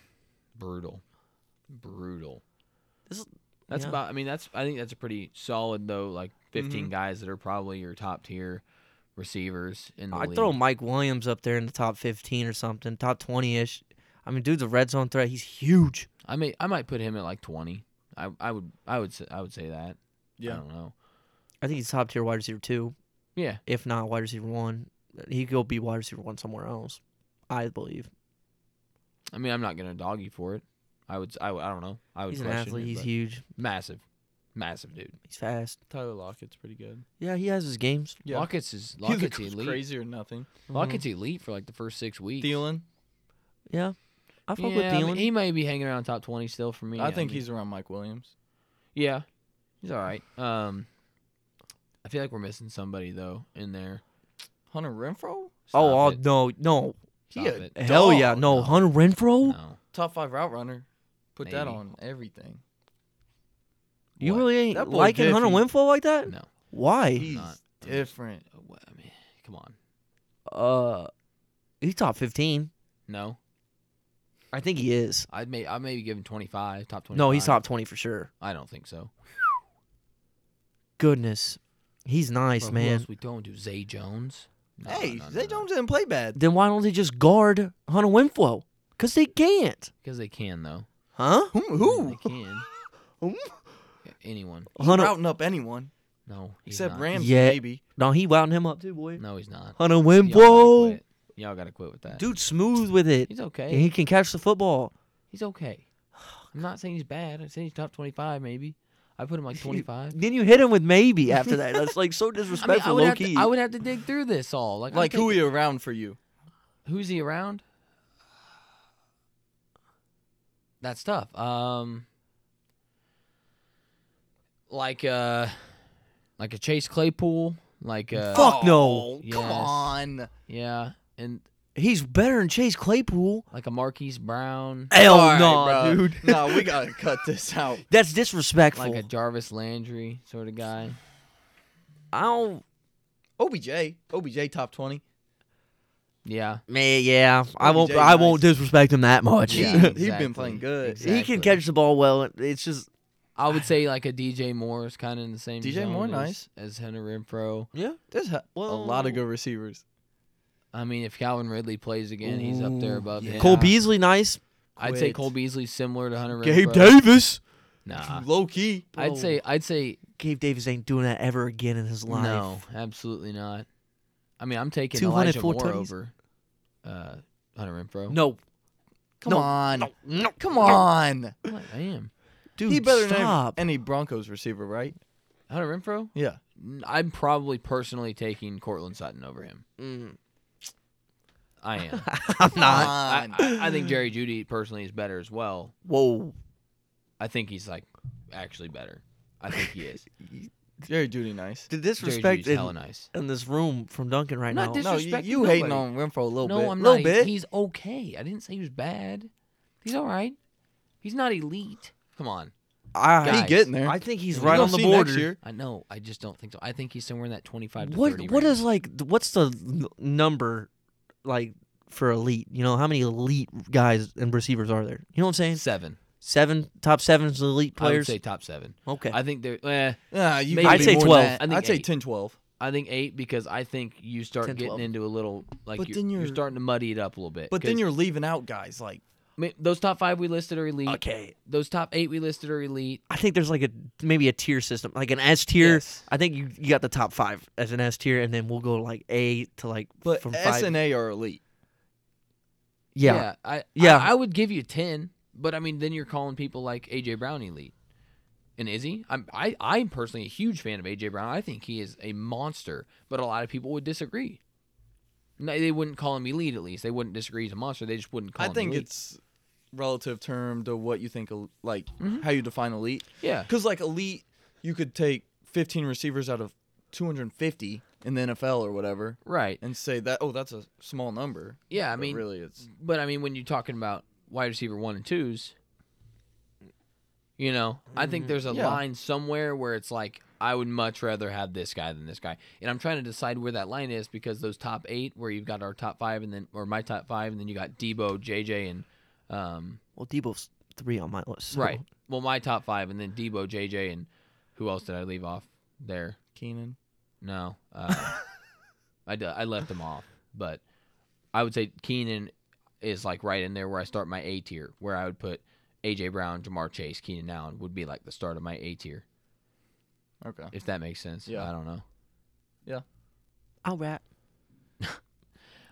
[SPEAKER 3] brutal, brutal.
[SPEAKER 2] This is-
[SPEAKER 3] that's
[SPEAKER 2] yeah.
[SPEAKER 3] about. I mean, that's I think that's a pretty solid though. Like 15
[SPEAKER 1] Mhm.
[SPEAKER 2] Mm-hmm.
[SPEAKER 3] guys that are probably your top tier receivers in the
[SPEAKER 2] i'd
[SPEAKER 3] league.
[SPEAKER 2] throw mike williams up there in the top 15 or something top 20ish i I mean, dude's a red zone threat. He's huge.
[SPEAKER 3] I may I might put him at like twenty. I I would I would say, I would say that. I
[SPEAKER 1] Yeah.
[SPEAKER 3] don't know.
[SPEAKER 2] I think he's top tier wide receiver two,
[SPEAKER 3] Yeah.
[SPEAKER 2] if not wide receiver one. He could go be wide receiver one somewhere else. I believe
[SPEAKER 3] I mean, I'm not gonna dog you for it. I would. I, would- I don't know. I would
[SPEAKER 2] he's an
[SPEAKER 3] question
[SPEAKER 2] athlete.
[SPEAKER 3] it,
[SPEAKER 2] He's
[SPEAKER 3] but-
[SPEAKER 2] huge.
[SPEAKER 3] massive, massive dude.
[SPEAKER 2] He's fast.
[SPEAKER 1] Tyler Lockett's pretty good.
[SPEAKER 2] Yeah, he has his games.
[SPEAKER 1] Yeah.
[SPEAKER 3] Lockett's is
[SPEAKER 1] He
[SPEAKER 3] Lockett's
[SPEAKER 1] looks
[SPEAKER 3] elite.
[SPEAKER 1] crazy or nothing.
[SPEAKER 3] Lockett's
[SPEAKER 2] Mm-hmm.
[SPEAKER 3] elite for like the first six weeks.
[SPEAKER 1] Thielen,
[SPEAKER 2] Yeah, I fuck
[SPEAKER 3] yeah,
[SPEAKER 2] with
[SPEAKER 3] I mean,
[SPEAKER 2] Thielen.
[SPEAKER 3] he may be hanging around top twenty still for me.
[SPEAKER 1] I think
[SPEAKER 3] mean,
[SPEAKER 1] he's around Mike Williams.
[SPEAKER 3] yeah, he's all right. Um, I feel like we're missing somebody though in there.
[SPEAKER 1] Hunter Renfro,
[SPEAKER 2] oh,
[SPEAKER 3] Stop
[SPEAKER 2] all,
[SPEAKER 3] it.
[SPEAKER 2] no, no,
[SPEAKER 1] he
[SPEAKER 3] Stop
[SPEAKER 1] a
[SPEAKER 3] it.
[SPEAKER 2] hell yeah,
[SPEAKER 1] dog.
[SPEAKER 2] no.
[SPEAKER 3] no.
[SPEAKER 2] Hunter Renfro.
[SPEAKER 3] no.
[SPEAKER 1] top five route runner. Put that
[SPEAKER 3] Maybe.
[SPEAKER 1] on everything.
[SPEAKER 2] You
[SPEAKER 3] What?
[SPEAKER 2] really ain't
[SPEAKER 1] That boy
[SPEAKER 2] liking Hunter
[SPEAKER 1] diffy.
[SPEAKER 2] Renfro like that?
[SPEAKER 3] No.
[SPEAKER 2] Why?
[SPEAKER 1] He's
[SPEAKER 3] not-
[SPEAKER 1] different.
[SPEAKER 3] Uh, what- I mean, come on.
[SPEAKER 2] Uh, he's top fifteen.
[SPEAKER 3] No,
[SPEAKER 2] I think he is.
[SPEAKER 3] I'd may I maybe give him twenty five, top twenty.
[SPEAKER 2] No, he's top twenty for sure.
[SPEAKER 3] I don't think so.
[SPEAKER 2] Goodness, he's nice,
[SPEAKER 3] Bro, who
[SPEAKER 2] man.
[SPEAKER 3] else we don't do Zay Jones. No,
[SPEAKER 1] Hey,
[SPEAKER 3] no, no,
[SPEAKER 1] Zay
[SPEAKER 3] no.
[SPEAKER 1] Jones didn't play bad.
[SPEAKER 2] Then why don't they just guard Hunter Renfro? Cause they can't,
[SPEAKER 3] because they can though.
[SPEAKER 2] huh?
[SPEAKER 1] Who?
[SPEAKER 3] Who?
[SPEAKER 1] who?
[SPEAKER 3] They can.
[SPEAKER 2] Who?
[SPEAKER 3] Yeah, Anyone.
[SPEAKER 2] Hunter,
[SPEAKER 1] Routing up anyone
[SPEAKER 3] No. He's
[SPEAKER 1] except
[SPEAKER 3] not.
[SPEAKER 1] Ramsey,
[SPEAKER 2] Yeah.
[SPEAKER 1] maybe.
[SPEAKER 2] no, he wound him up too, boy.
[SPEAKER 3] No, he's not.
[SPEAKER 2] Hunter
[SPEAKER 3] Y'all gotta
[SPEAKER 2] Renfro,
[SPEAKER 3] quit. Y'all gotta quit with that.
[SPEAKER 2] dude, smooth with it.
[SPEAKER 3] He's okay.
[SPEAKER 2] And he can catch the football.
[SPEAKER 3] he's okay. I'm not saying he's bad. I'm saying he's top 25 maybe. I put him like 25.
[SPEAKER 2] Then you hit him with maybe after that. That's like so
[SPEAKER 3] I, mean, I,
[SPEAKER 2] disrespectful,
[SPEAKER 3] would
[SPEAKER 2] low
[SPEAKER 3] have
[SPEAKER 2] key.
[SPEAKER 3] to, I would have to dig through this all. Like, I'm
[SPEAKER 1] Like who
[SPEAKER 3] thinking,
[SPEAKER 1] he around for you?
[SPEAKER 3] who's he around? That's tough. Um, like uh, like a Chase Claypool. Like uh,
[SPEAKER 2] Fuck no.
[SPEAKER 1] Oh,
[SPEAKER 3] Yes.
[SPEAKER 1] Come on.
[SPEAKER 3] yeah, and
[SPEAKER 2] He's better than Chase Claypool.
[SPEAKER 3] like a Marquise Brown.
[SPEAKER 2] Hell
[SPEAKER 1] All right,
[SPEAKER 2] no,
[SPEAKER 1] bro.
[SPEAKER 2] dude.
[SPEAKER 1] no, we gotta cut this out.
[SPEAKER 2] That's disrespectful.
[SPEAKER 3] like a Jarvis Landry sort of guy.
[SPEAKER 2] I don't.
[SPEAKER 1] OBJ, OBJ top twenty.
[SPEAKER 3] Yeah.
[SPEAKER 2] Man, yeah, I won't.
[SPEAKER 1] OBJ
[SPEAKER 2] I won't
[SPEAKER 1] nice.
[SPEAKER 2] disrespect him that much.
[SPEAKER 1] Yeah,
[SPEAKER 3] Yeah,
[SPEAKER 1] he's been
[SPEAKER 3] exactly.
[SPEAKER 1] playing good.
[SPEAKER 3] Exactly.
[SPEAKER 2] He can catch the ball well. It's just
[SPEAKER 3] I would say like a DJ Moore is kind of in the same
[SPEAKER 1] DJ
[SPEAKER 3] zone
[SPEAKER 1] Moore,
[SPEAKER 3] as,
[SPEAKER 1] nice.
[SPEAKER 3] as Henry Renfro.
[SPEAKER 2] yeah.
[SPEAKER 1] There's ha- a lot of good receivers.
[SPEAKER 3] I mean, if Calvin Ridley plays again, he's up there
[SPEAKER 2] Ooh,
[SPEAKER 3] above him.
[SPEAKER 2] Cole Beasley, nice.
[SPEAKER 3] I'd say
[SPEAKER 1] Quit.
[SPEAKER 3] Cole Beasley's similar to Hunter Renfro.
[SPEAKER 2] Davis.
[SPEAKER 3] Nah.
[SPEAKER 1] Low key.
[SPEAKER 3] I'd say I'd say
[SPEAKER 2] Gabe Davis ain't doing that ever again in his life.
[SPEAKER 3] no, absolutely not. I mean, I'm taking Elijah
[SPEAKER 2] 204
[SPEAKER 3] Moore
[SPEAKER 2] tutties.
[SPEAKER 3] over uh, Hunter Renfro.
[SPEAKER 2] no,
[SPEAKER 1] Come
[SPEAKER 2] No,
[SPEAKER 1] on.
[SPEAKER 2] no, no.
[SPEAKER 1] Come on.
[SPEAKER 3] What? I am
[SPEAKER 2] dude.
[SPEAKER 1] he better
[SPEAKER 2] stop.
[SPEAKER 1] than any Broncos receiver, right?
[SPEAKER 3] Hunter Renfro.
[SPEAKER 1] Yeah.
[SPEAKER 3] N- I'm probably personally taking Cortland Sutton over him.
[SPEAKER 2] Mm.
[SPEAKER 3] I am.
[SPEAKER 2] I'm not.
[SPEAKER 3] I,
[SPEAKER 1] Come on.
[SPEAKER 3] I, I think Jerry Judy personally is better as well.
[SPEAKER 2] Whoa.
[SPEAKER 3] I think he's like actually better. I think he is.
[SPEAKER 1] Jerry Judy, nice.
[SPEAKER 2] The
[SPEAKER 3] Jerry
[SPEAKER 2] disrespect
[SPEAKER 3] Judy's hella
[SPEAKER 2] in,
[SPEAKER 3] nice.
[SPEAKER 2] in this room from Duncan right
[SPEAKER 3] Not
[SPEAKER 2] now.
[SPEAKER 3] dis-
[SPEAKER 1] No, you,
[SPEAKER 3] disrespecting
[SPEAKER 1] you hating on
[SPEAKER 3] nobody.
[SPEAKER 1] Renfro a little
[SPEAKER 3] no,
[SPEAKER 1] bit.
[SPEAKER 3] I'm
[SPEAKER 1] little
[SPEAKER 3] not.
[SPEAKER 1] bit.
[SPEAKER 3] He's okay. I didn't say he was bad. He's all right. He's not elite. Come on.
[SPEAKER 2] I,
[SPEAKER 1] he
[SPEAKER 3] guys.
[SPEAKER 1] getting there.
[SPEAKER 2] I think he's
[SPEAKER 1] We
[SPEAKER 2] right
[SPEAKER 1] gonna
[SPEAKER 2] on the
[SPEAKER 1] see next
[SPEAKER 2] border.
[SPEAKER 1] year.
[SPEAKER 3] I know. I just don't think so. I think he's somewhere in that 25 to
[SPEAKER 2] What
[SPEAKER 3] 30
[SPEAKER 2] what
[SPEAKER 3] range.
[SPEAKER 2] is like th- what's the n- number like for elite? You know how many elite guys and receivers are there? You know what I'm saying?
[SPEAKER 3] seven?
[SPEAKER 2] Seven top seven is elite
[SPEAKER 3] I would
[SPEAKER 2] players.
[SPEAKER 3] say top seven.
[SPEAKER 2] okay,
[SPEAKER 3] I think there. Eh,
[SPEAKER 1] Ah, you
[SPEAKER 3] Maybe-
[SPEAKER 1] gotta
[SPEAKER 2] I'd
[SPEAKER 1] be
[SPEAKER 2] say
[SPEAKER 1] more than
[SPEAKER 2] 12.
[SPEAKER 1] that.
[SPEAKER 3] I think
[SPEAKER 1] I'd say
[SPEAKER 3] eight.
[SPEAKER 1] 10, 12.
[SPEAKER 3] I think eight because I think you start
[SPEAKER 2] 10,
[SPEAKER 3] getting
[SPEAKER 2] 12.
[SPEAKER 3] into a little like
[SPEAKER 1] But
[SPEAKER 3] you're,
[SPEAKER 1] then
[SPEAKER 3] you're
[SPEAKER 1] you're-
[SPEAKER 3] starting to muddy it up a little bit.
[SPEAKER 1] But then
[SPEAKER 3] 'cause,
[SPEAKER 1] you're leaving out guys like
[SPEAKER 3] I mean, those top five we listed are elite.
[SPEAKER 2] okay.
[SPEAKER 3] Those top eight we listed are elite.
[SPEAKER 2] I think there's like a maybe a tier system, like an S tier.
[SPEAKER 1] Yes.
[SPEAKER 2] I think you, you got the top five as an S tier, and then we'll go like A to like
[SPEAKER 1] but
[SPEAKER 2] from
[SPEAKER 1] S
[SPEAKER 2] five.
[SPEAKER 1] and A are elite.
[SPEAKER 2] yeah.
[SPEAKER 3] I,
[SPEAKER 2] Yeah.
[SPEAKER 3] I I would give you ten, but I mean, then you're calling people like AJ Brown elite, and is he? I'm I I'm personally a huge fan of AJ Brown. I think he is a monster, but a lot of people would disagree. No, they wouldn't call him elite. At least they wouldn't disagree he's a monster. They just wouldn't call
[SPEAKER 1] I
[SPEAKER 3] him.
[SPEAKER 1] think
[SPEAKER 3] elite.
[SPEAKER 1] it's relative term to what you think el- like how you define elite.
[SPEAKER 3] yeah.
[SPEAKER 1] Because like elite, you could take 15 receivers out of 250 in the NFL or whatever,
[SPEAKER 3] Right.
[SPEAKER 1] and say that oh that's a small number.
[SPEAKER 3] Yeah. I
[SPEAKER 1] But
[SPEAKER 3] mean,
[SPEAKER 1] really, it's
[SPEAKER 3] but I mean, when you're talking about wide receiver one and twos, you know, I think there's a
[SPEAKER 1] Yeah.
[SPEAKER 3] line somewhere where it's like, I would much rather have this guy than this guy. And I'm trying to decide where that line is because those top eight, where you've got our top five and then, or my top five, and then you got Debo, JJ, and, um,
[SPEAKER 2] Well, Debo's three on my list. so-
[SPEAKER 3] right. Well, my top five, and then Debo, JJ, and who else did I leave off there?
[SPEAKER 1] Keenan.
[SPEAKER 3] No, um, uh, I, d- I left them off, but I would say Keenan is like right in there where I start my A tier, where I would put AJ Brown, Jamar Chase, Keenan Allen would be like the start of my A tier,
[SPEAKER 1] Okay.
[SPEAKER 3] if that makes sense.
[SPEAKER 1] Yeah.
[SPEAKER 3] I don't know.
[SPEAKER 2] I'll rap.
[SPEAKER 3] All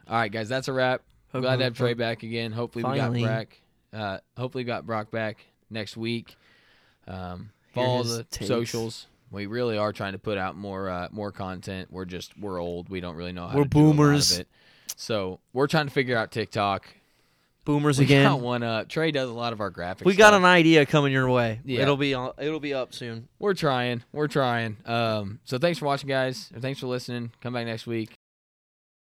[SPEAKER 3] right, guys, that's a wrap.
[SPEAKER 2] Hope
[SPEAKER 3] Glad
[SPEAKER 2] you-
[SPEAKER 3] to have Trey back again. Hopefully
[SPEAKER 2] Finally.
[SPEAKER 3] we got Brock. Uh, hopefully we got Brock back next week. Um,
[SPEAKER 2] Hear
[SPEAKER 3] follow
[SPEAKER 2] his
[SPEAKER 3] the
[SPEAKER 2] takes.
[SPEAKER 3] socials. We really are trying to put out more uh, more content. We're just we're old. We don't really know how
[SPEAKER 2] We're
[SPEAKER 3] to do a lot of
[SPEAKER 2] boomers.
[SPEAKER 3] it. So we're trying to figure out TikTok.
[SPEAKER 2] Boomers
[SPEAKER 3] We
[SPEAKER 2] again.
[SPEAKER 3] got one up. Trey does a lot of our graphics.
[SPEAKER 2] we got
[SPEAKER 3] stuff.
[SPEAKER 2] an idea coming your way.
[SPEAKER 3] Yeah.
[SPEAKER 2] It'll be on, it'll be up soon.
[SPEAKER 3] We're trying. We're trying. Um, so thanks for watching, guys. And thanks for listening. Come back next week.